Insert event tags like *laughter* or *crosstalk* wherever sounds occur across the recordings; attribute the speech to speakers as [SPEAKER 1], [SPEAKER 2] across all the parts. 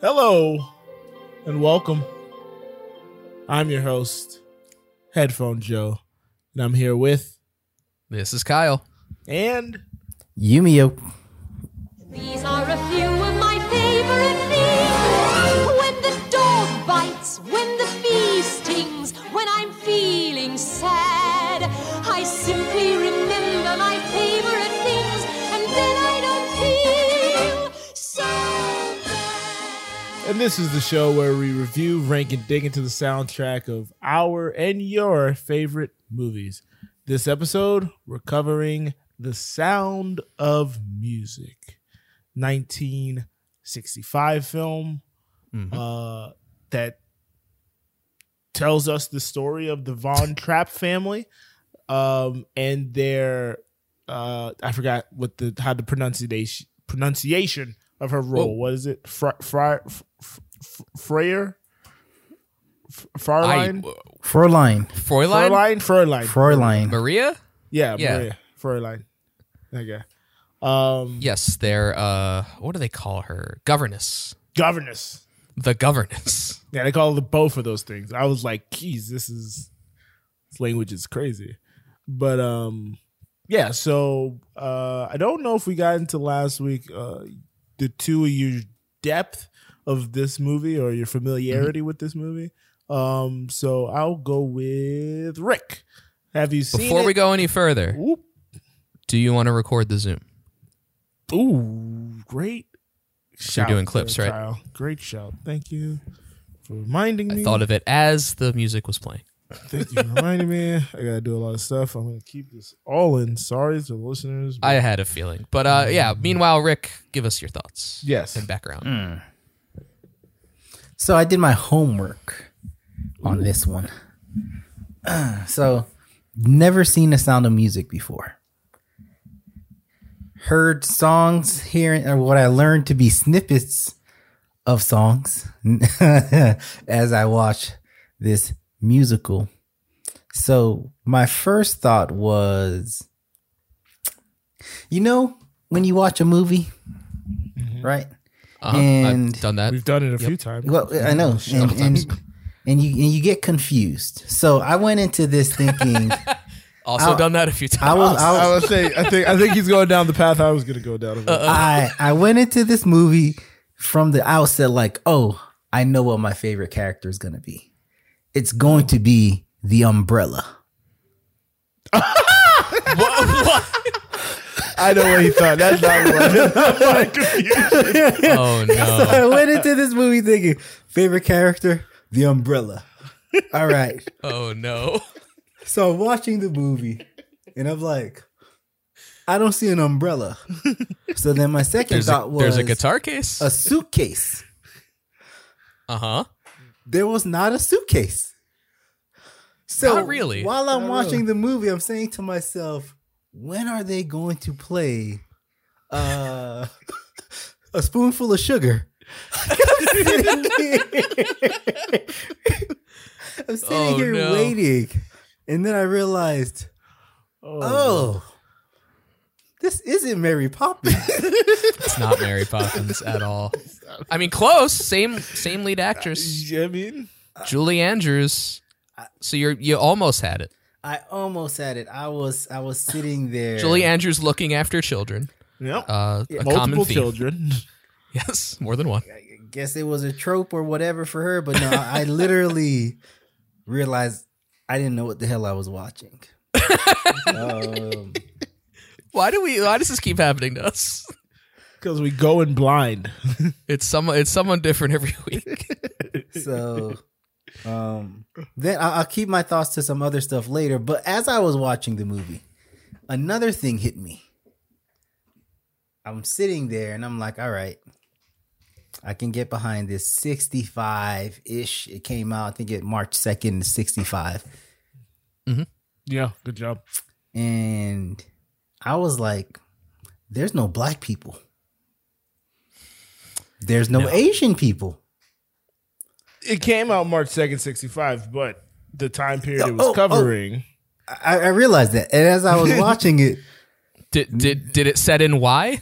[SPEAKER 1] Hello and welcome. I'm your host, Headphone Joe, and I'm here with
[SPEAKER 2] This is Kyle.
[SPEAKER 1] and
[SPEAKER 3] Yumio.
[SPEAKER 4] These are a few of my favorite things. When the dog bites, when the bee stings, when I'm feeling sad, I simply remember my favorite things, and then I don't feel so bad.
[SPEAKER 1] and this is the show where we review, rank, and dig into the soundtrack of our and your favorite movies. This episode, we're covering The Sound of Music, 1965 film
[SPEAKER 2] Mm-hmm.
[SPEAKER 1] uh, that tells us the story of the
[SPEAKER 2] *laughs*
[SPEAKER 1] Von Trapp family um, and their uh, I forgot what the how the pronunciation pronunciation of her role.
[SPEAKER 2] Whoa.
[SPEAKER 1] What is it? Fr- fr- f- f- f- Freyer, F-
[SPEAKER 2] I, uh,
[SPEAKER 1] Farline,
[SPEAKER 2] Fräulein?
[SPEAKER 3] Fräulein.
[SPEAKER 1] Fräulein, Fräulein.
[SPEAKER 3] Fräulein.
[SPEAKER 2] Maria?
[SPEAKER 1] yeah,
[SPEAKER 2] Yeah.
[SPEAKER 1] Maria, Fräulein. Okay. Um,
[SPEAKER 2] Yes, their uh what do they call her? Governess.
[SPEAKER 1] governess.
[SPEAKER 2] The
[SPEAKER 3] *laughs*
[SPEAKER 2] governess.
[SPEAKER 1] Yeah, they call it both of those things. I was like, geez, this is this language is crazy. But um yeah, so uh I don't know if we got into last week uh the two of your depth of this movie or your familiarity
[SPEAKER 2] Mm-hmm.
[SPEAKER 1] with this movie. Um so I'll go with Rick. Have you seen
[SPEAKER 2] Before we
[SPEAKER 1] it?
[SPEAKER 2] go any further,
[SPEAKER 1] Oop.
[SPEAKER 2] do you want to record the Zoom?
[SPEAKER 1] Ooh, great shout.
[SPEAKER 2] doing clips,
[SPEAKER 1] there,
[SPEAKER 2] right?
[SPEAKER 1] Kyle. Great shout. Thank you for reminding me.
[SPEAKER 2] I thought of it as the music was playing.
[SPEAKER 1] Thank you for reminding me. I gotta do a lot of stuff. I'm gonna keep this all in. Sorry to the listeners. but-
[SPEAKER 2] I had a feeling. But uh yeah, meanwhile, Rick, give us your thoughts.
[SPEAKER 1] Yes.
[SPEAKER 2] And background.
[SPEAKER 3] So I did my homework on this one. *clears throat* so never seen the sound of music before. Heard songs here and what I learned to be snippets of songs *laughs* as I watched this musical. So my first thought was you know when you watch a movie, right?
[SPEAKER 2] Uh-huh.
[SPEAKER 3] And-
[SPEAKER 2] I've done that.
[SPEAKER 1] We've done it a few times.
[SPEAKER 3] Well, I know, and,
[SPEAKER 2] times.
[SPEAKER 3] and, and you and you get confused. So I went into this thinking
[SPEAKER 2] Also
[SPEAKER 3] I-
[SPEAKER 2] done that a few
[SPEAKER 3] I
[SPEAKER 2] times.
[SPEAKER 3] *laughs*
[SPEAKER 2] *laughs*
[SPEAKER 3] was I was
[SPEAKER 1] would say I think I think he's going down the path I was gonna go down.
[SPEAKER 2] Uh,
[SPEAKER 3] I, I went into this movie from the outset like, oh, I know what my favorite character is gonna be. It's going to be the
[SPEAKER 2] *laughs*
[SPEAKER 3] umbrella. *laughs*
[SPEAKER 2] What- what?
[SPEAKER 1] I know what he thought. That's not what I confused.
[SPEAKER 2] Oh no.
[SPEAKER 3] I went into this movie thinking favorite character, the umbrella. All right.
[SPEAKER 2] Oh no.
[SPEAKER 3] So I'm watching the movie and I'm like, I don't see an umbrella. So then my second
[SPEAKER 2] There's
[SPEAKER 3] thought
[SPEAKER 2] a,
[SPEAKER 3] was
[SPEAKER 2] there's a guitar case.
[SPEAKER 3] a suitcase.
[SPEAKER 2] uh-huh.
[SPEAKER 3] there was not a suitcase. So
[SPEAKER 2] Not really.
[SPEAKER 3] While I'm
[SPEAKER 1] Not
[SPEAKER 3] watching
[SPEAKER 1] really.
[SPEAKER 3] the movie, I'm saying to myself, when are they going to play uh, *laughs* a spoonful of sugar? *laughs* I'm sitting here, I'm sitting
[SPEAKER 2] Oh,
[SPEAKER 3] here
[SPEAKER 2] no.
[SPEAKER 3] waiting, and then I realized, *laughs* oh, this isn't
[SPEAKER 1] *laughs*
[SPEAKER 3] Mary Poppins.
[SPEAKER 2] It's not
[SPEAKER 3] *laughs*
[SPEAKER 2] Mary Poppins at all. I mean, close. Same same lead actress,
[SPEAKER 1] I mean,
[SPEAKER 2] Julie Andrews. uh, So you're you almost had it.
[SPEAKER 3] I almost had it. I was I was sitting there.
[SPEAKER 2] Julie Andrews looking after children.
[SPEAKER 1] yep.
[SPEAKER 2] Uh, a common
[SPEAKER 1] Multiple
[SPEAKER 2] theme.
[SPEAKER 1] children.
[SPEAKER 2] *laughs* Yes, more than one.
[SPEAKER 3] guess it was a trope or whatever for her, but no, I, I literally realized I didn't know what the hell I was watching. um,
[SPEAKER 2] Why do we? Why does this keep happening to us?
[SPEAKER 1] Because we go in blind.
[SPEAKER 2] It's someone. It's someone different every *laughs* week.
[SPEAKER 3] so um, then I, I'll keep my thoughts to some other stuff later. But as I was watching the movie, another thing hit me. I'm sitting there and I'm like, all right, I can get behind this 65 ish. It came out, I think it March 2nd, 65.
[SPEAKER 1] Yeah, good job.
[SPEAKER 3] and I was like, "There's no black people. There's no, Asian people.
[SPEAKER 1] It came out March second, sixty five, but the time period it was
[SPEAKER 3] Oh, oh.
[SPEAKER 1] covering. *laughs*
[SPEAKER 3] I, I realized that, and as I was watching it,
[SPEAKER 2] did did did it set in? Why?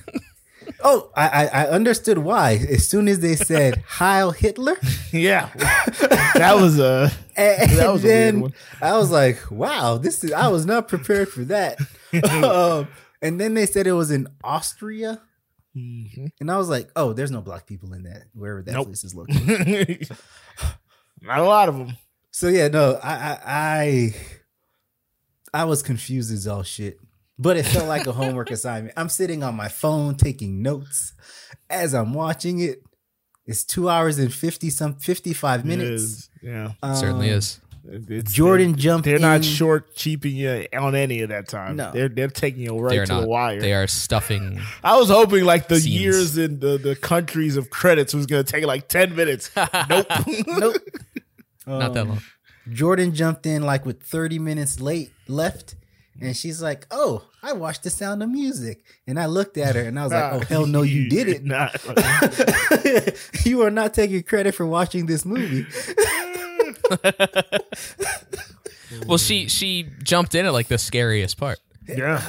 [SPEAKER 3] Oh, I, I, I understood why as soon as
[SPEAKER 1] *laughs*
[SPEAKER 3] they said Heil Hitler, *laughs*
[SPEAKER 1] yeah, that was a
[SPEAKER 3] and,
[SPEAKER 1] That was a weird
[SPEAKER 3] then
[SPEAKER 1] one.
[SPEAKER 3] I was like, "Wow, this is." I was not prepared for that.
[SPEAKER 1] *laughs*
[SPEAKER 3] um, and then they said it was in Austria, and I was like, "Oh, there's no black people in that wherever that
[SPEAKER 1] Mm-hmm. Nope.
[SPEAKER 3] place is located."
[SPEAKER 1] *laughs* not a lot of them.
[SPEAKER 3] So yeah, no, I I I, I was confused as all shit. But it felt like a homework *laughs* assignment. I'm sitting on my phone taking notes as I'm watching it. It's two hours and fifty some fifty five minutes.
[SPEAKER 1] It is, yeah,
[SPEAKER 2] Certainly
[SPEAKER 3] Um,
[SPEAKER 2] is.
[SPEAKER 1] It's-
[SPEAKER 3] Jordan jumped.
[SPEAKER 1] They're
[SPEAKER 3] in.
[SPEAKER 1] not short cheaping you on any of that time.
[SPEAKER 3] No.
[SPEAKER 1] they're they're taking you right
[SPEAKER 2] They're
[SPEAKER 1] to
[SPEAKER 2] not.
[SPEAKER 1] the wire.
[SPEAKER 2] They are stuffing.
[SPEAKER 1] I was hoping like the
[SPEAKER 2] Scenes.
[SPEAKER 1] years and the, the countries of credits was gonna take like ten
[SPEAKER 2] *laughs*
[SPEAKER 1] minutes. Nope. *laughs*
[SPEAKER 3] Nope.
[SPEAKER 2] Not that
[SPEAKER 3] Um,
[SPEAKER 2] long.
[SPEAKER 3] Jordan jumped in like with 30 minutes late left. And she's like, Oh, I watched the sound of music. And I looked at her and I was like, Oh, hell no, you
[SPEAKER 1] *laughs*
[SPEAKER 3] did it.
[SPEAKER 1] Not.
[SPEAKER 3] *laughs* you are not taking credit for watching this movie.
[SPEAKER 2] Well, she she jumped in at like the scariest part,
[SPEAKER 1] Yeah.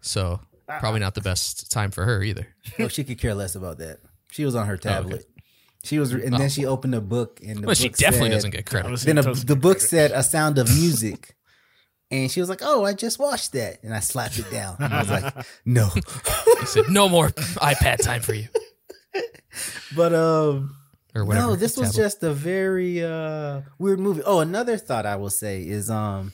[SPEAKER 2] so
[SPEAKER 3] Ah.
[SPEAKER 2] probably not the best time for her either.
[SPEAKER 3] *laughs* oh, she could care less about that. She was on her tablet. She was, and then she opened a book. And the
[SPEAKER 2] Oh, Well, she
[SPEAKER 3] book
[SPEAKER 2] definitely
[SPEAKER 3] said-
[SPEAKER 2] doesn't get credit.
[SPEAKER 3] Then a, the book said A Sound
[SPEAKER 2] *laughs*
[SPEAKER 3] of Music. And she was like, Oh, I just watched that. And I slapped it down. And I was like,
[SPEAKER 2] *laughs*
[SPEAKER 3] No.
[SPEAKER 2] He said, "No more iPad time for you,"
[SPEAKER 3] But, um,
[SPEAKER 2] or whatever.
[SPEAKER 3] *laughs* No, this was
[SPEAKER 2] tablet.
[SPEAKER 3] just a very uh weird movie. Oh, another thought I will say is um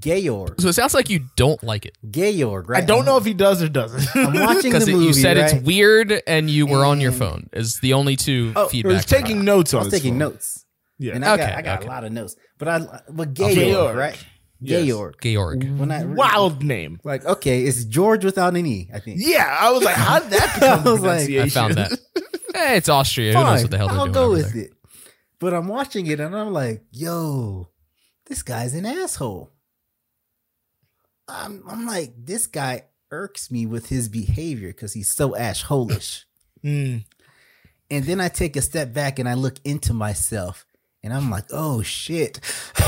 [SPEAKER 3] Georg.
[SPEAKER 2] So it sounds like you don't like it
[SPEAKER 3] Georg, right?
[SPEAKER 1] I don't know if he does or doesn't.
[SPEAKER 3] *laughs*
[SPEAKER 1] *laughs*
[SPEAKER 3] I'm
[SPEAKER 2] *laughs*
[SPEAKER 3] watching the
[SPEAKER 2] because
[SPEAKER 3] movie.
[SPEAKER 2] you said
[SPEAKER 3] right?
[SPEAKER 2] it's weird and you were on your phone. Is the only two
[SPEAKER 3] Oh, it was
[SPEAKER 1] He was
[SPEAKER 2] feedback.
[SPEAKER 1] taking notes
[SPEAKER 3] I
[SPEAKER 1] on.
[SPEAKER 3] was
[SPEAKER 1] his
[SPEAKER 3] taking
[SPEAKER 1] phone.
[SPEAKER 3] notes.
[SPEAKER 1] Yeah.
[SPEAKER 3] And I
[SPEAKER 2] Okay,
[SPEAKER 3] got I got
[SPEAKER 2] okay.
[SPEAKER 3] a lot of notes. But I but
[SPEAKER 1] Georg.
[SPEAKER 3] Georg, right?
[SPEAKER 1] Yes.
[SPEAKER 3] Georg.
[SPEAKER 2] Georg.
[SPEAKER 3] When I
[SPEAKER 1] Wild name.
[SPEAKER 3] like okay, it's George without an E, I think.
[SPEAKER 1] Yeah, I was like, how did
[SPEAKER 3] *laughs*
[SPEAKER 1] that become
[SPEAKER 3] I was like, I
[SPEAKER 1] pronunciation?
[SPEAKER 2] I found
[SPEAKER 3] *laughs*
[SPEAKER 2] that. Eh, it's Austria. Who knows
[SPEAKER 3] Fine,
[SPEAKER 2] what the hell they're
[SPEAKER 3] I'll
[SPEAKER 2] doing?
[SPEAKER 3] go
[SPEAKER 2] over
[SPEAKER 3] with
[SPEAKER 2] there.
[SPEAKER 3] it. But I'm watching it and I'm like, yo, this guy's an asshole. I'm, I'm like, this guy irks me with his behavior because he's so assholish.
[SPEAKER 1] Mm.
[SPEAKER 3] and then I take a step back and I look into myself and I'm like, oh shit. *laughs*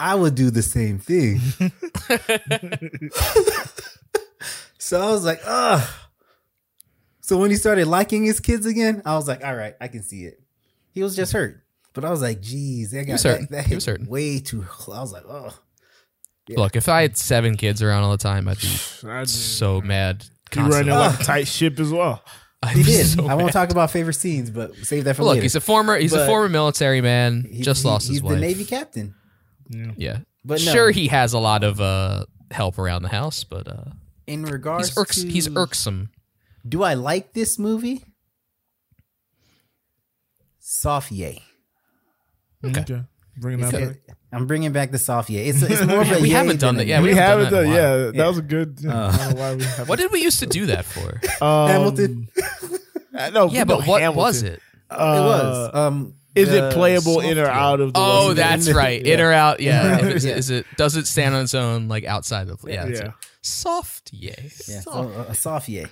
[SPEAKER 3] I would do the same thing. *laughs* so I was like, ugh. So when he started liking his kids again, I was like, all right, I can see it. He was just hurt. But I was like, geez, that got
[SPEAKER 2] was
[SPEAKER 3] that,
[SPEAKER 2] hurting.
[SPEAKER 3] that
[SPEAKER 2] He
[SPEAKER 3] hit
[SPEAKER 2] was hurting.
[SPEAKER 3] way too I was like,
[SPEAKER 2] *laughs*
[SPEAKER 3] oh.
[SPEAKER 2] Look, if I had seven kids around all the time, I'd be
[SPEAKER 1] I just-
[SPEAKER 2] so mad.
[SPEAKER 1] He ran
[SPEAKER 2] Constantly.
[SPEAKER 1] like a tight ship as well.
[SPEAKER 2] I'd
[SPEAKER 3] He
[SPEAKER 2] be
[SPEAKER 3] did.
[SPEAKER 2] so
[SPEAKER 3] I won't
[SPEAKER 2] mad.
[SPEAKER 3] talk about favorite scenes, but save that for
[SPEAKER 2] Look,
[SPEAKER 3] later.
[SPEAKER 2] he's a former he's
[SPEAKER 3] But-
[SPEAKER 2] a former military man.
[SPEAKER 3] He-
[SPEAKER 2] just
[SPEAKER 3] he-
[SPEAKER 2] lost his
[SPEAKER 3] he's
[SPEAKER 2] wife.
[SPEAKER 3] the Navy captain.
[SPEAKER 2] Yeah,
[SPEAKER 3] But no.
[SPEAKER 2] sure, he has a lot of uh, help around the house, but uh,
[SPEAKER 3] in regards
[SPEAKER 2] he's irks,
[SPEAKER 3] to
[SPEAKER 2] he's irksome.
[SPEAKER 3] do i like this movie soft yay
[SPEAKER 2] Okay.
[SPEAKER 1] Bringing
[SPEAKER 3] It's
[SPEAKER 1] that
[SPEAKER 3] a-
[SPEAKER 1] back.
[SPEAKER 3] i'm bringing back the soft yay it's, it's
[SPEAKER 1] *laughs*
[SPEAKER 3] more of a
[SPEAKER 2] We
[SPEAKER 3] yay
[SPEAKER 2] haven't done
[SPEAKER 3] than a
[SPEAKER 2] that. Yeah,
[SPEAKER 3] nay.
[SPEAKER 1] We
[SPEAKER 2] haven't done
[SPEAKER 1] haven't done,
[SPEAKER 2] that in a
[SPEAKER 1] yeah,
[SPEAKER 2] while.
[SPEAKER 1] that was a good. I don't know
[SPEAKER 2] *laughs*
[SPEAKER 1] why we haven't-
[SPEAKER 2] Uh, What did we used to do that
[SPEAKER 3] *laughs*
[SPEAKER 2] for?
[SPEAKER 1] Um, *laughs*
[SPEAKER 3] Hamilton.
[SPEAKER 1] I know,
[SPEAKER 2] yeah,
[SPEAKER 1] we know
[SPEAKER 2] but what
[SPEAKER 1] Hamilton.
[SPEAKER 2] was it?
[SPEAKER 3] it
[SPEAKER 1] Uh,
[SPEAKER 3] was um
[SPEAKER 1] Is
[SPEAKER 3] the
[SPEAKER 1] it playable in or
[SPEAKER 3] soft
[SPEAKER 1] out of the?
[SPEAKER 2] Oh,
[SPEAKER 1] Washington-
[SPEAKER 2] that's
[SPEAKER 3] Yeah.
[SPEAKER 2] right.
[SPEAKER 1] *laughs*
[SPEAKER 2] In or out? Yeah. If it's-
[SPEAKER 3] Yeah.
[SPEAKER 2] Is it? Does it stand on its own? Like outside of? Yeah. that's
[SPEAKER 1] Yeah.
[SPEAKER 2] right. Soft. Yay.
[SPEAKER 3] yay? yeah, so- a, a
[SPEAKER 1] *laughs*
[SPEAKER 3] soft yay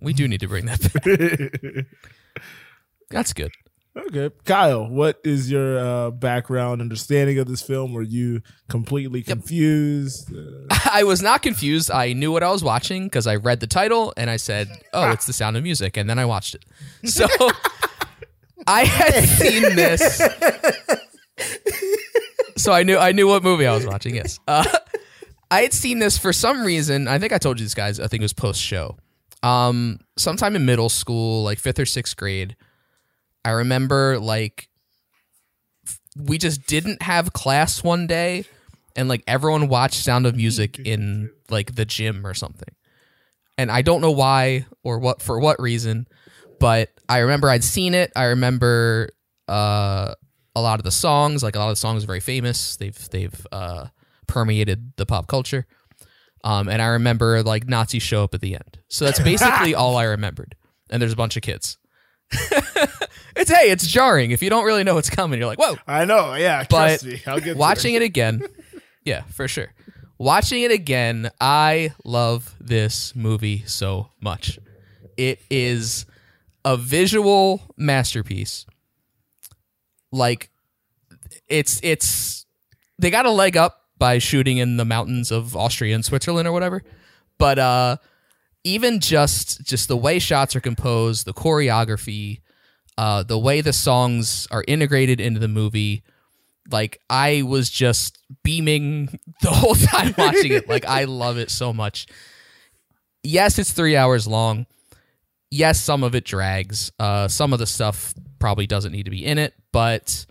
[SPEAKER 2] We do need to bring that back. That's good.
[SPEAKER 1] Okay, Kyle, what is your uh, background understanding of this film? Were you completely confused? Uh,
[SPEAKER 2] *laughs* I was not confused. I knew what I was watching because I read the title and I said, "Oh, it's The Sound of Music," and then I watched it. So I had seen this, so I knew I knew what movie I was watching. Yes, uh, I had seen this for some reason. I think I told you this, guys. I think it was post show, um, sometime in middle school, like fifth or sixth grade. I remember like we just didn't have class one day and like everyone watched sound of music in like the gym or something and i don't know why or what for what reason but i remember i'd seen it i remember uh a lot of the songs like a lot of the songs are very famous they've they've uh permeated the pop culture um and i remember like nazis show up at the end so that's basically all i remembered and there's a bunch of kids *laughs* it's hey it's jarring if you don't really know what's coming you're like whoa
[SPEAKER 1] I know, yeah.
[SPEAKER 2] but
[SPEAKER 1] trust me, I'll get
[SPEAKER 2] watching
[SPEAKER 1] *laughs*
[SPEAKER 2] it again, yeah, for sure. Watching it again, I love this movie so much. It is a visual masterpiece. Like it's it's they got a leg up by shooting in the mountains of Austria and Switzerland or whatever. But uh even just just the way shots are composed, the choreography, uh, the way the songs are integrated into the movie, like I was just beaming *laughs* the whole time watching it. Like I love it so much. Yes, it's three hours long. Yes, some of it drags. Uh, some of the stuff probably doesn't need to be in it, but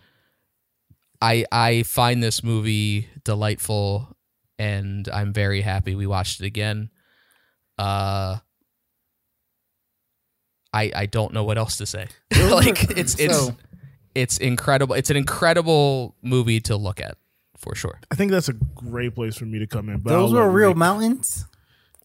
[SPEAKER 2] I I find this movie delightful, and I'm very happy we watched it again. Uh, I I don't know what else to say. *laughs* like it's it's
[SPEAKER 3] So-
[SPEAKER 2] it's incredible. It's an incredible movie to look at for sure.
[SPEAKER 1] I think that's a great place for me to come in. But
[SPEAKER 3] Those
[SPEAKER 1] I'll
[SPEAKER 3] were
[SPEAKER 1] let
[SPEAKER 3] real
[SPEAKER 1] Rick-
[SPEAKER 3] mountains.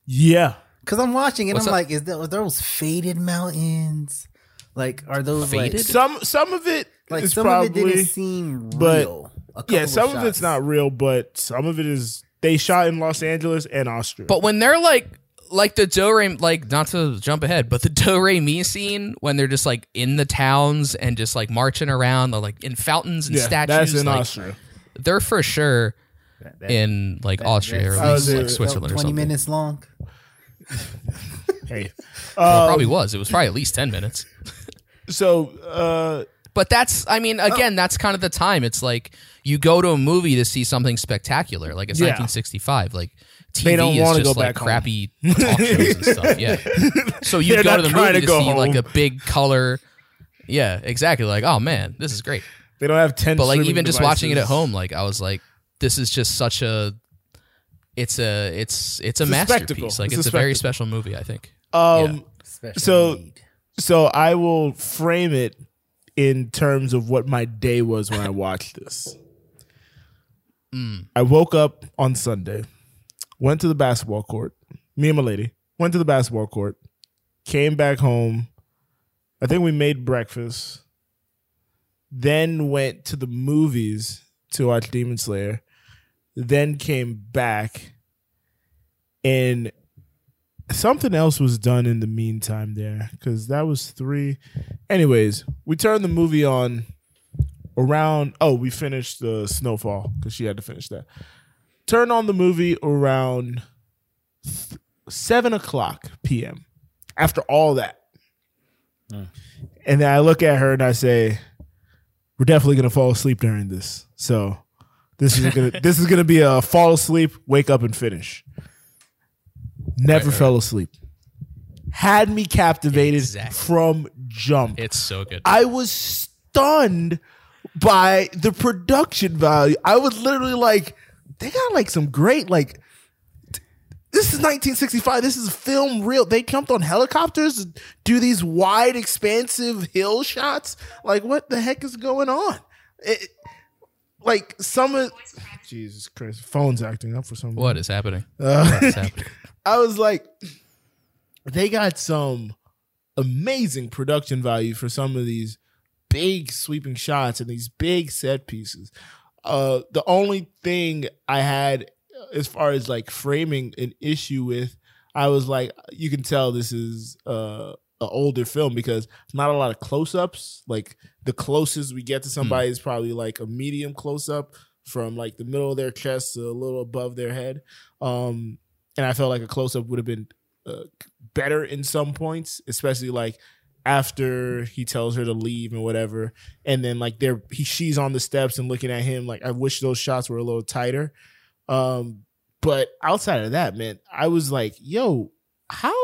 [SPEAKER 1] Yeah.
[SPEAKER 3] Cause I'm watching and
[SPEAKER 2] What's
[SPEAKER 3] I'm
[SPEAKER 2] up?
[SPEAKER 3] like, is that, are those faded mountains? Like, are those
[SPEAKER 2] Faded?
[SPEAKER 3] like,
[SPEAKER 1] Some some of it
[SPEAKER 3] like
[SPEAKER 1] is
[SPEAKER 3] some
[SPEAKER 1] probably
[SPEAKER 3] of it didn't seem
[SPEAKER 1] but-
[SPEAKER 3] real? A couple
[SPEAKER 1] yeah. Some of
[SPEAKER 3] shots.
[SPEAKER 1] it's not real, but some of it is. They shot in Los Angeles and Austria.
[SPEAKER 2] But when they're like like the do re like not to jump ahead, but the do re mi scene when they're just like in the towns and just like marching around, they're, like in fountains and
[SPEAKER 1] yeah,
[SPEAKER 2] statues.
[SPEAKER 1] that's in
[SPEAKER 2] like,
[SPEAKER 1] Austria.
[SPEAKER 2] They're for sure
[SPEAKER 3] that-
[SPEAKER 2] in like Austria or
[SPEAKER 3] that
[SPEAKER 2] at least,
[SPEAKER 1] scene
[SPEAKER 2] like
[SPEAKER 1] was
[SPEAKER 2] Switzerland or
[SPEAKER 3] Twenty
[SPEAKER 2] something.
[SPEAKER 3] minutes long.
[SPEAKER 1] Hey,
[SPEAKER 2] Well, it probably was. It was probably at least ten minutes.
[SPEAKER 1] so uh,
[SPEAKER 2] But that's, I
[SPEAKER 1] Oh.
[SPEAKER 2] mean, again, that's kind of the time. It's like you go to a movie to see something spectacular. Like it's
[SPEAKER 1] Yeah.
[SPEAKER 2] 1965. Like TV
[SPEAKER 1] They don't
[SPEAKER 2] is
[SPEAKER 1] wanna
[SPEAKER 2] just
[SPEAKER 1] go
[SPEAKER 2] like
[SPEAKER 1] back home.
[SPEAKER 2] crappy talk shows
[SPEAKER 1] *laughs*
[SPEAKER 2] and stuff. Yeah. So you
[SPEAKER 1] They're
[SPEAKER 2] go
[SPEAKER 1] not
[SPEAKER 2] to the
[SPEAKER 1] trying
[SPEAKER 2] movie to,
[SPEAKER 1] to go
[SPEAKER 2] see like
[SPEAKER 1] home.
[SPEAKER 2] a big color. Yeah, exactly. Like, oh man, this is great.
[SPEAKER 1] they don't have ten.
[SPEAKER 2] But like
[SPEAKER 1] streaming
[SPEAKER 2] even just
[SPEAKER 1] devices.
[SPEAKER 2] watching it at home, like I was like, this is just such a. It's a it's it's a
[SPEAKER 1] It's a
[SPEAKER 2] masterpiece.
[SPEAKER 1] spectacle.
[SPEAKER 2] Like
[SPEAKER 1] It's a
[SPEAKER 2] it's, a, very
[SPEAKER 1] spectacle.
[SPEAKER 2] special movie. I think.
[SPEAKER 1] Um,
[SPEAKER 2] Yeah.
[SPEAKER 3] Special
[SPEAKER 1] So-
[SPEAKER 3] need.
[SPEAKER 1] so I will frame it in terms of what my day was when I watched this. I woke up on Sunday, went to the basketball court. Me and my lady went to the basketball court, came back home. I think we made breakfast, then went to the movies to watch Demon Slayer, then came back, and something else was done in the meantime there because that was three. Anyways, we turned the movie on around. Oh, we finished the Snowfall because she had to finish that. Turn on the movie around th- seven o'clock p.m. After all that, and then I look at her and I say, "We're definitely gonna fall asleep during this." So. This is gonna this is gonna be a fall asleep, wake up and finish. Never fell asleep. Had me captivated
[SPEAKER 2] Exactly.
[SPEAKER 1] from jump.
[SPEAKER 2] It's so good.
[SPEAKER 1] I was stunned by the production value. I was literally like, they got like some great like. t- This is 1965. This is film real. They jumped on helicopters, to do these wide, expansive hill shots. Like, what the heck is going on? It, like some of Jesus Christ, phone's acting up for some. reason.
[SPEAKER 2] what
[SPEAKER 1] *laughs*
[SPEAKER 2] is happening?
[SPEAKER 1] Uh,
[SPEAKER 2] What's happening?
[SPEAKER 1] I was like, they got some amazing production value for some of these big sweeping shots and these big set pieces. Uh, the only thing I had as far as like framing an issue with, I was like, you can tell this is uh, an older film because not a lot of close ups. Like the closest we get to somebody is probably like a medium close up from like the middle of their chest to a little above their head. Um, and I felt like a close up would have been uh, better in some points, especially like after he tells her to leave and whatever, and then like there he she's on the steps and looking at him like I wish those shots were a little tighter. Um, but outside of that, man, I was like, yo, how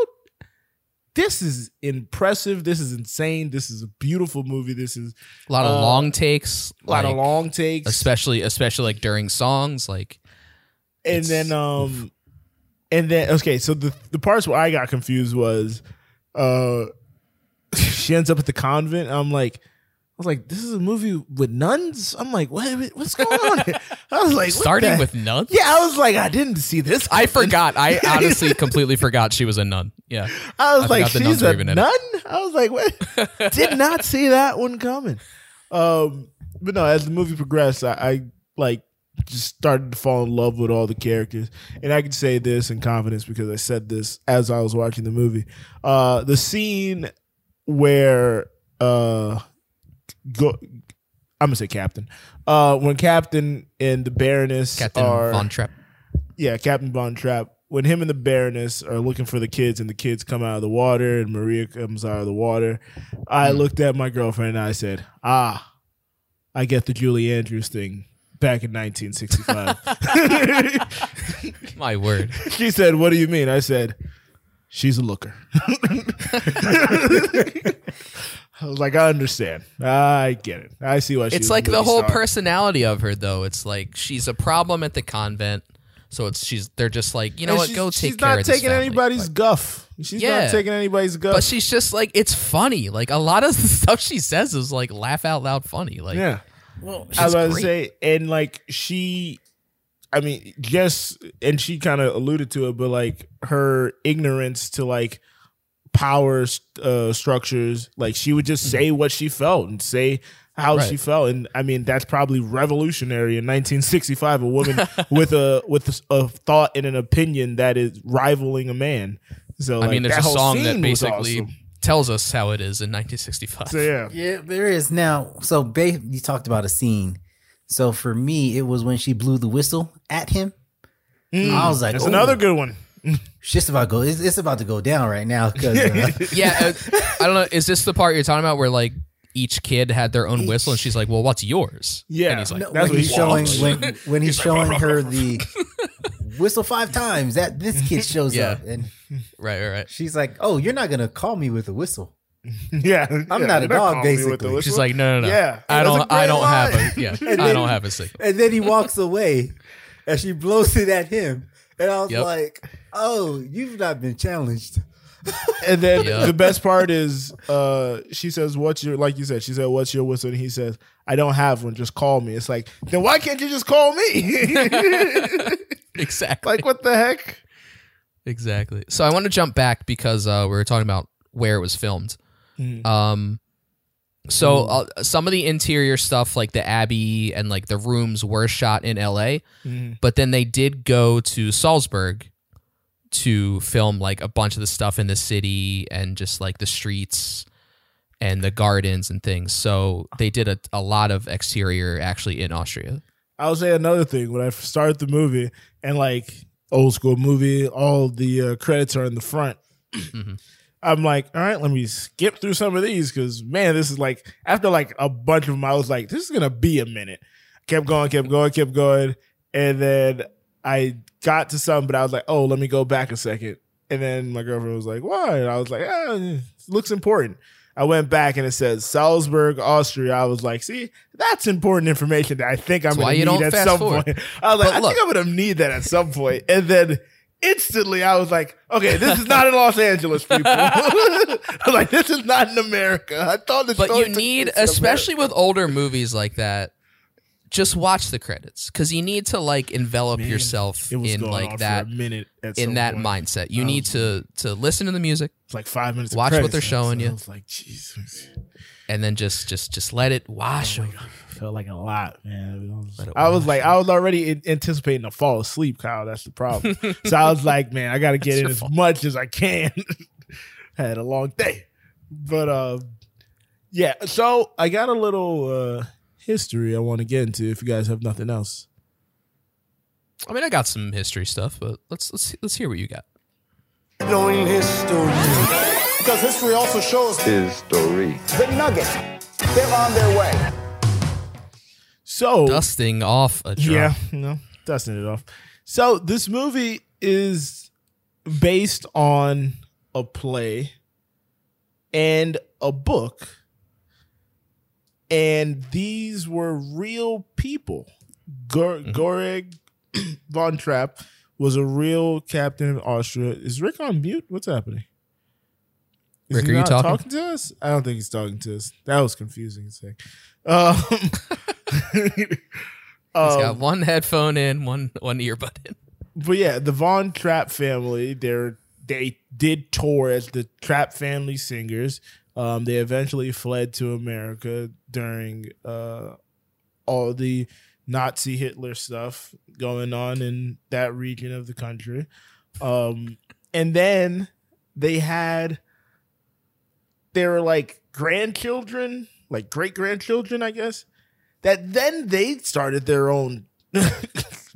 [SPEAKER 1] this is impressive. This is insane. This is a beautiful movie. This is
[SPEAKER 2] A lot of
[SPEAKER 1] Uh,
[SPEAKER 2] long takes.
[SPEAKER 1] a lot of
[SPEAKER 2] like-
[SPEAKER 1] long takes.
[SPEAKER 2] especially especially like during songs like
[SPEAKER 1] and
[SPEAKER 2] It's-
[SPEAKER 1] then um and then okay so the the parts where i got confused was uh *laughs* she ends up at the convent i'm like i was like this is a movie with nuns i'm like what what's going on
[SPEAKER 2] *laughs*
[SPEAKER 1] here? i was like what
[SPEAKER 2] starting
[SPEAKER 1] the-
[SPEAKER 2] with nuns
[SPEAKER 1] yeah i was like i didn't see this
[SPEAKER 2] i forgot
[SPEAKER 1] *laughs*
[SPEAKER 2] i honestly completely forgot she was a nun yeah
[SPEAKER 1] I was
[SPEAKER 2] I
[SPEAKER 1] like,
[SPEAKER 2] forgot the
[SPEAKER 1] she's
[SPEAKER 2] nuns were
[SPEAKER 1] a
[SPEAKER 2] even in it.
[SPEAKER 1] nun. I was like, what?
[SPEAKER 2] *laughs*
[SPEAKER 1] Did not see that one coming. Um, but no, as the movie progressed, I, I like just started to fall in love with all the characters, and I can say this in confidence because I said this as I was watching the movie. Uh, the scene where uh, go, I'm gonna say Captain. Uh, when Captain and the Baroness
[SPEAKER 2] captain
[SPEAKER 1] are
[SPEAKER 2] von trapp
[SPEAKER 1] yeah, Captain Von Trapp. when him and the Baroness are looking for the kids, and the kids come out of the water, and Maria comes out of the water, I
[SPEAKER 2] Hmm.
[SPEAKER 1] looked at my girlfriend and I said, "Ah, I get the Julie Andrews thing." Back in 1965,
[SPEAKER 2] My word.
[SPEAKER 1] *laughs* she said, "What do you mean?" I said, "She's a looker." *laughs* I was like, "I understand. I get it. I see why." she
[SPEAKER 2] it's
[SPEAKER 1] was a
[SPEAKER 2] like the
[SPEAKER 1] movie
[SPEAKER 2] whole
[SPEAKER 1] star."
[SPEAKER 2] personality of her though. It's like she's a problem at the convent. So it's she's they're just like, you know
[SPEAKER 1] And
[SPEAKER 2] what,
[SPEAKER 1] she's-
[SPEAKER 2] go take
[SPEAKER 1] She's
[SPEAKER 2] care
[SPEAKER 1] not
[SPEAKER 2] of this
[SPEAKER 1] taking
[SPEAKER 2] family.
[SPEAKER 1] anybody's
[SPEAKER 2] Like,
[SPEAKER 1] guff. She's
[SPEAKER 2] Yeah.
[SPEAKER 1] not taking anybody's guff.
[SPEAKER 2] but she's just like it's funny. Like a lot of the *laughs* stuff she says is like laugh out loud funny. Like
[SPEAKER 1] yeah.
[SPEAKER 3] Well,
[SPEAKER 1] I was
[SPEAKER 2] she's
[SPEAKER 1] about to
[SPEAKER 2] great.
[SPEAKER 1] say, and like she, I mean, yes, and she kind of alluded to it, but like her ignorance to like power uh, structures, like she would just say what she felt and say how
[SPEAKER 2] Mm-hmm. Right.
[SPEAKER 1] she felt, and I mean that's probably revolutionary in 1965. A
[SPEAKER 2] *laughs*
[SPEAKER 1] woman with a with a thought and an opinion that is rivaling a man. So
[SPEAKER 2] I mean
[SPEAKER 1] like,
[SPEAKER 2] there's
[SPEAKER 1] that whole
[SPEAKER 2] a song
[SPEAKER 1] scene
[SPEAKER 2] that
[SPEAKER 1] was
[SPEAKER 2] basically
[SPEAKER 1] awesome.
[SPEAKER 2] tells us how it is in nineteen sixty five.
[SPEAKER 1] So yeah,
[SPEAKER 3] Yeah, there is now. So, ba- you talked about a scene. So for me, it was when she blew the whistle at him. I was like,
[SPEAKER 1] that's
[SPEAKER 3] "Ooh,
[SPEAKER 1] another good one. *laughs*
[SPEAKER 3] Shit's about go. It's, it's about to go down right now because
[SPEAKER 1] *laughs*
[SPEAKER 2] yeah, uh, I don't know. Is this the part you're talking about where like each kid had their own whistle and she's like, "Well, what's yours?"
[SPEAKER 1] Yeah.
[SPEAKER 2] and he's like,
[SPEAKER 1] No.
[SPEAKER 3] when
[SPEAKER 1] That's what
[SPEAKER 3] he's
[SPEAKER 1] he
[SPEAKER 3] showing
[SPEAKER 1] wants.
[SPEAKER 3] when when he's, showing
[SPEAKER 1] *laughs*
[SPEAKER 3] her the whistle five times that this kid shows
[SPEAKER 2] Yeah.
[SPEAKER 3] up and
[SPEAKER 2] "Right, right, right."
[SPEAKER 3] she's like, "Oh, you're not gonna call me with a whistle."
[SPEAKER 1] Yeah,
[SPEAKER 3] I'm
[SPEAKER 1] yeah,
[SPEAKER 3] not a
[SPEAKER 1] they're
[SPEAKER 3] dog,
[SPEAKER 1] calling me with the
[SPEAKER 3] basically.
[SPEAKER 2] She's
[SPEAKER 1] whistle.
[SPEAKER 2] like, "No, no, no.
[SPEAKER 1] Yeah.
[SPEAKER 2] I
[SPEAKER 3] That's a
[SPEAKER 2] don't. I
[SPEAKER 3] great
[SPEAKER 2] don't
[SPEAKER 3] line.
[SPEAKER 2] have a. Yeah,
[SPEAKER 3] And
[SPEAKER 2] I
[SPEAKER 3] then-
[SPEAKER 2] don't have a signal."
[SPEAKER 3] And then
[SPEAKER 1] *laughs*
[SPEAKER 3] he walks away, and she blows it at him, and I was
[SPEAKER 2] Yep.
[SPEAKER 3] like, "Oh, you've not been challenged."
[SPEAKER 1] And then
[SPEAKER 2] Yeah.
[SPEAKER 1] the best part is uh she says, What's your like you said, she said, What's your whistle? And he says, I don't have one, just call me. It's like, then why can't you just call me? *laughs*
[SPEAKER 2] Exactly.
[SPEAKER 1] like what the heck?
[SPEAKER 2] Exactly. So I want to jump back because uh, we were talking about where it was filmed. Um, so uh, some of the interior stuff, like the Abbey and like the rooms, were shot in L.A. But then they did go to Salzburg to film like a bunch of the stuff in the city and just like the streets and the gardens and things. So they did a, a lot of exterior actually in Austria.
[SPEAKER 1] I'll say another thing. When I started the movie and like old school movie, all the uh, credits are in the front.
[SPEAKER 2] Mm-hmm.
[SPEAKER 1] I'm like, all right, let me skip through some of these because man, this is like after like a bunch of them, I was like, this is gonna be a minute. Kept going, kept going, kept going, and then I got to some, but I was like, oh, let me go back a second. And then my girlfriend was like, why? And I was like, ah, it looks important. I went back and it says Salzburg, Austria. I was like, see, that's important information that I think I'm
[SPEAKER 2] That's
[SPEAKER 1] gonna
[SPEAKER 2] why you
[SPEAKER 1] need
[SPEAKER 2] don't
[SPEAKER 1] at
[SPEAKER 2] fast
[SPEAKER 1] some
[SPEAKER 2] forward.
[SPEAKER 1] point. I was like,
[SPEAKER 2] But
[SPEAKER 1] I
[SPEAKER 2] look-
[SPEAKER 1] think I'm gonna need that at some point. And then instantly I was like, okay, this is not in Los Angeles,
[SPEAKER 2] *laughs*
[SPEAKER 1] people. *laughs* I was like, this is not in America. I thought this
[SPEAKER 2] But
[SPEAKER 1] story
[SPEAKER 2] you
[SPEAKER 1] took
[SPEAKER 2] need,
[SPEAKER 1] place in
[SPEAKER 2] especially with older movies like that, just watch the credits because you need to like envelop
[SPEAKER 1] Man,
[SPEAKER 2] yourself
[SPEAKER 1] America. It was
[SPEAKER 2] in
[SPEAKER 1] going
[SPEAKER 2] like
[SPEAKER 1] on
[SPEAKER 2] that
[SPEAKER 1] for a minute at
[SPEAKER 2] in
[SPEAKER 1] some
[SPEAKER 2] that
[SPEAKER 1] point.
[SPEAKER 2] mindset. You
[SPEAKER 1] I
[SPEAKER 2] need
[SPEAKER 1] was-
[SPEAKER 2] to to listen to the music
[SPEAKER 1] It's like five minutes. of
[SPEAKER 2] watch what
[SPEAKER 1] credits
[SPEAKER 2] they're
[SPEAKER 1] left,
[SPEAKER 2] showing
[SPEAKER 1] so
[SPEAKER 2] you.
[SPEAKER 1] I was like, Jesus,
[SPEAKER 2] and then just just just let it wash over.
[SPEAKER 1] Oh felt like a lot, man. I was,
[SPEAKER 2] Let it
[SPEAKER 1] I was
[SPEAKER 2] wash
[SPEAKER 1] like, I was already in- anticipating to fall asleep, Kyle. That's the
[SPEAKER 2] *laughs*
[SPEAKER 1] problem. so I was like, man, I got to get in
[SPEAKER 2] your
[SPEAKER 1] as
[SPEAKER 2] fault.
[SPEAKER 1] much as I can. *laughs* Had a long day, but uh, yeah. So I got a little uh history I want to get into. If you guys have nothing else,
[SPEAKER 2] I mean, I got some history stuff, but let's let's let's hear what you got.
[SPEAKER 5] Knowing history
[SPEAKER 6] Because history also shows
[SPEAKER 5] is story.
[SPEAKER 6] the Nuggets. They're on their way.
[SPEAKER 1] so
[SPEAKER 2] Dusting off a drum.
[SPEAKER 1] Yeah, no, dusting it off. So this movie is based on a play and a book, and these were real people. Gor-
[SPEAKER 2] Mm-hmm.
[SPEAKER 1] Goreg *clears throat* von Trapp was a real captain of Austria. Is Rick on mute? What's happening? Is
[SPEAKER 2] Rick,
[SPEAKER 1] he
[SPEAKER 2] are you
[SPEAKER 1] not
[SPEAKER 2] talking?
[SPEAKER 1] to us? I don't think he's talking to us. That was confusing. as heck. Um, *laughs*
[SPEAKER 2] He's
[SPEAKER 1] um,
[SPEAKER 2] got one headphone in, one one earbud in.
[SPEAKER 1] but yeah, the Von Trapp family, they're they did tour as the Trapp family singers. Um, they eventually fled to America during uh, all the Nazi Hitler stuff going on in that region of the country. Um, and then they had their like grandchildren, like great grandchildren, I guess, *laughs* that then they started their own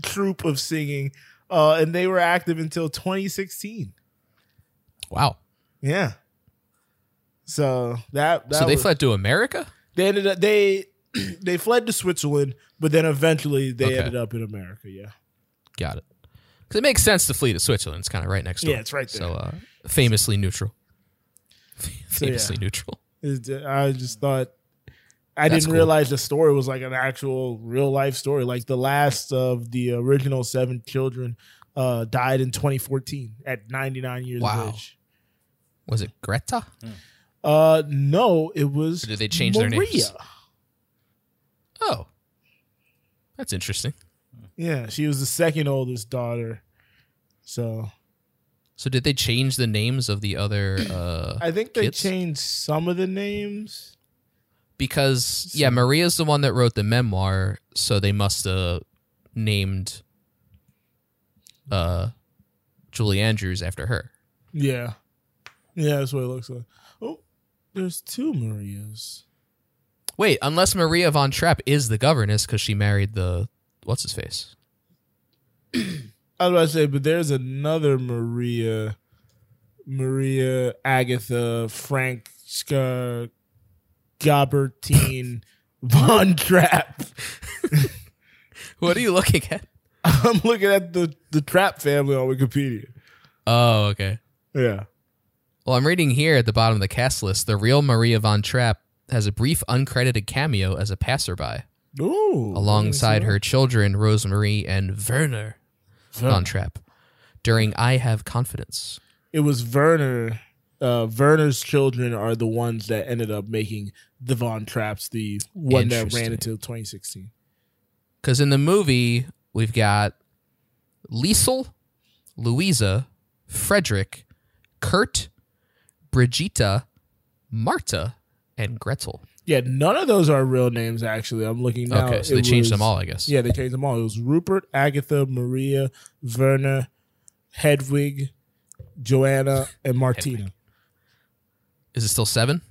[SPEAKER 1] troupe of singing uh, and they were active until 2016.
[SPEAKER 2] Wow.
[SPEAKER 1] Yeah. So that, that
[SPEAKER 2] so they
[SPEAKER 1] was-
[SPEAKER 2] fled to America?
[SPEAKER 1] They ended up they *clears throat* they fled to Switzerland, but then eventually they
[SPEAKER 2] Okay.
[SPEAKER 1] ended up in America. Yeah.
[SPEAKER 2] Got it. Because it makes sense to flee to Switzerland. It's kind of right next door.
[SPEAKER 1] Yeah, it's right
[SPEAKER 2] So
[SPEAKER 1] there.
[SPEAKER 2] uh, famously neutral. famously
[SPEAKER 1] yeah.
[SPEAKER 2] neutral.
[SPEAKER 1] It's- I just thought I
[SPEAKER 2] That's
[SPEAKER 1] didn't
[SPEAKER 2] cool.
[SPEAKER 1] realize the story was like an actual real life story. Like the last of the original seven children uh, died in 2014 at 99 years
[SPEAKER 2] Wow.
[SPEAKER 1] of age.
[SPEAKER 2] Was it Greta?
[SPEAKER 1] Uh, no, it was.
[SPEAKER 2] Or did they change their names?
[SPEAKER 1] Maria.
[SPEAKER 2] Oh. That's interesting.
[SPEAKER 1] Yeah, she was the second oldest daughter. So
[SPEAKER 2] So did they change the names of the other uh
[SPEAKER 1] *clears throat* I think they
[SPEAKER 2] Kids?
[SPEAKER 1] changed some of the names.
[SPEAKER 2] because yeah, Maria's the one that wrote the memoir, so they must have named uh Julie Andrews after her.
[SPEAKER 1] Yeah. Yeah, that's what it looks like. Oh, there's two Marias.
[SPEAKER 2] Wait, unless Maria von Trapp is the governess because she married the what's his face?
[SPEAKER 1] I was about to say, but there's another Maria, Maria Agatha Franska
[SPEAKER 2] *laughs*
[SPEAKER 1] Gobertine von Trapp.
[SPEAKER 2] What are you looking at?
[SPEAKER 1] I'm looking at the the Trapp family on Wikipedia.
[SPEAKER 2] Oh, okay.
[SPEAKER 1] Yeah.
[SPEAKER 2] Well, I'm reading here at the bottom of the cast list. The real Maria von Trapp has a brief uncredited cameo as a passerby
[SPEAKER 1] Ooh.
[SPEAKER 2] alongside her children Rosemary and Werner von Trapp during I Have Confidence.
[SPEAKER 1] It was Werner. Uh, Werner's children are the ones that ended up making the Von Trapps the one that
[SPEAKER 2] Interesting.
[SPEAKER 1] ran until 2016.
[SPEAKER 2] Because in the movie, we've got Liesel, Louisa, Frederick, Kurt, Brigitta, Marta, and Gretel.
[SPEAKER 1] Yeah, none of those are real names. Actually, I'm looking now.
[SPEAKER 2] okay, so they
[SPEAKER 1] It
[SPEAKER 2] changed
[SPEAKER 1] was-
[SPEAKER 2] them all, I guess.
[SPEAKER 1] Yeah, they changed them all. It was Rupert, Agatha, Maria, Werner, Hedwig, Joanna, and Martina.
[SPEAKER 2] Is it still seven?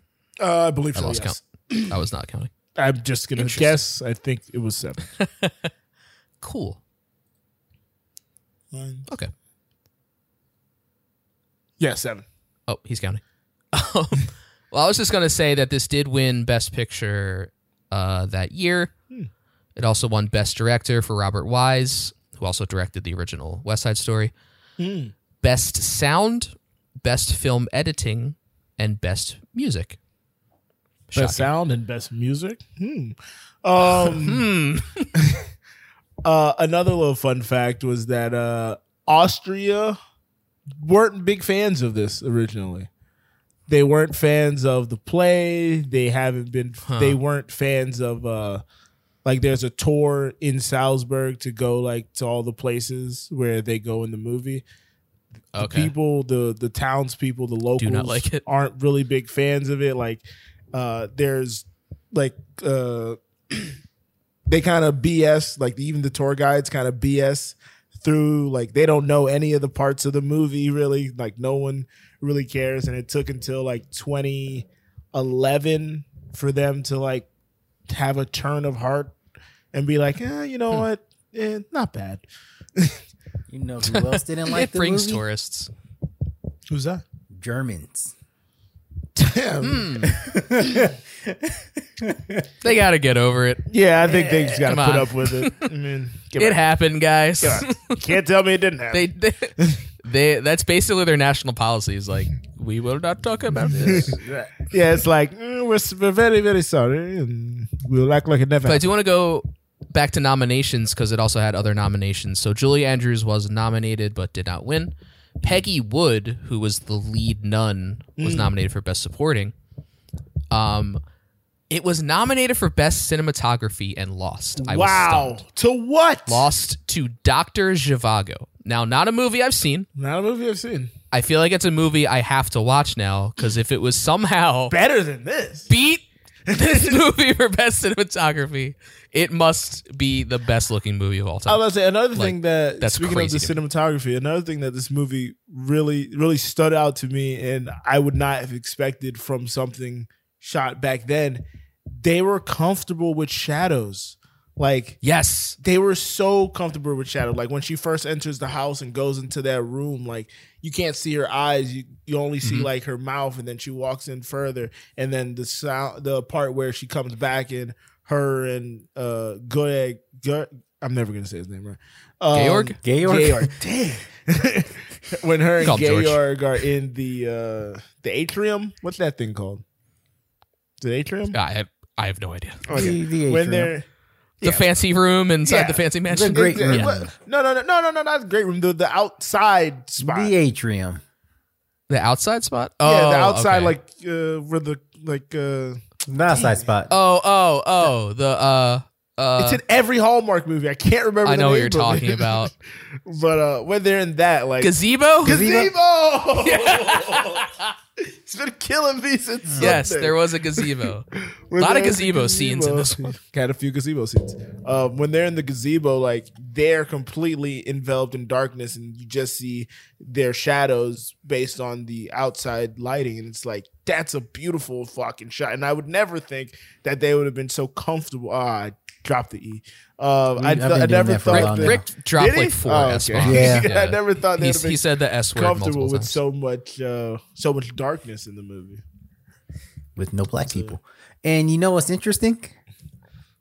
[SPEAKER 1] Uh, I believe
[SPEAKER 2] I
[SPEAKER 1] so.
[SPEAKER 2] lost
[SPEAKER 1] yes.
[SPEAKER 2] count. I was not counting.
[SPEAKER 1] I'm just gonna
[SPEAKER 2] Interesting.
[SPEAKER 1] guess. I think it was seven.
[SPEAKER 2] Cool.
[SPEAKER 1] One.
[SPEAKER 2] Okay.
[SPEAKER 1] yeah, seven.
[SPEAKER 2] Oh, he's counting. *laughs* Um, well, I was just gonna say that this did win Best Picture uh, that year. It also won Best Director for Robert Wise, who also directed the original West Side Story. Hmm. Best Sound, Best Film Editing, and Best Music. Shocking.
[SPEAKER 1] Best sound and best music. Hmm. Um, *laughs* uh, another little fun fact was that uh, Austria weren't big fans of this originally. They weren't fans of the play. They haven't been. They weren't fans of. Uh, like there's a tour in Salzburg to go like to all the places where they go in the movie
[SPEAKER 2] Okay.
[SPEAKER 1] people, the the townspeople, the locals
[SPEAKER 2] not like it.
[SPEAKER 1] aren't really big fans of it. Like uh there's like uh *clears throat* they kind of BS, like even the tour guides kind of BS through like they don't know any of the parts of the movie really. Like no one really cares. And it took until like twenty eleven for them to like have a turn of heart and be like, eh, you
[SPEAKER 2] Hmm.
[SPEAKER 1] know what? Eh, not bad.
[SPEAKER 3] You know who
[SPEAKER 2] *laughs*
[SPEAKER 3] else didn't like
[SPEAKER 2] it
[SPEAKER 3] the
[SPEAKER 2] brings
[SPEAKER 3] movie?
[SPEAKER 2] tourists.
[SPEAKER 1] Who's that?
[SPEAKER 3] Germans.
[SPEAKER 1] Damn.
[SPEAKER 2] They gotta get over it.
[SPEAKER 1] Yeah, I think they just got to
[SPEAKER 2] Come
[SPEAKER 1] put
[SPEAKER 2] on.
[SPEAKER 1] up with it. I
[SPEAKER 2] *laughs*
[SPEAKER 1] mean, come
[SPEAKER 2] It
[SPEAKER 1] on,
[SPEAKER 2] happened, guys.
[SPEAKER 1] come on. Can't tell me it didn't happen.
[SPEAKER 2] *laughs* they, they they that's basically their national policy is like we will not talk about this
[SPEAKER 1] yeah, it's like mm, we're, s- we're very, very sorry, and we'll act like it never.
[SPEAKER 2] but i
[SPEAKER 1] happened.
[SPEAKER 2] do want to go back to nominations because it also had other nominations so julie andrews was nominated but did not win peggy wood who was the lead nun was nominated for best supporting um it was nominated for best cinematography and lost i was
[SPEAKER 1] wow,
[SPEAKER 2] stunned.
[SPEAKER 1] to what?
[SPEAKER 2] lost to dr zhivago now not a movie i've seen
[SPEAKER 1] Not a movie I've seen
[SPEAKER 2] i feel like it's a movie i have to watch now because if it was somehow
[SPEAKER 1] better than this.
[SPEAKER 2] beat this *laughs* movie for best cinematography, it must be the best looking movie of all
[SPEAKER 1] I
[SPEAKER 2] time.
[SPEAKER 1] was about to say another
[SPEAKER 2] Like,
[SPEAKER 1] thing that
[SPEAKER 2] that's
[SPEAKER 1] speaking
[SPEAKER 2] crazy
[SPEAKER 1] of the
[SPEAKER 2] to
[SPEAKER 1] cinematography, another thing that this movie really, really stood out to me, and I would not have expected from something shot back then. They were comfortable with shadows. Like
[SPEAKER 2] Yes.
[SPEAKER 1] they were so comfortable with Shadow. Like when she first enters the house and goes into that room, like you can't see her eyes. You you only
[SPEAKER 3] Mm-hmm.
[SPEAKER 1] see like her mouth, and then she walks in further, and then the sound, the part where she comes back and her and uh Goeg, Go- I'm never gonna say his name right. Um,
[SPEAKER 2] Georg?
[SPEAKER 3] Georg? *laughs*
[SPEAKER 1] Georg. Dang. *laughs* when her and
[SPEAKER 2] Call him George.
[SPEAKER 1] Georg are in the uh the atrium, what's that thing called? The atrium.
[SPEAKER 2] I have, I have no idea.
[SPEAKER 1] Okay.
[SPEAKER 3] The- the
[SPEAKER 1] when
[SPEAKER 3] atrium.
[SPEAKER 1] they're
[SPEAKER 2] The fancy room inside
[SPEAKER 1] Yeah.
[SPEAKER 2] the fancy
[SPEAKER 3] The
[SPEAKER 2] mansion.
[SPEAKER 3] great
[SPEAKER 1] Yeah.
[SPEAKER 3] room.
[SPEAKER 1] No, no, no, no, no, no, not the great room. The the outside spot.
[SPEAKER 3] The atrium.
[SPEAKER 2] The outside spot? Oh,
[SPEAKER 1] yeah, the outside,
[SPEAKER 2] okay.
[SPEAKER 1] like uh, where the like uh,
[SPEAKER 3] The outside spot.
[SPEAKER 2] Oh, oh, oh. The uh uh
[SPEAKER 1] it's in every Hallmark movie. I can't remember.
[SPEAKER 2] I
[SPEAKER 1] the
[SPEAKER 2] know what
[SPEAKER 1] name
[SPEAKER 2] you're
[SPEAKER 1] of
[SPEAKER 2] talking
[SPEAKER 1] it.
[SPEAKER 2] about.
[SPEAKER 1] *laughs* but uh, when they're in that, like
[SPEAKER 2] Gazebo?
[SPEAKER 1] gazebo,
[SPEAKER 2] *laughs*
[SPEAKER 1] *laughs* it's been killing me since.
[SPEAKER 2] Yes,
[SPEAKER 1] Sunday.
[SPEAKER 2] there was a gazebo.
[SPEAKER 1] When
[SPEAKER 2] lot of
[SPEAKER 1] they're in the
[SPEAKER 2] gazebo scenes in this one.
[SPEAKER 1] *laughs* Had a few gazebo scenes. Um, when they're in the gazebo, like they're completely enveloped in darkness, and you just see their shadows based on the outside lighting, and it's like that's a beautiful fucking shot. And I would never think that they would have been so comfortable. Ah, I dropped the e. Um, I,
[SPEAKER 3] I've been
[SPEAKER 1] I
[SPEAKER 3] doing
[SPEAKER 1] never
[SPEAKER 3] that for a
[SPEAKER 1] thought
[SPEAKER 3] while
[SPEAKER 1] that,
[SPEAKER 3] now.
[SPEAKER 2] Rick dropped
[SPEAKER 1] Did he?
[SPEAKER 2] like four
[SPEAKER 1] Oh, okay. *laughs*
[SPEAKER 2] S bombs.
[SPEAKER 3] Yeah.
[SPEAKER 1] I never thought they
[SPEAKER 2] He's-
[SPEAKER 1] would've been
[SPEAKER 2] he said the S word
[SPEAKER 1] comfortable
[SPEAKER 2] multiple
[SPEAKER 1] with
[SPEAKER 2] times.
[SPEAKER 1] so much, uh, so much darkness in the movie.
[SPEAKER 3] with no black people. And you know what's interesting?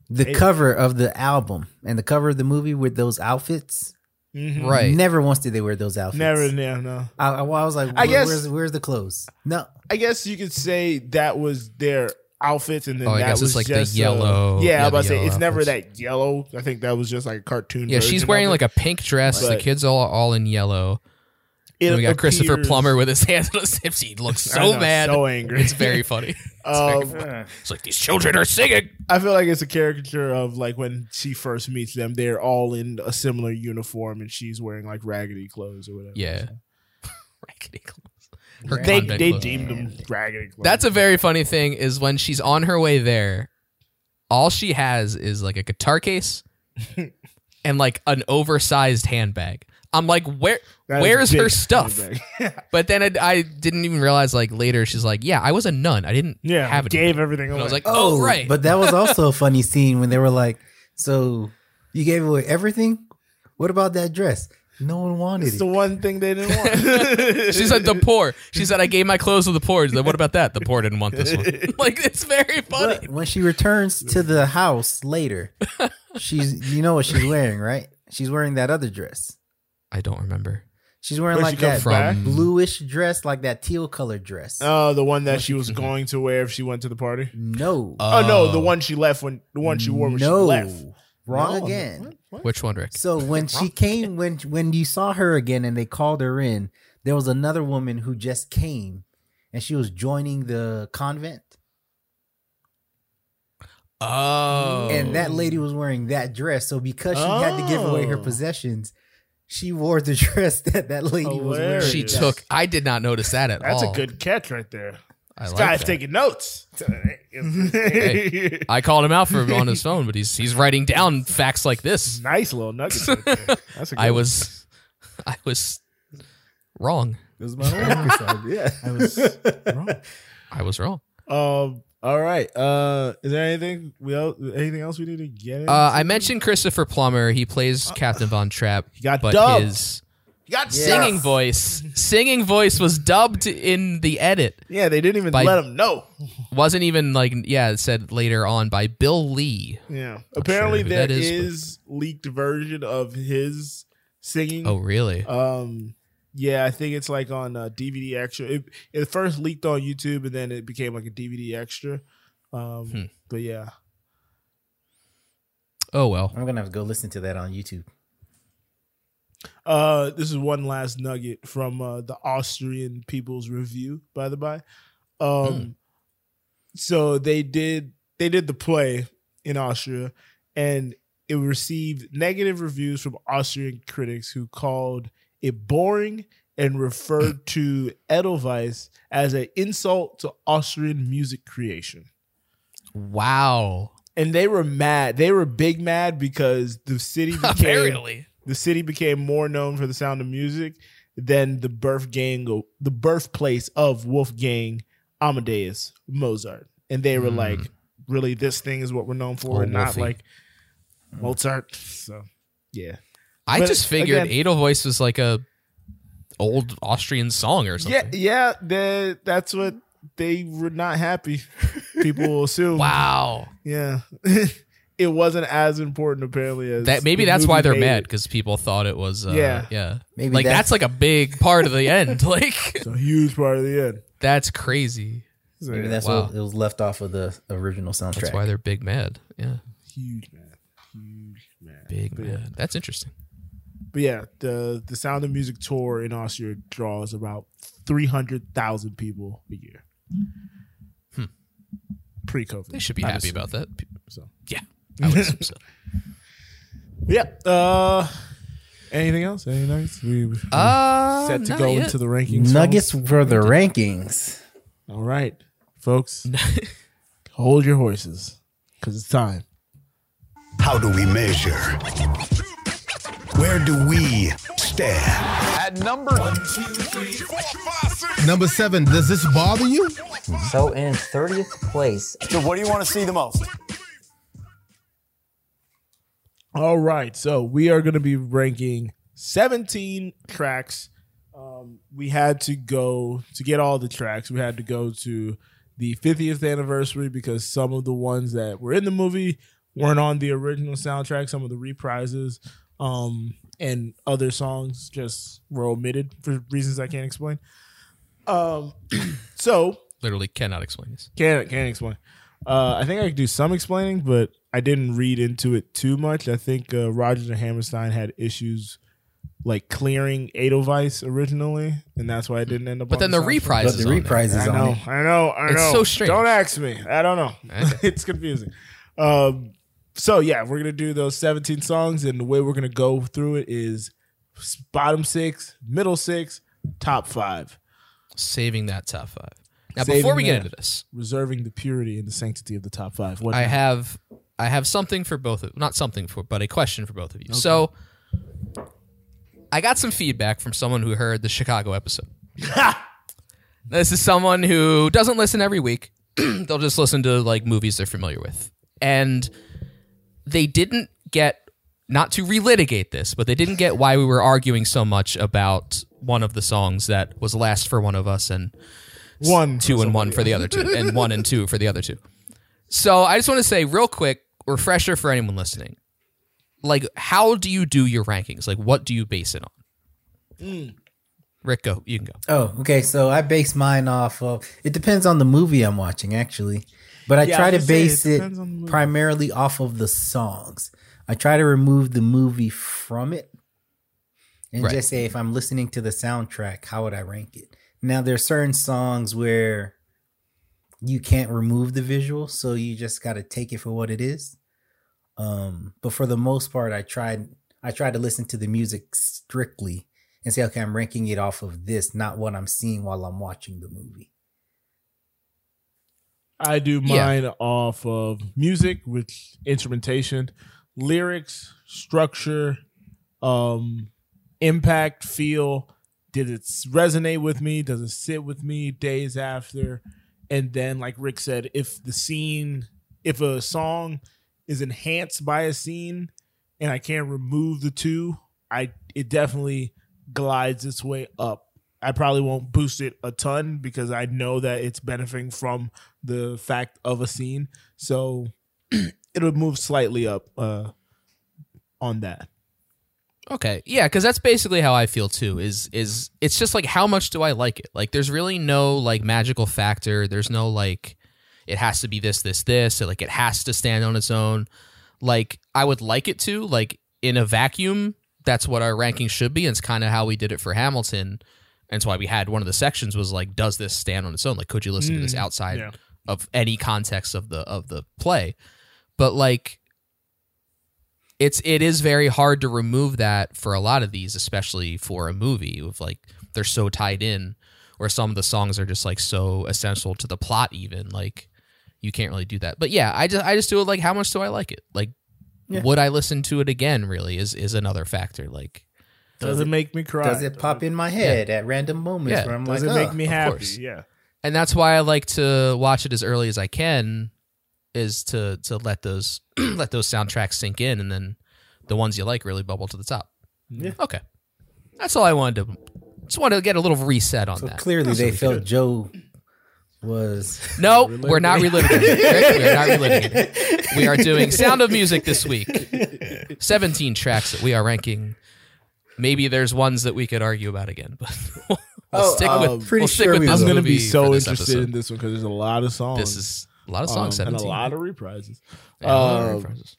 [SPEAKER 3] The cover of the album and the cover of the movie with those outfits.
[SPEAKER 2] right.
[SPEAKER 3] Never once did they wear those outfits.
[SPEAKER 1] Never, no, no.
[SPEAKER 3] I, I was like,
[SPEAKER 1] I
[SPEAKER 3] where-
[SPEAKER 1] guess-
[SPEAKER 3] where's, where's the clothes? No.
[SPEAKER 1] I guess you could say that was their outfits, and then
[SPEAKER 2] Oh, I
[SPEAKER 1] that
[SPEAKER 2] guess it's
[SPEAKER 1] was
[SPEAKER 2] like the
[SPEAKER 1] just uh,
[SPEAKER 2] yellow-
[SPEAKER 1] yeah,
[SPEAKER 2] yeah,
[SPEAKER 1] I was
[SPEAKER 2] the
[SPEAKER 1] about to say
[SPEAKER 2] yellow
[SPEAKER 1] it's never
[SPEAKER 2] outfits.
[SPEAKER 1] that yellow. I think that was just like a cartoon.
[SPEAKER 2] Yeah, she's wearing like a pink dress. the
[SPEAKER 1] But-
[SPEAKER 2] kids all all in yellow.
[SPEAKER 1] It
[SPEAKER 2] And we got Christopher
[SPEAKER 1] appears-
[SPEAKER 2] Plummer with his *laughs* hands on his hips. He looks
[SPEAKER 1] *laughs* I
[SPEAKER 2] so
[SPEAKER 1] know,
[SPEAKER 2] mad.
[SPEAKER 1] so angry.
[SPEAKER 2] It's very funny. It's,
[SPEAKER 1] *laughs*
[SPEAKER 2] very
[SPEAKER 1] Um,
[SPEAKER 2] funny. It's like these children are singing.
[SPEAKER 1] I feel like it's a caricature of like when she first meets them. They're all in a similar uniform, and she's wearing like raggedy clothes or whatever. *laughs*
[SPEAKER 2] Yeah. Raggedy clothes. Her
[SPEAKER 1] they
[SPEAKER 2] convent
[SPEAKER 1] they
[SPEAKER 2] clothes.
[SPEAKER 1] deemed them raggedy clothes.
[SPEAKER 2] That's a very funny thing is when she's on her way there, all she has is like a
[SPEAKER 1] *laughs*
[SPEAKER 2] guitar case and like an oversized handbag. I'm like, where
[SPEAKER 1] That is
[SPEAKER 2] where's
[SPEAKER 1] big
[SPEAKER 2] her stuff?
[SPEAKER 1] handbag.
[SPEAKER 2] But then it, I didn't even realize like later she's like, yeah, I was a nun. I didn't
[SPEAKER 1] *laughs* yeah,
[SPEAKER 2] have it.
[SPEAKER 1] gave everything away.
[SPEAKER 2] And I was like, oh, right.
[SPEAKER 3] But that
[SPEAKER 2] *laughs*
[SPEAKER 3] was also a funny scene when they were like, so you gave away everything? What about that dress? No one wanted
[SPEAKER 1] it's
[SPEAKER 3] it.
[SPEAKER 1] the one thing they
[SPEAKER 2] *laughs*
[SPEAKER 1] didn't want.
[SPEAKER 2] she said the poor. She said I gave my clothes to the poor. She's like, what about that? The poor didn't want this
[SPEAKER 1] *laughs*
[SPEAKER 2] one. like it's very funny.
[SPEAKER 3] But when she returns to the house later, she's you know what she's wearing, right? She's wearing that other dress.
[SPEAKER 2] I don't remember.
[SPEAKER 3] She's wearing
[SPEAKER 1] Where'd
[SPEAKER 3] like
[SPEAKER 1] she come
[SPEAKER 3] that
[SPEAKER 1] from?
[SPEAKER 3] bluish dress, like that teal colored dress.
[SPEAKER 1] Oh, the one that she was going to wear if she went to the party.
[SPEAKER 3] no,
[SPEAKER 1] Oh, no, the one she left when the one she wore when
[SPEAKER 3] no,
[SPEAKER 1] she left.
[SPEAKER 3] wrong
[SPEAKER 1] No.
[SPEAKER 3] again.
[SPEAKER 2] Which one, Rick?
[SPEAKER 3] So when she came, when when you saw her again, and they called her in, there was another woman who just came, and she was joining the convent,
[SPEAKER 2] Oh,
[SPEAKER 3] and that lady was wearing that dress. So because she had to give away her
[SPEAKER 1] Oh.
[SPEAKER 3] possessions, she wore the *laughs* dress that that lady was wearing.
[SPEAKER 1] Hilarious.
[SPEAKER 2] she
[SPEAKER 1] Yes.
[SPEAKER 2] took. I did not notice that at
[SPEAKER 1] That's
[SPEAKER 2] all.
[SPEAKER 1] a good catch right there.
[SPEAKER 2] I
[SPEAKER 1] This
[SPEAKER 2] like
[SPEAKER 1] guy's
[SPEAKER 2] that.
[SPEAKER 1] taking notes. *laughs*
[SPEAKER 2] I called him out for on his phone, but he's he's writing down facts like this.
[SPEAKER 1] nice little nuggets. Right *laughs* there. That's a good
[SPEAKER 2] I
[SPEAKER 1] one.
[SPEAKER 2] was, I was wrong.
[SPEAKER 3] This is my
[SPEAKER 1] *laughs*
[SPEAKER 3] *laughs* homework assignment. Yeah.
[SPEAKER 1] I was wrong.
[SPEAKER 2] I was wrong.
[SPEAKER 1] *laughs* Um. All right. Uh. Is there anything we el- anything else we need to get? Into?
[SPEAKER 2] Uh, I mentioned Christopher Plummer. He plays Captain Von Trapp. He
[SPEAKER 1] Uh, got
[SPEAKER 2] but
[SPEAKER 1] dubbed.
[SPEAKER 2] his
[SPEAKER 1] you got
[SPEAKER 2] singing voice, singing voice was dubbed in the edit.
[SPEAKER 1] Yeah, they didn't even
[SPEAKER 2] By-
[SPEAKER 1] let him know.
[SPEAKER 2] Wasn't even like yeah, it said later on by Bill Lee.
[SPEAKER 1] Yeah. Apparently,
[SPEAKER 2] who
[SPEAKER 1] there
[SPEAKER 2] that is,
[SPEAKER 1] is,
[SPEAKER 2] but-
[SPEAKER 1] leaked version of his singing.
[SPEAKER 2] Oh really?
[SPEAKER 1] Um, yeah, I think it's like on uh, DVD extra. It, it first leaked on YouTube, and then it became like a DVD extra. Um,
[SPEAKER 2] Hmm.
[SPEAKER 1] but yeah,
[SPEAKER 2] oh well.
[SPEAKER 3] I'm gonna have to go listen to that on YouTube.
[SPEAKER 1] uh, this is one last nugget from uh, the Austrian People's Review, by the by. Um, so they did they did the play in Austria, and it received negative reviews from Austrian critics who called it boring and referred to Edelweiss as an insult to Austrian music creation.
[SPEAKER 2] Wow.
[SPEAKER 1] And they were mad. They were big mad because the city became
[SPEAKER 2] Apparently.
[SPEAKER 1] the city became more known for the sound of music than the birth gang, the birthplace of Wolfgang Amadeus Mozart. And they were like, really, this thing is what we're known for,
[SPEAKER 2] Oh,
[SPEAKER 1] and not
[SPEAKER 2] Hmm. Wolfie. Hmm.
[SPEAKER 1] like Mozart. So yeah,
[SPEAKER 2] I
[SPEAKER 1] But
[SPEAKER 2] just figured
[SPEAKER 1] again-
[SPEAKER 2] Edelweiss was like a old Austrian song or something.
[SPEAKER 1] yeah, yeah. That that's what they were not
[SPEAKER 2] *laughs*
[SPEAKER 1] happy. People will assume.
[SPEAKER 2] Wow.
[SPEAKER 1] Yeah. *laughs* it wasn't as important apparently as
[SPEAKER 2] That maybe
[SPEAKER 1] the
[SPEAKER 2] that's why
[SPEAKER 1] movie
[SPEAKER 2] they're
[SPEAKER 1] made
[SPEAKER 2] mad
[SPEAKER 1] it.
[SPEAKER 2] because people thought it was uh, yeah
[SPEAKER 1] Yeah.
[SPEAKER 2] yeah
[SPEAKER 3] Maybe
[SPEAKER 2] like that's,
[SPEAKER 3] that's-
[SPEAKER 2] like a big part of the end *laughs* like
[SPEAKER 1] It's a huge part of the end.
[SPEAKER 2] that's crazy
[SPEAKER 1] It's a
[SPEAKER 3] Maybe that's
[SPEAKER 2] Wow.
[SPEAKER 3] what it was left off of the original soundtrack.
[SPEAKER 2] that's why they're big mad yeah
[SPEAKER 1] huge man. Huge man.
[SPEAKER 2] big
[SPEAKER 1] But yeah.
[SPEAKER 2] mad that's interesting
[SPEAKER 1] But yeah, the the Sound of Music tour in Austria draws about three hundred thousand people a year. Pre COVID.
[SPEAKER 2] Hmm. they should be happy about that P-
[SPEAKER 1] So.
[SPEAKER 2] yeah I would assume so.
[SPEAKER 1] Yeah. Uh anything else? Anything else? We we *laughs*
[SPEAKER 2] Uh,
[SPEAKER 1] set to
[SPEAKER 2] not
[SPEAKER 1] go
[SPEAKER 2] yet.
[SPEAKER 1] into the rankings.
[SPEAKER 3] Nuggets for the rankings.
[SPEAKER 1] folks? All right.
[SPEAKER 2] *laughs*
[SPEAKER 1] Folks. hold your horses. Cause it's time.
[SPEAKER 7] How do we measure? Where do we stand?
[SPEAKER 8] At number
[SPEAKER 9] Number seven, does this bother you?
[SPEAKER 10] So in 30th place,
[SPEAKER 6] So, what do you want to see the most?
[SPEAKER 1] All right, so we are going to be ranking 17 tracks. Um, we had to go to get all the tracks. We had to go to the 50th anniversary because some of the ones that were in the movie weren't on the original soundtrack. Some of the reprises um, and other songs just were omitted for reasons I can't explain. Um, *clears throat* so
[SPEAKER 2] literally cannot explain this
[SPEAKER 1] can't can't explain. Uh, I think I could do some explaining, but I didn't read into it too much. I think uh, Rogers and Hammerstein had issues like clearing Edelweiss originally, and that's why I didn't end up.
[SPEAKER 2] but
[SPEAKER 1] on
[SPEAKER 2] then the
[SPEAKER 1] soundtrack.
[SPEAKER 2] reprise
[SPEAKER 3] But
[SPEAKER 2] is
[SPEAKER 3] the
[SPEAKER 2] on there.
[SPEAKER 3] reprise is
[SPEAKER 1] I
[SPEAKER 3] on
[SPEAKER 1] know,
[SPEAKER 3] it.
[SPEAKER 1] I know, I know.
[SPEAKER 2] It's so strange.
[SPEAKER 1] Don't ask me. I don't know. *laughs* it's confusing. Um, so yeah, we're gonna do those 17 songs, and the way we're gonna go through it is s- bottom six, middle six, top five,
[SPEAKER 2] saving that top five now
[SPEAKER 1] Saving
[SPEAKER 2] before we get
[SPEAKER 1] that.
[SPEAKER 2] into this
[SPEAKER 1] reserving the purity and the sanctity of the top five. What
[SPEAKER 2] I have I have something for both of not something for but a question for both of you. So I got some feedback from someone who heard the Chicago episode. *laughs* this is someone who doesn't listen every week. *clears throat* They'll just listen to like movies they're familiar with. And they didn't get not to relitigate this, but they didn't get why we were arguing so much about one of the songs that was last for one of us and
[SPEAKER 1] one
[SPEAKER 2] two and one for the other two, *laughs* and one and two for the other two. So I just want to say real quick, refresher for anyone listening. Like, how do you do your rankings? Like, what do you base it on? Hmm. Rick, go. You can go.
[SPEAKER 3] Oh, okay. So I base mine off of. It depends on the movie I'm watching, actually. But I
[SPEAKER 1] Yeah, I
[SPEAKER 3] try to
[SPEAKER 1] was gonna say, it
[SPEAKER 3] base it,
[SPEAKER 1] depends on the movie.
[SPEAKER 3] primarily off of the songs. I try to remove the movie from it and
[SPEAKER 2] Right.
[SPEAKER 3] just say if I'm listening to the soundtrack, how would I rank it? Now there are certain songs where you can't remove the visual, so you just got to take it for what it is. Um, but for the most part, I tried I tried to listen to the music strictly and say, okay, I'm ranking it off of this, not what I'm seeing while I'm watching the movie.
[SPEAKER 1] I do
[SPEAKER 2] Yeah.
[SPEAKER 1] mine off of music with instrumentation, lyrics, structure, um, impact, feel. Did it s- resonate with me? Does it sit with me days after? And then, like Rick said, if the scene, if a song is enhanced by a scene and I can't remove the two, I it definitely glides its way up. I probably won't boost it a ton because I know that it's benefiting from the fact of a scene. So *clears throat* it'll move slightly up uh on that.
[SPEAKER 2] Okay. Yeah, because that's basically how I feel too. Is is it's just like how much do I like it? Like, there's really no like magical factor. There's no like it has to be this, this, this. Or, like it has to stand on its own. Like I would like it to. Like in a vacuum, that's what our ranking should be. And it's kind of how we did it for Hamilton. And it's why we had one of the sections was like, does this stand on its own? Like, could you listen to this
[SPEAKER 1] Mm,
[SPEAKER 2] outside
[SPEAKER 1] yeah.
[SPEAKER 2] of any context of the of the play? But like it's it is very hard to remove that for a lot of these, especially for a movie with like they're so tied in, or some of the songs are just like so essential to the plot. Even like you can't really do that. But yeah, I just I just do it like how much do I like it? Like would I listen to it again? Really is is another factor. Like
[SPEAKER 1] Does, it make me cry?
[SPEAKER 3] Does it pop in my head at random moments
[SPEAKER 2] Yeah.
[SPEAKER 3] where I'm
[SPEAKER 1] Does
[SPEAKER 3] like,
[SPEAKER 1] it
[SPEAKER 3] "Oh,
[SPEAKER 1] make me happy?
[SPEAKER 2] course.
[SPEAKER 1] Yeah.
[SPEAKER 2] and that's why I like to watch it as early as I can is to to let those *clears throat* let those soundtracks sink in, and then the ones you like really bubble to the top. Yeah. Okay. That's all I wanted to. Just wanted to get a little reset on
[SPEAKER 3] So
[SPEAKER 2] that.
[SPEAKER 3] clearly, they felt Joe was *laughs*
[SPEAKER 2] No, we're not reliving it. Rick,
[SPEAKER 1] *laughs*
[SPEAKER 2] We're not reliving it. We are doing Sound of Music this week. 17 tracks that we are ranking. Maybe there's ones that we could argue about again, but *laughs* we'll
[SPEAKER 1] um,
[SPEAKER 2] stick with. Oh, uh, we'll
[SPEAKER 3] Oh, pretty
[SPEAKER 2] stick
[SPEAKER 3] sure
[SPEAKER 2] with
[SPEAKER 3] we
[SPEAKER 2] this
[SPEAKER 1] I'm gonna be
[SPEAKER 2] movie
[SPEAKER 1] so
[SPEAKER 2] for this
[SPEAKER 1] interested
[SPEAKER 2] episode.
[SPEAKER 1] in this one because there's a lot of songs.
[SPEAKER 2] This is a lot of
[SPEAKER 1] um,
[SPEAKER 2] songs. 17.
[SPEAKER 1] and a lot of reprises.
[SPEAKER 2] Yeah, a lot of
[SPEAKER 1] um,
[SPEAKER 2] references.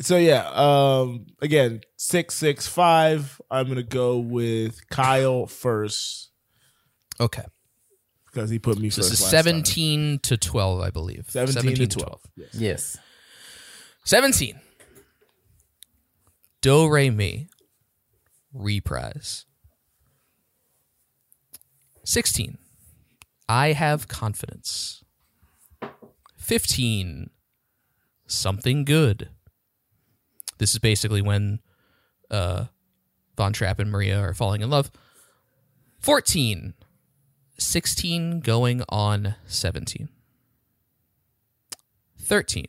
[SPEAKER 1] So yeah, um, again, six six five. I'm gonna go with Kyle first
[SPEAKER 2] Okay.
[SPEAKER 1] because he put me
[SPEAKER 2] So
[SPEAKER 1] first.
[SPEAKER 2] this is
[SPEAKER 1] last
[SPEAKER 2] 17 to 12, I believe.
[SPEAKER 1] time. 17, to 12. Yes.
[SPEAKER 3] yes.
[SPEAKER 2] 17. Do Re Mi reprise. 16. I have confidence. 15. Something good. This is basically when uh Von Trapp and Maria are falling in love. 14. 16 going on 17. 13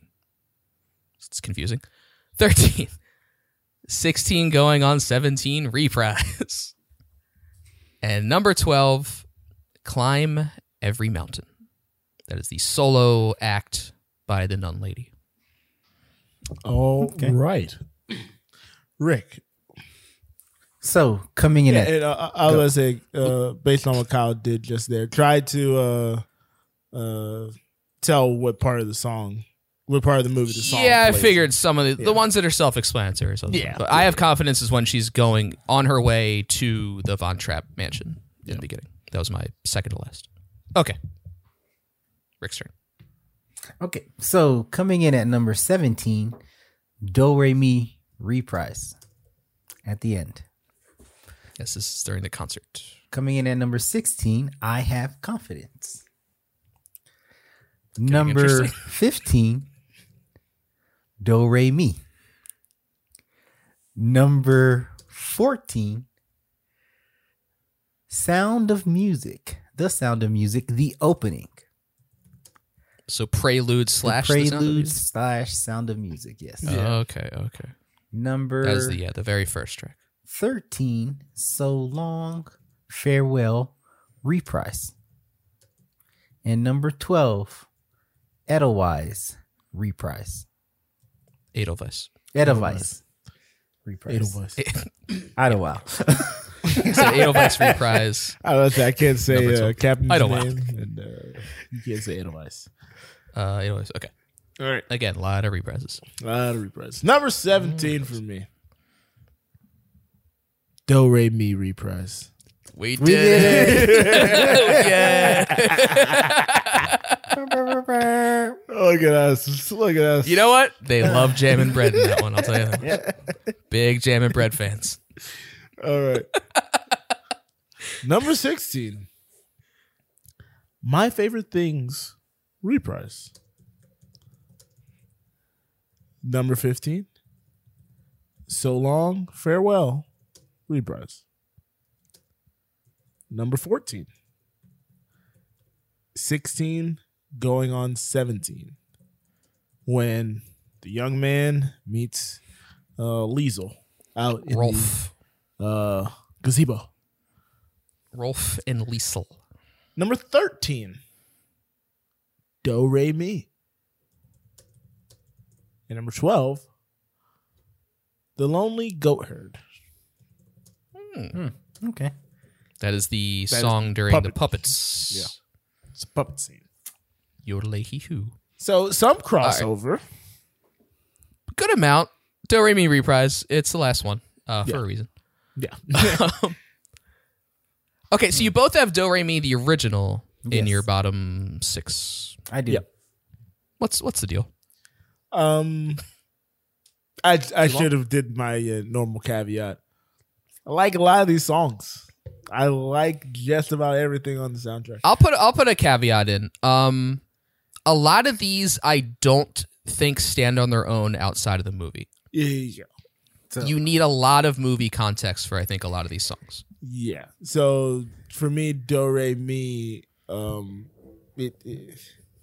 [SPEAKER 2] it's confusing. 13. 16 going on 17 reprise. and number 12, Climb Every Mountain. That is the solo act by the Nun Lady.
[SPEAKER 1] All right, Rick.
[SPEAKER 3] So coming in
[SPEAKER 1] Yeah,
[SPEAKER 3] at
[SPEAKER 1] and, uh, I I was gonna say, uh, based on what Kyle did just there, try to uh, uh, tell what part of the song, what part of the movie the song.
[SPEAKER 2] yeah, I
[SPEAKER 1] plays.
[SPEAKER 2] figured some of the,
[SPEAKER 1] Yeah.
[SPEAKER 2] the ones that are self-explanatory. Or something.
[SPEAKER 1] Yeah.
[SPEAKER 2] but I have confidence is when she's going on her way to the Von Trapp mansion in the beginning. That was my second to last. Okay, Rick's turn.
[SPEAKER 3] okay. So coming in at number seventeen, Do Re Mi reprise at the end.
[SPEAKER 2] Yes, this is during the concert.
[SPEAKER 3] Coming in at number sixteen, I have confidence.
[SPEAKER 2] getting
[SPEAKER 3] Number
[SPEAKER 2] interesting.
[SPEAKER 3] *laughs* fifteen, Do Re Mi. Number fourteen, Sound of Music. The Sound of Music. The opening.
[SPEAKER 2] So prelude
[SPEAKER 3] The
[SPEAKER 2] slash the sound of
[SPEAKER 3] prelude
[SPEAKER 2] music? Oh,
[SPEAKER 3] slash Sound of Music. Yes.
[SPEAKER 2] Okay, okay.
[SPEAKER 3] Number
[SPEAKER 2] That is the yeah, the very first track.
[SPEAKER 3] 13 so long farewell reprise and number 12 edelweiss reprise
[SPEAKER 2] *laughs* Edelweiss.
[SPEAKER 3] edelweiss reprise
[SPEAKER 1] Edelweiss.
[SPEAKER 3] edelweiss
[SPEAKER 2] *laughs* It's an Edelweiss reprise.
[SPEAKER 1] I was I can't say
[SPEAKER 2] Number
[SPEAKER 1] uh,
[SPEAKER 2] twelve.
[SPEAKER 1] Captain's
[SPEAKER 2] Edelweiss.
[SPEAKER 1] *laughs* name, and uh, you can't say Edelweiss.
[SPEAKER 2] Uh, Edelweiss. Okay.
[SPEAKER 1] All right,
[SPEAKER 2] Again, a lot of reprises.
[SPEAKER 1] a lot of reprise. Number seventeen for me. Do Re Mi reprise.
[SPEAKER 2] We did, it. *laughs*
[SPEAKER 1] *laughs* Look at us! Look at us!
[SPEAKER 2] You know what? They love jam and bread in that one. I'll tell you that. Big jam and bread fans.
[SPEAKER 1] All right. *laughs* Number 16. My favorite things reprise. Number 15. So long, farewell, reprise. Number 14. 16 going on 17. When the young man meets uh, Liesel out in the-
[SPEAKER 2] Rolf,
[SPEAKER 1] uh gazebo
[SPEAKER 2] Rolf, and Liesel.
[SPEAKER 1] number 13 do re mi and number 12 the lonely goat herd
[SPEAKER 3] okay
[SPEAKER 2] That is the
[SPEAKER 1] is
[SPEAKER 2] song during the
[SPEAKER 1] puppet.
[SPEAKER 2] puppets.
[SPEAKER 1] Yeah. it's a puppet scene
[SPEAKER 2] Yodelay hee hoo.
[SPEAKER 1] so some crossover
[SPEAKER 2] Good amount. Do Re Mi reprise. It's the last one uh, for a reason.
[SPEAKER 1] yeah
[SPEAKER 2] Okay, so you both have Do Re Mi the original in
[SPEAKER 3] Yes.
[SPEAKER 2] your bottom six.
[SPEAKER 3] i do
[SPEAKER 1] Yep.
[SPEAKER 2] What's what's the deal?
[SPEAKER 1] *laughs* um i i should have did my uh, normal caveat i like a lot of these songs i like just about everything on the soundtrack
[SPEAKER 2] I'll put I'll put a caveat in. Um, a lot of these I don't think stand on their own outside of the movie.
[SPEAKER 1] yeah
[SPEAKER 2] You need a lot of movie context for I think a lot of these songs.
[SPEAKER 1] Yeah. So for me, Do Re Mi, um, it, it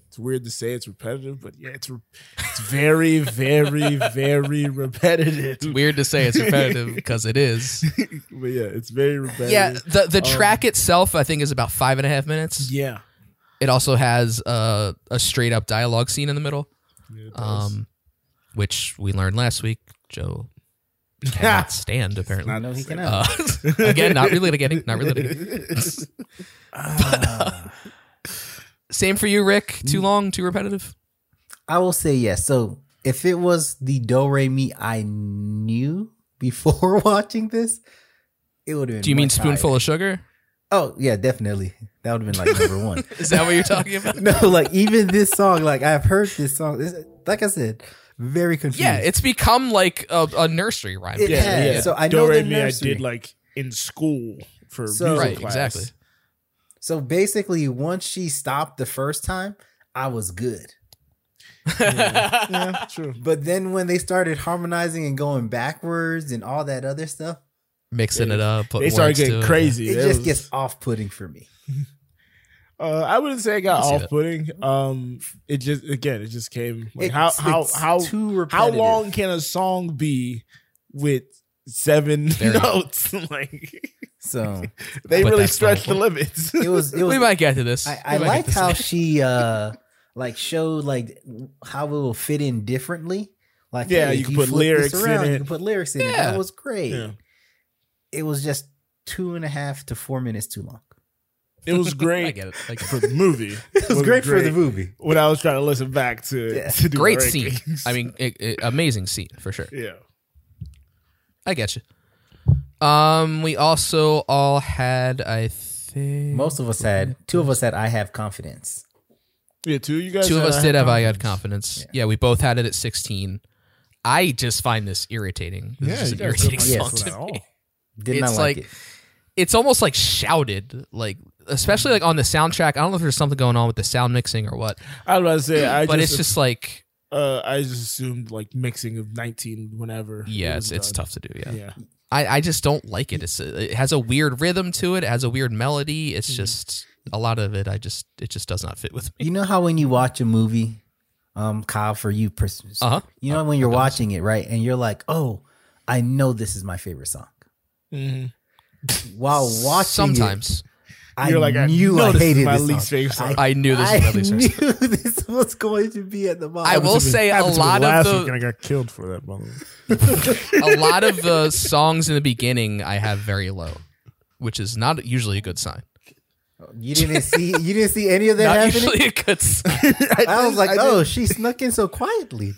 [SPEAKER 1] It's weird to say it's repetitive, but yeah, it's re- it's very, very, very repetitive.
[SPEAKER 2] *laughs* It's weird to say it's repetitive because it is.
[SPEAKER 1] But yeah, it's very repetitive.
[SPEAKER 2] Yeah, the the track itself I think is about five and a half minutes. *laughs*
[SPEAKER 1] yeah.
[SPEAKER 2] It also has a, a straight up dialogue scene in the middle,
[SPEAKER 1] Yeah, it does.
[SPEAKER 2] um, which we learned last week.
[SPEAKER 1] *laughs*
[SPEAKER 2] Joe cannot stand apparently.
[SPEAKER 3] No, he cannot.
[SPEAKER 2] Uh, *laughs* again, not relitigating,
[SPEAKER 1] *laughs*
[SPEAKER 2] not relitigating. Same for you, Rick. Too long, too repetitive.
[SPEAKER 3] I will say yes. So if it was the Do Re Mi I knew before *laughs* watching this, it would have been.
[SPEAKER 2] Do you mean
[SPEAKER 3] much
[SPEAKER 2] spoonful
[SPEAKER 3] higher.
[SPEAKER 2] of sugar?
[SPEAKER 3] Oh yeah, definitely. That would have been like number one.
[SPEAKER 2] Is that what you're
[SPEAKER 1] *laughs*
[SPEAKER 2] talking *laughs* about?
[SPEAKER 3] no, like even this song, like I've heard this song. This, like I said, very confused.
[SPEAKER 2] Yeah, it's become like a, a nursery rhyme.
[SPEAKER 3] It
[SPEAKER 1] Yeah,
[SPEAKER 3] has.
[SPEAKER 1] yeah.
[SPEAKER 3] So I know
[SPEAKER 1] Don't
[SPEAKER 3] the
[SPEAKER 1] me. I
[SPEAKER 3] nursery.
[SPEAKER 1] did like in school for
[SPEAKER 3] So-
[SPEAKER 1] music
[SPEAKER 2] right,
[SPEAKER 1] class.
[SPEAKER 2] exactly.
[SPEAKER 3] so basically, once she stopped the first time, I was good.
[SPEAKER 1] *laughs* Yeah, true.
[SPEAKER 3] But then when they started harmonizing and going backwards and all that other stuff,
[SPEAKER 2] Mixing it up. putting
[SPEAKER 1] They started
[SPEAKER 2] words to
[SPEAKER 1] getting
[SPEAKER 2] it.
[SPEAKER 1] crazy.
[SPEAKER 3] it
[SPEAKER 1] That
[SPEAKER 3] just
[SPEAKER 1] was-
[SPEAKER 3] gets off-putting for me.
[SPEAKER 1] Uh, I wouldn't say it got
[SPEAKER 2] I see that.
[SPEAKER 1] off putting. Um, it just again, it just came like how
[SPEAKER 3] It's-
[SPEAKER 1] how
[SPEAKER 3] it's
[SPEAKER 1] how
[SPEAKER 3] too
[SPEAKER 1] how
[SPEAKER 3] repetitive.
[SPEAKER 1] long can a song be with seven
[SPEAKER 2] Very.
[SPEAKER 1] notes? *laughs* like *laughs*
[SPEAKER 3] So
[SPEAKER 1] they
[SPEAKER 2] But
[SPEAKER 1] really
[SPEAKER 2] that's the
[SPEAKER 1] stretched the
[SPEAKER 2] whole
[SPEAKER 1] limits. *laughs*
[SPEAKER 3] it was. It was
[SPEAKER 2] We might get to this.
[SPEAKER 3] I, I
[SPEAKER 2] We might get
[SPEAKER 3] liked
[SPEAKER 2] to
[SPEAKER 3] how
[SPEAKER 2] this.
[SPEAKER 3] she uh like showed like how it will fit in differently. Like
[SPEAKER 1] Yeah,
[SPEAKER 3] hey,
[SPEAKER 1] you
[SPEAKER 3] if
[SPEAKER 1] can put
[SPEAKER 3] flip
[SPEAKER 1] lyrics
[SPEAKER 3] this
[SPEAKER 1] in
[SPEAKER 3] around,
[SPEAKER 1] it.
[SPEAKER 3] You can put lyrics in it.
[SPEAKER 2] Yeah.
[SPEAKER 3] That was great.
[SPEAKER 1] Yeah.
[SPEAKER 3] It was just two and a half to four minutes too long.
[SPEAKER 1] It was
[SPEAKER 2] *laughs* I
[SPEAKER 1] great
[SPEAKER 2] get it. I get
[SPEAKER 1] for
[SPEAKER 2] it.
[SPEAKER 1] the movie.
[SPEAKER 3] *laughs* It was great, for the movie.
[SPEAKER 1] When I was trying to listen back to,
[SPEAKER 3] Yeah.
[SPEAKER 1] to *laughs* do
[SPEAKER 2] Great
[SPEAKER 1] my
[SPEAKER 2] scene.
[SPEAKER 1] rankings.
[SPEAKER 2] I mean, it, it- amazing scene for sure.
[SPEAKER 1] yeah,
[SPEAKER 2] I get you. Um, we also all had, I think,
[SPEAKER 3] Most of us had two of us had I have confidence.
[SPEAKER 1] yeah. Two of you guys.
[SPEAKER 2] two of
[SPEAKER 1] said
[SPEAKER 2] us
[SPEAKER 1] I
[SPEAKER 2] did
[SPEAKER 1] had
[SPEAKER 2] have uh, I had confidence. Yeah. we both had it at sixteen. I just find this irritating. This is
[SPEAKER 1] you
[SPEAKER 2] an
[SPEAKER 1] guys
[SPEAKER 2] irritating
[SPEAKER 1] didn't
[SPEAKER 2] song
[SPEAKER 1] like
[SPEAKER 2] to
[SPEAKER 1] this one at
[SPEAKER 2] me.
[SPEAKER 1] all.
[SPEAKER 3] Did
[SPEAKER 2] It's
[SPEAKER 3] not like,
[SPEAKER 2] like-
[SPEAKER 3] it.
[SPEAKER 2] It's almost like shouted, like especially like on the soundtrack. I don't know if there's something going on with the sound mixing or what,
[SPEAKER 1] I was about to say, I
[SPEAKER 2] but
[SPEAKER 1] just,
[SPEAKER 2] it's just like
[SPEAKER 1] uh, I just assumed like mixing of nineteen whenever.
[SPEAKER 2] yeah,
[SPEAKER 1] it
[SPEAKER 2] it's,
[SPEAKER 1] was
[SPEAKER 2] it's
[SPEAKER 1] done.
[SPEAKER 2] tough to do. Yeah,
[SPEAKER 1] Yeah,
[SPEAKER 2] I, I just don't like it. It's a, it has a weird rhythm to it. It has a weird melody.
[SPEAKER 3] Mm.
[SPEAKER 2] It's just a lot of it. I just it just does not fit with me.
[SPEAKER 3] You know how when you watch a movie, um, Kyle, for you, pers-
[SPEAKER 2] Uh-huh.
[SPEAKER 3] you know when you're watching it, right? And you're like, oh, I know this is my favorite song.
[SPEAKER 1] Mm-hmm.
[SPEAKER 3] While watching it,
[SPEAKER 2] Sometimes
[SPEAKER 3] I
[SPEAKER 1] You're like, I
[SPEAKER 3] knew
[SPEAKER 1] know
[SPEAKER 3] I
[SPEAKER 1] this is
[SPEAKER 3] hated
[SPEAKER 1] my
[SPEAKER 3] this
[SPEAKER 1] least
[SPEAKER 3] song.
[SPEAKER 1] favorite song.
[SPEAKER 2] I knew this
[SPEAKER 3] *laughs* I
[SPEAKER 2] was at least.
[SPEAKER 3] knew this was going to be at the bottom.
[SPEAKER 2] I will say a
[SPEAKER 1] Happened to me
[SPEAKER 2] lot
[SPEAKER 1] last
[SPEAKER 2] of
[SPEAKER 1] week
[SPEAKER 2] the
[SPEAKER 1] and I got killed for that. By the way.
[SPEAKER 2] a lot of the songs in the beginning I have very low, which is not usually a good sign.
[SPEAKER 3] you didn't see you didn't see any of that
[SPEAKER 2] Not
[SPEAKER 3] happening.
[SPEAKER 2] usually a good sign.
[SPEAKER 3] I was like, oh, she snuck in so quietly.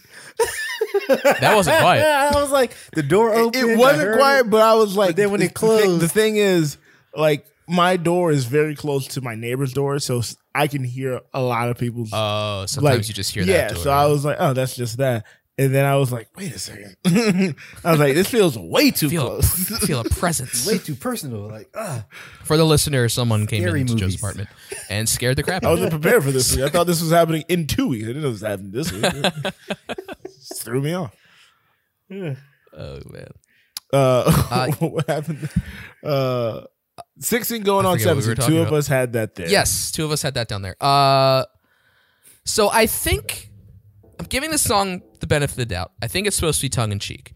[SPEAKER 2] That wasn't
[SPEAKER 1] *laughs*
[SPEAKER 2] quiet.
[SPEAKER 3] *laughs* I was like, the door opened.
[SPEAKER 1] it
[SPEAKER 3] I heard
[SPEAKER 1] wasn't quiet, but I was like,
[SPEAKER 3] then when it
[SPEAKER 1] the thi-
[SPEAKER 3] closed-
[SPEAKER 1] the thing is, like, my door is very close to my neighbor's door, so s- I can hear a lot of people's.
[SPEAKER 2] Oh, sometimes
[SPEAKER 1] like,
[SPEAKER 2] you just hear
[SPEAKER 1] yeah.
[SPEAKER 2] that. door.
[SPEAKER 1] so I was like, oh, that's just that. And then I was like, wait a second. *laughs* I was like, this feels way too
[SPEAKER 2] feel a,
[SPEAKER 1] close. *laughs*
[SPEAKER 2] feel a presence.
[SPEAKER 3] Way too personal. Like, ah.
[SPEAKER 2] For the listener, someone came
[SPEAKER 3] Scary
[SPEAKER 2] into Joe's
[SPEAKER 3] movies.
[SPEAKER 2] apartment and scared the
[SPEAKER 1] *laughs*
[SPEAKER 2] crap
[SPEAKER 1] I
[SPEAKER 2] out of
[SPEAKER 1] wasn't
[SPEAKER 2] him.
[SPEAKER 1] prepared for this week. I thought this was happening in two weeks. I didn't know this was happening this week.
[SPEAKER 2] *laughs*
[SPEAKER 1] Just threw me off.
[SPEAKER 2] Oh man.
[SPEAKER 1] Uh, *laughs* what happened? Uh, 16 going
[SPEAKER 2] I
[SPEAKER 1] on
[SPEAKER 2] forget what we
[SPEAKER 1] 17.
[SPEAKER 2] were talking
[SPEAKER 1] two of
[SPEAKER 2] about.
[SPEAKER 1] us had that there.
[SPEAKER 2] Yes, two of us had that down there. Uh, so I think I'm giving this song the benefit of the doubt. I think it's supposed to be tongue in cheek.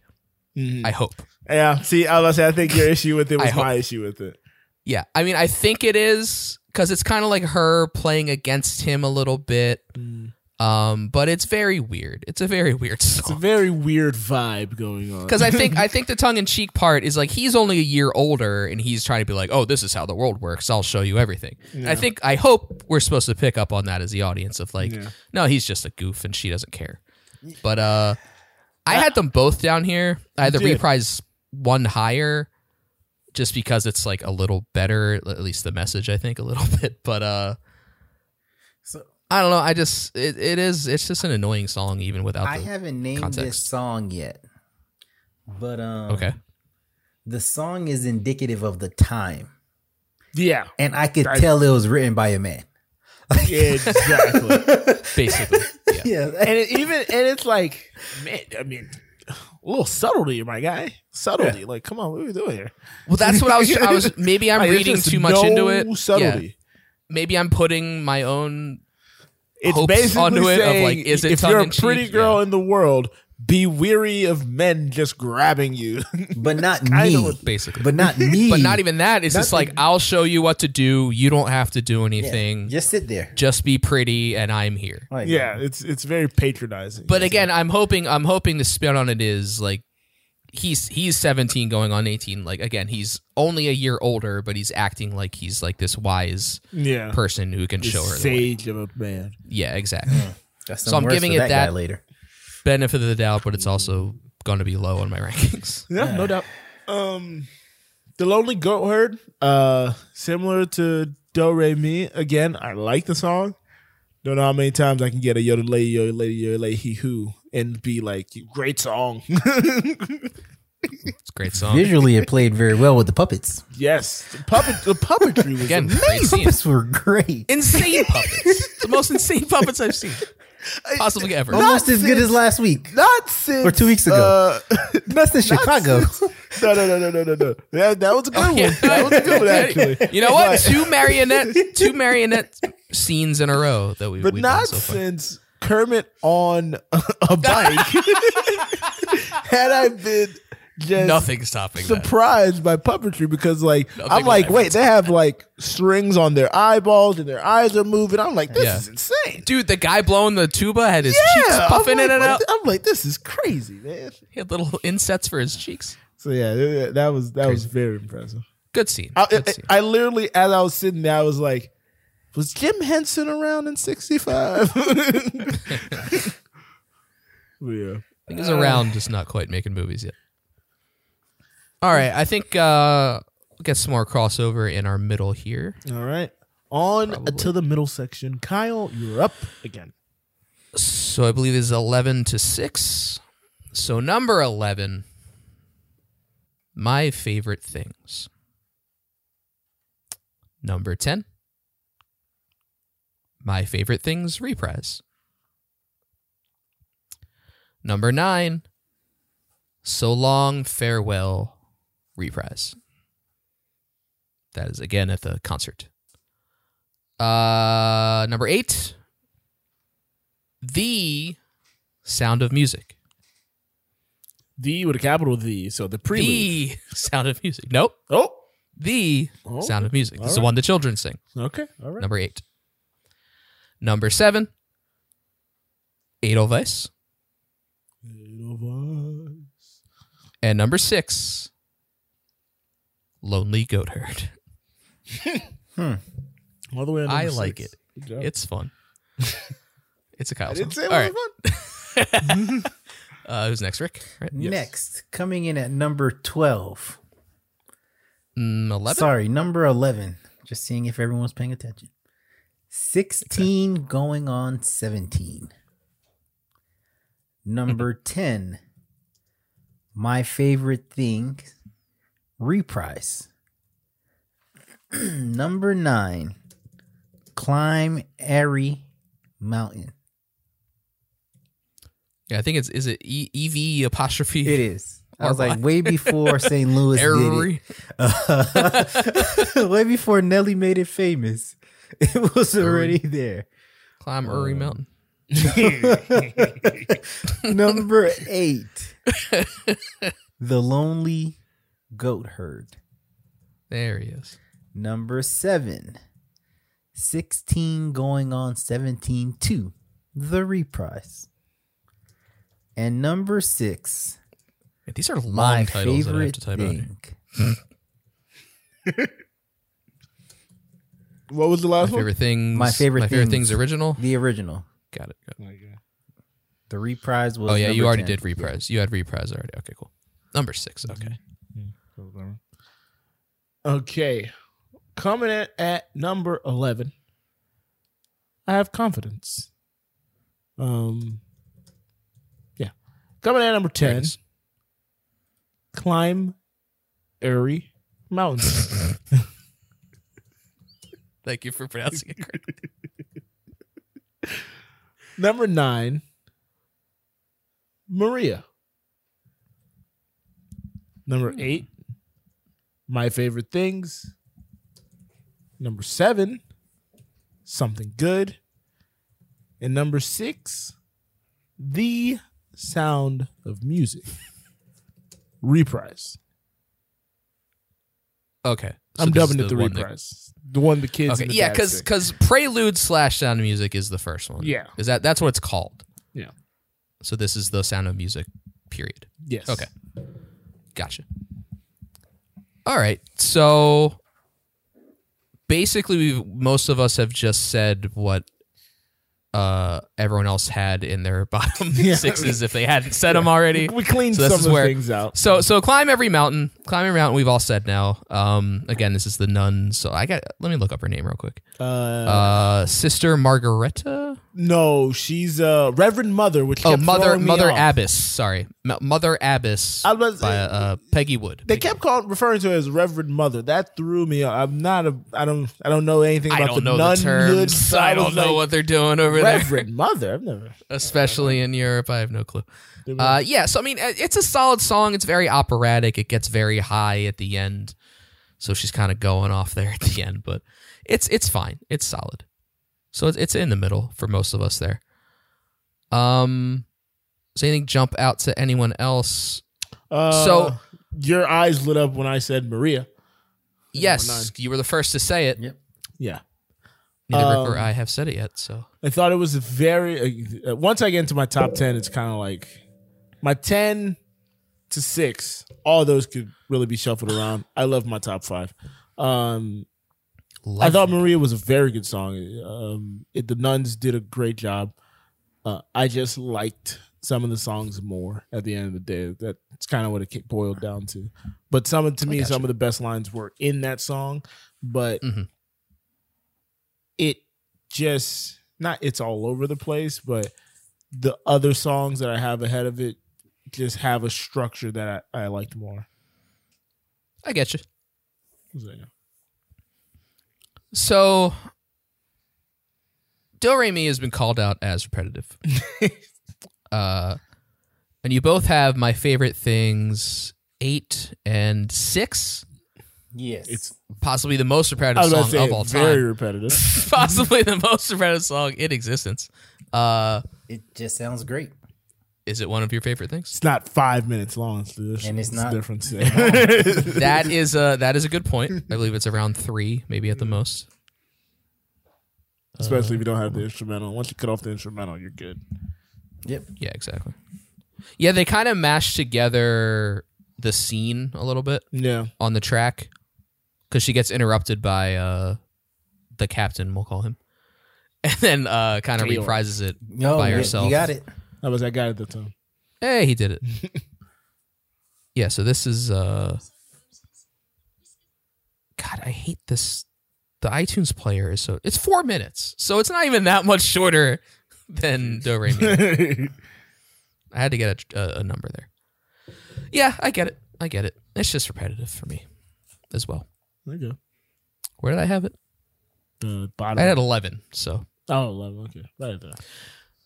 [SPEAKER 1] Mm-hmm.
[SPEAKER 2] I hope.
[SPEAKER 1] Yeah. See, I was gonna say, I think your issue with it
[SPEAKER 2] I
[SPEAKER 1] was
[SPEAKER 2] hope-
[SPEAKER 1] my issue with it.
[SPEAKER 2] Yeah, I mean, I think it is because it's kind of like her playing against him a little bit. Um, but it's very weird. It's a very weird *laughs*
[SPEAKER 1] It's a
[SPEAKER 2] song
[SPEAKER 1] very weird vibe going on.
[SPEAKER 2] because I
[SPEAKER 3] *laughs*
[SPEAKER 2] think I think the tongue in cheek part is like he's only a year older and he's trying to be like, oh, this is how the world works. I'll show you everything. I think I hope we're supposed to pick up on that as the audience of like, no, he's just a goof and she doesn't care. But uh, I had them both down here. I had the
[SPEAKER 1] did.
[SPEAKER 2] reprise one higher just because it's like a little better, at least the message I think a little *laughs* bit. But uh,
[SPEAKER 3] So-
[SPEAKER 2] I don't know. I just it, it is it's just an annoying song even without
[SPEAKER 3] I
[SPEAKER 2] the
[SPEAKER 3] haven't named this
[SPEAKER 2] context.
[SPEAKER 3] song yet, but um,
[SPEAKER 2] okay.
[SPEAKER 3] the song is indicative of the time,
[SPEAKER 1] yeah.
[SPEAKER 3] and I could tell it was written by a man.
[SPEAKER 1] Exactly. and
[SPEAKER 2] Basically, yeah.
[SPEAKER 3] *laughs* Yeah,
[SPEAKER 1] it even *laughs* and it's like, man, I mean, a little subtlety, my guy. Subtlety. Like, come on, what are we doing here?
[SPEAKER 2] Well, that's what I was. I was maybe I'm
[SPEAKER 1] Like, there's
[SPEAKER 2] reading
[SPEAKER 1] just
[SPEAKER 2] too much
[SPEAKER 1] no
[SPEAKER 2] into it. Yeah.
[SPEAKER 1] Subtlety.
[SPEAKER 2] Maybe I'm putting my own
[SPEAKER 1] It's
[SPEAKER 2] hopes
[SPEAKER 1] basically
[SPEAKER 2] onto it of,
[SPEAKER 1] saying,
[SPEAKER 2] like, is it
[SPEAKER 1] if you're a
[SPEAKER 2] tongue-in-cheek?
[SPEAKER 1] pretty girl
[SPEAKER 2] Yeah.
[SPEAKER 1] in the world, be weary of men just grabbing you.
[SPEAKER 3] but not
[SPEAKER 1] Kind of
[SPEAKER 3] me.
[SPEAKER 1] what-
[SPEAKER 2] *laughs* basically.
[SPEAKER 3] But not me.
[SPEAKER 2] But not even that. It's just
[SPEAKER 3] Nothing.
[SPEAKER 2] like I'll show you what to do. You don't have to do
[SPEAKER 3] Yeah,
[SPEAKER 2] anything.
[SPEAKER 3] Just sit there.
[SPEAKER 2] just be pretty, and I'm here.
[SPEAKER 1] *laughs*
[SPEAKER 3] Like,
[SPEAKER 1] yeah, it's it's very patronizing.
[SPEAKER 2] But again, I'm hoping I'm hoping the spin on it is like he's he's 17 going on 18. Like again, he's only a year older, but he's acting like he's like this wise
[SPEAKER 1] yeah,
[SPEAKER 2] person who can
[SPEAKER 1] This
[SPEAKER 2] show her. The way.
[SPEAKER 1] sage of a man.
[SPEAKER 2] Yeah, exactly.
[SPEAKER 3] That's
[SPEAKER 2] So I'm giving it
[SPEAKER 3] guy
[SPEAKER 2] that.
[SPEAKER 3] later.
[SPEAKER 2] Benefit of the doubt, but it's also going to be low on my *laughs* rankings.
[SPEAKER 1] Yeah, no doubt. Um, the Lonely Goat Herd, uh, similar to Do Re Mi. Again, I like the song. Don't know how many times I can get a yo lady yo lady yo lady he who and be like great song. *laughs*
[SPEAKER 2] It's a great song.
[SPEAKER 3] Visually, it played very well with the puppets. *laughs*
[SPEAKER 1] yes, the puppet the puppetry was
[SPEAKER 2] Again,
[SPEAKER 1] amazing.
[SPEAKER 2] great scene.
[SPEAKER 3] Puppets were great.
[SPEAKER 1] *laughs*
[SPEAKER 2] Insane puppets. the most insane puppets I've seen. Possibly ever.
[SPEAKER 3] Almost as good as last week.
[SPEAKER 1] not since
[SPEAKER 3] Or two weeks ago.
[SPEAKER 1] uh, *laughs*
[SPEAKER 3] That's in Chicago. *laughs*
[SPEAKER 1] no, no, no, no, no, no, no. That, that was a good one.
[SPEAKER 2] Oh, Yeah.
[SPEAKER 1] That was a good
[SPEAKER 2] *laughs*
[SPEAKER 1] one, actually.
[SPEAKER 2] You know what?
[SPEAKER 1] But-
[SPEAKER 2] two
[SPEAKER 1] *laughs*
[SPEAKER 2] marionette, two marionette scenes in a row that we,
[SPEAKER 1] but
[SPEAKER 2] we've
[SPEAKER 1] not
[SPEAKER 2] done so far.
[SPEAKER 1] since Kermit on a,
[SPEAKER 2] *laughs*
[SPEAKER 1] a bike. Had I been just
[SPEAKER 2] Nothing stopping that.
[SPEAKER 1] surprised by puppetry because, like,
[SPEAKER 2] Nothing
[SPEAKER 1] I'm like,
[SPEAKER 2] will
[SPEAKER 1] wait, they have like strings on their eyeballs and their eyes are moving. I'm like, this
[SPEAKER 2] Yeah.
[SPEAKER 1] is insane.
[SPEAKER 2] Dude, the guy blowing the tuba had his cheeks
[SPEAKER 1] Yeah, I'm
[SPEAKER 2] puffing
[SPEAKER 1] like,
[SPEAKER 2] in and
[SPEAKER 1] what
[SPEAKER 2] out.
[SPEAKER 1] the- I'm like, this is crazy, man.
[SPEAKER 2] He had little insets for his cheeks.
[SPEAKER 1] So yeah, th- th- that was that was very impressive.
[SPEAKER 2] Good scene.
[SPEAKER 1] I,
[SPEAKER 2] Good
[SPEAKER 1] I,
[SPEAKER 2] scene.
[SPEAKER 1] I literally, as I was sitting there, I was like, was Jim Henson around in *laughs* '65? yeah.
[SPEAKER 2] I think he's
[SPEAKER 1] uh,
[SPEAKER 2] around, just not quite making movies yet. All right, I think uh, we'll get some more crossover in our middle here.
[SPEAKER 1] All right. On to the middle section. Kyle, you're up again.
[SPEAKER 2] So I believe it's 11 to 6. So number 11 my favorite things. Number 10 my favorite things reprise. Number 9 so long farewell reprise. That is again at the concert. Uh number 8 the sound of music.
[SPEAKER 1] The with a capital D, so the prelude.
[SPEAKER 2] The sound of music. Nope.
[SPEAKER 1] Oh,
[SPEAKER 2] The
[SPEAKER 1] Oh,
[SPEAKER 2] sound of music. This is
[SPEAKER 1] all
[SPEAKER 2] the one the children sing.
[SPEAKER 1] okay. All right.
[SPEAKER 2] Number eight. Number seven. Edelweiss. And number six. Lonely Goat Herd.
[SPEAKER 1] All the way.
[SPEAKER 2] I like it. It's fun. *laughs* it's a Kyle
[SPEAKER 1] I
[SPEAKER 2] song.
[SPEAKER 1] didn't say it
[SPEAKER 2] All
[SPEAKER 1] was
[SPEAKER 2] right. *laughs* Uh, who's next, Rick? Right? Yes.
[SPEAKER 3] Next, coming in at number 12.
[SPEAKER 2] Mm, 11?
[SPEAKER 3] Sorry, number 11. Just seeing if everyone's paying attention. 16 going on 17. Number 10. My favorite thing reprise. *clears throat* number 9. Climb Airy Mountain.
[SPEAKER 2] Yeah, I think it's, is it E- EV apostrophe?
[SPEAKER 3] It is. I was
[SPEAKER 2] Or
[SPEAKER 3] like way before St. Louis did it.
[SPEAKER 2] Every-
[SPEAKER 3] *laughs* way before Nelly made it famous, *laughs* it was already there.
[SPEAKER 2] Climb Uri Mountain.
[SPEAKER 3] Number
[SPEAKER 2] *laughs*
[SPEAKER 3] eight, The Lonely Goat Herd.
[SPEAKER 2] There he is.
[SPEAKER 3] Number seven, 16 going on 17 2, The Reprise. And number six,
[SPEAKER 2] Man, These are long
[SPEAKER 3] my
[SPEAKER 2] titles that I have
[SPEAKER 3] favorite
[SPEAKER 2] to type out. here.
[SPEAKER 3] thing.
[SPEAKER 1] What was the
[SPEAKER 2] My
[SPEAKER 1] last one?
[SPEAKER 2] favorite things.
[SPEAKER 3] My favorite
[SPEAKER 2] My favorite
[SPEAKER 3] things.
[SPEAKER 2] things. Original.
[SPEAKER 3] The original.
[SPEAKER 2] Got it. Got it.
[SPEAKER 3] The reprise was.
[SPEAKER 2] Oh yeah, you
[SPEAKER 3] number
[SPEAKER 2] already
[SPEAKER 3] 10.
[SPEAKER 2] did reprise. You had reprise already. Okay, cool. Number six. Okay.
[SPEAKER 1] Okay. Coming in at number eleven. I have confidence. Um. Yeah. Coming in at number
[SPEAKER 2] There it
[SPEAKER 1] ten.
[SPEAKER 2] is.
[SPEAKER 1] Climb, airy mountain.
[SPEAKER 2] Thank you for pronouncing it
[SPEAKER 1] *laughs*
[SPEAKER 2] correctly.
[SPEAKER 1] Number nine, Maria. Number
[SPEAKER 2] Hmm.
[SPEAKER 1] eight, My Favorite Things. Number seven, Something Good. And number six, The Sound of
[SPEAKER 2] *laughs*
[SPEAKER 1] Music. Reprise.
[SPEAKER 2] Okay, so
[SPEAKER 1] I'm
[SPEAKER 2] this is
[SPEAKER 1] dubbing it the
[SPEAKER 2] one that-
[SPEAKER 1] reprise. the one the kids.
[SPEAKER 2] okay,
[SPEAKER 1] and the
[SPEAKER 2] yeah,
[SPEAKER 1] dads
[SPEAKER 2] because
[SPEAKER 1] sing.
[SPEAKER 2] because prelude slash sound of music is the first one.
[SPEAKER 1] Yeah.
[SPEAKER 2] is that that's what it's called.
[SPEAKER 1] yeah,
[SPEAKER 2] So this is the sound of music. Period.
[SPEAKER 1] yes,
[SPEAKER 2] Okay. Gotcha. All right. So basically, we most of us have just said what uh, everyone else had in
[SPEAKER 1] *laughs*
[SPEAKER 2] their *laughs* bottom sixes if they hadn't said them already.
[SPEAKER 1] We cleaned
[SPEAKER 2] So this
[SPEAKER 1] some
[SPEAKER 2] is
[SPEAKER 1] of the
[SPEAKER 2] where-
[SPEAKER 1] things out.
[SPEAKER 2] So so climb every mountain. Climb every mountain. We've all said now. Um, again, this is the nun. So I got. Let me look up her name real quick.
[SPEAKER 1] Uh,
[SPEAKER 2] Uh, Sister Margareta.
[SPEAKER 1] no, she's uh, Reverend Mother, which
[SPEAKER 2] Oh,
[SPEAKER 1] kept
[SPEAKER 2] Mother
[SPEAKER 1] throwing me
[SPEAKER 2] Mother
[SPEAKER 1] off.
[SPEAKER 2] Abbess. Sorry, M- Mother Abbess
[SPEAKER 1] I was-
[SPEAKER 2] by uh, Peggy Wood.
[SPEAKER 1] They kept calling referring to her as Reverend Mother. That threw me. Off. I'm not a. I don't. I don't know anything
[SPEAKER 2] I
[SPEAKER 1] about
[SPEAKER 2] don't know the
[SPEAKER 1] nunhood,
[SPEAKER 2] terms.
[SPEAKER 1] so
[SPEAKER 2] I
[SPEAKER 1] was
[SPEAKER 2] don't know
[SPEAKER 1] like,
[SPEAKER 2] what they're doing over there,
[SPEAKER 1] Reverend Mother. I've never.
[SPEAKER 2] especially in Europe. I have no clue. Uh, yeah, so I mean, it- it's a solid song. It's very operatic. It gets very high at the end, so she's kind of going off there at the end, but it's it's fine. It's solid. So it's it's in the middle for most of us there. Um, does anything jump out to anyone else?
[SPEAKER 1] Uh,
[SPEAKER 2] So-
[SPEAKER 1] your eyes lit up when I said Maria. nine.
[SPEAKER 2] Yes, you were the first to say it.
[SPEAKER 1] Yeah,
[SPEAKER 2] Neither Rick
[SPEAKER 1] Um,
[SPEAKER 2] or I have said it yet. So
[SPEAKER 1] I thought it was a very. Uh, once I get into my top ten, it's kind of like my ten to six. All those could really be shuffled around. I love my top five. Um, I thought Maria was a very good song. Um, it, the Nuns did a great job. Uh, I just liked some of the songs more at the end of the day. That's kind of what it ca- boiled down to. But some of, to me, some of the best lines were in that song. But
[SPEAKER 2] Mhm.
[SPEAKER 1] it just not it's all over the place, but the other songs that I have ahead of it just have a structure that I, I liked more.
[SPEAKER 2] I get you.
[SPEAKER 1] So, yeah.
[SPEAKER 2] So, Do Re Mi has been called out
[SPEAKER 1] *laughs*
[SPEAKER 2] as repetitive. uh, and you both have my favorite things eight and six,
[SPEAKER 3] Yes.
[SPEAKER 1] It's
[SPEAKER 2] possibly the most
[SPEAKER 1] I
[SPEAKER 2] repetitive
[SPEAKER 1] was about to
[SPEAKER 2] song
[SPEAKER 1] say
[SPEAKER 2] of all
[SPEAKER 1] very *laughs*
[SPEAKER 2] time.
[SPEAKER 1] repetitive.
[SPEAKER 2] *laughs* possibly the most repetitive song in existence. Uh,
[SPEAKER 3] It just sounds great.
[SPEAKER 2] is it one of your favorite things?
[SPEAKER 1] It's not five minutes long, so there's
[SPEAKER 3] And it's
[SPEAKER 1] it's
[SPEAKER 3] not-
[SPEAKER 1] difference. *laughs*
[SPEAKER 2] that is a that is a good point. I believe it's around three,
[SPEAKER 1] *laughs*
[SPEAKER 2] maybe at the most.
[SPEAKER 1] Especially if you don't have the instrumental. Once you cut off the instrumental, you're good.
[SPEAKER 3] Yep.
[SPEAKER 2] Yeah, exactly. Yeah, they kind of mashed together the scene a little bit.
[SPEAKER 1] Yeah.
[SPEAKER 2] on the track because she gets interrupted by uh the captain we'll call him *laughs* and then uh kind of
[SPEAKER 1] Cleo.
[SPEAKER 2] reprises it
[SPEAKER 3] No,
[SPEAKER 2] by
[SPEAKER 3] Oh, you-
[SPEAKER 2] herself
[SPEAKER 3] You got it.
[SPEAKER 1] That was that guy at the time.
[SPEAKER 2] hey he
[SPEAKER 1] *laughs*
[SPEAKER 2] did it yeah so this is uh god i hate this the itunes player is so it's four minutes so it's not even that much shorter than do re mi
[SPEAKER 1] *laughs*
[SPEAKER 2] i had to get a, a, a number there yeah i get it i get it it's just repetitive for me as well
[SPEAKER 1] there you go.
[SPEAKER 2] where did i have it
[SPEAKER 1] The bottom.
[SPEAKER 2] I had 11. So
[SPEAKER 1] oh, 11. Okay. Right there.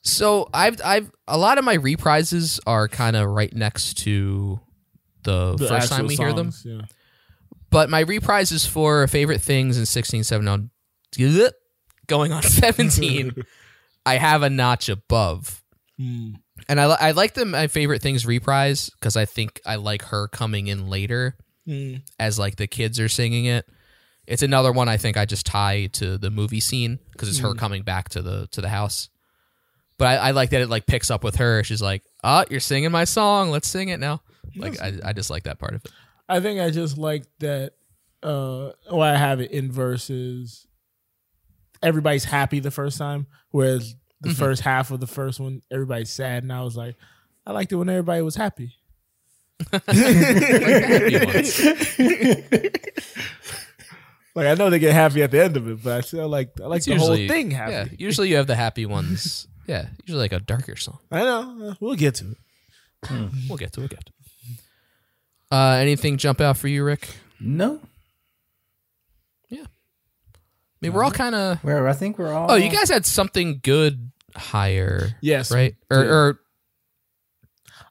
[SPEAKER 2] so I've I've a lot of my reprises are kind of right next to the, first time
[SPEAKER 1] actual
[SPEAKER 2] we hear them.
[SPEAKER 1] songs, Yeah.
[SPEAKER 2] But my reprises for favorite things in 16 17 on going on *laughs* 17 I have a notch above.
[SPEAKER 1] Hmm.
[SPEAKER 2] And I li- I like the my favorite things reprise cuz I think I like her coming in later
[SPEAKER 1] Hmm.
[SPEAKER 2] as like the kids are singing it. It's another one I think I just tie to the movie scene because it's
[SPEAKER 1] Hmm.
[SPEAKER 2] her coming back to the to the house. But I, I like that it like picks up with her. She's like, "Ah, you're singing my song. Let's sing it now." Like I, I just like that part
[SPEAKER 1] *laughs*
[SPEAKER 2] of it.
[SPEAKER 1] I think I just like that. Uh, well, I have it in verses. Everybody's happy the first time, whereas the
[SPEAKER 2] Mm-hmm.
[SPEAKER 1] first half of the first one, everybody's sad. And I was like, I liked it when everybody was happy.
[SPEAKER 2] Happy ones.
[SPEAKER 1] Like I know they get happy at the end of it, but I still like I like
[SPEAKER 2] It's
[SPEAKER 1] the
[SPEAKER 2] usually-
[SPEAKER 1] whole thing happy.
[SPEAKER 2] Yeah, usually you have the happy ones. *laughs* Yeah, usually like a darker song.
[SPEAKER 1] I know uh, we'll get to it.
[SPEAKER 2] We'll get to it. We'll get to it. Uh, anything jump out for you, Rick?
[SPEAKER 3] No.
[SPEAKER 2] I mean, we're all kind of.
[SPEAKER 3] Where I think we're all.
[SPEAKER 2] Oh, you guys had something good higher.
[SPEAKER 1] Yes,
[SPEAKER 2] right? Or,
[SPEAKER 1] yeah.
[SPEAKER 2] or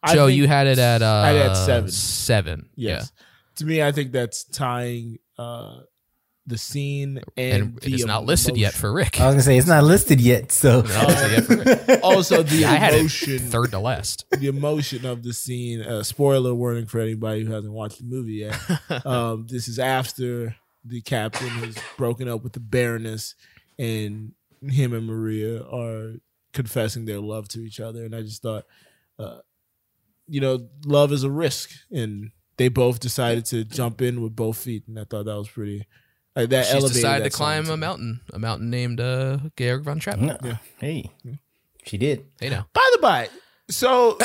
[SPEAKER 1] I
[SPEAKER 2] Joe,
[SPEAKER 1] think-
[SPEAKER 2] you had it at uh,
[SPEAKER 1] I had seven.
[SPEAKER 2] Seven.
[SPEAKER 1] Yes. To me, I think that's tying uh the scene and,
[SPEAKER 2] and
[SPEAKER 1] the
[SPEAKER 2] it is not listed yet
[SPEAKER 1] emotion.
[SPEAKER 2] for Rick. *laughs*
[SPEAKER 3] I was gonna say it's not listed yet, so
[SPEAKER 2] Not listed yet for Rick. *laughs*
[SPEAKER 1] also *laughs* the
[SPEAKER 2] I had it
[SPEAKER 1] emotion
[SPEAKER 2] third to last.
[SPEAKER 1] the emotion of the scene. Uh, spoiler warning for anybody who hasn't watched the movie
[SPEAKER 2] *laughs*
[SPEAKER 1] yet. um, this is after the captain has broken up with the Baroness, and him and Maria are confessing their love to each other. And I just thought, uh, you know, love is a risk, and they both decided to jump in with both feet, and I thought that was pretty. Like that
[SPEAKER 2] She's
[SPEAKER 1] elevated
[SPEAKER 2] decided to
[SPEAKER 1] that song
[SPEAKER 2] climb
[SPEAKER 1] me. Mm-hmm.
[SPEAKER 2] a mountain, a mountain named uh, Georg von Trapp.
[SPEAKER 3] *laughs* Yeah. Hey, she did.
[SPEAKER 2] They know.
[SPEAKER 1] By the by,
[SPEAKER 2] *laughs*
[SPEAKER 1] so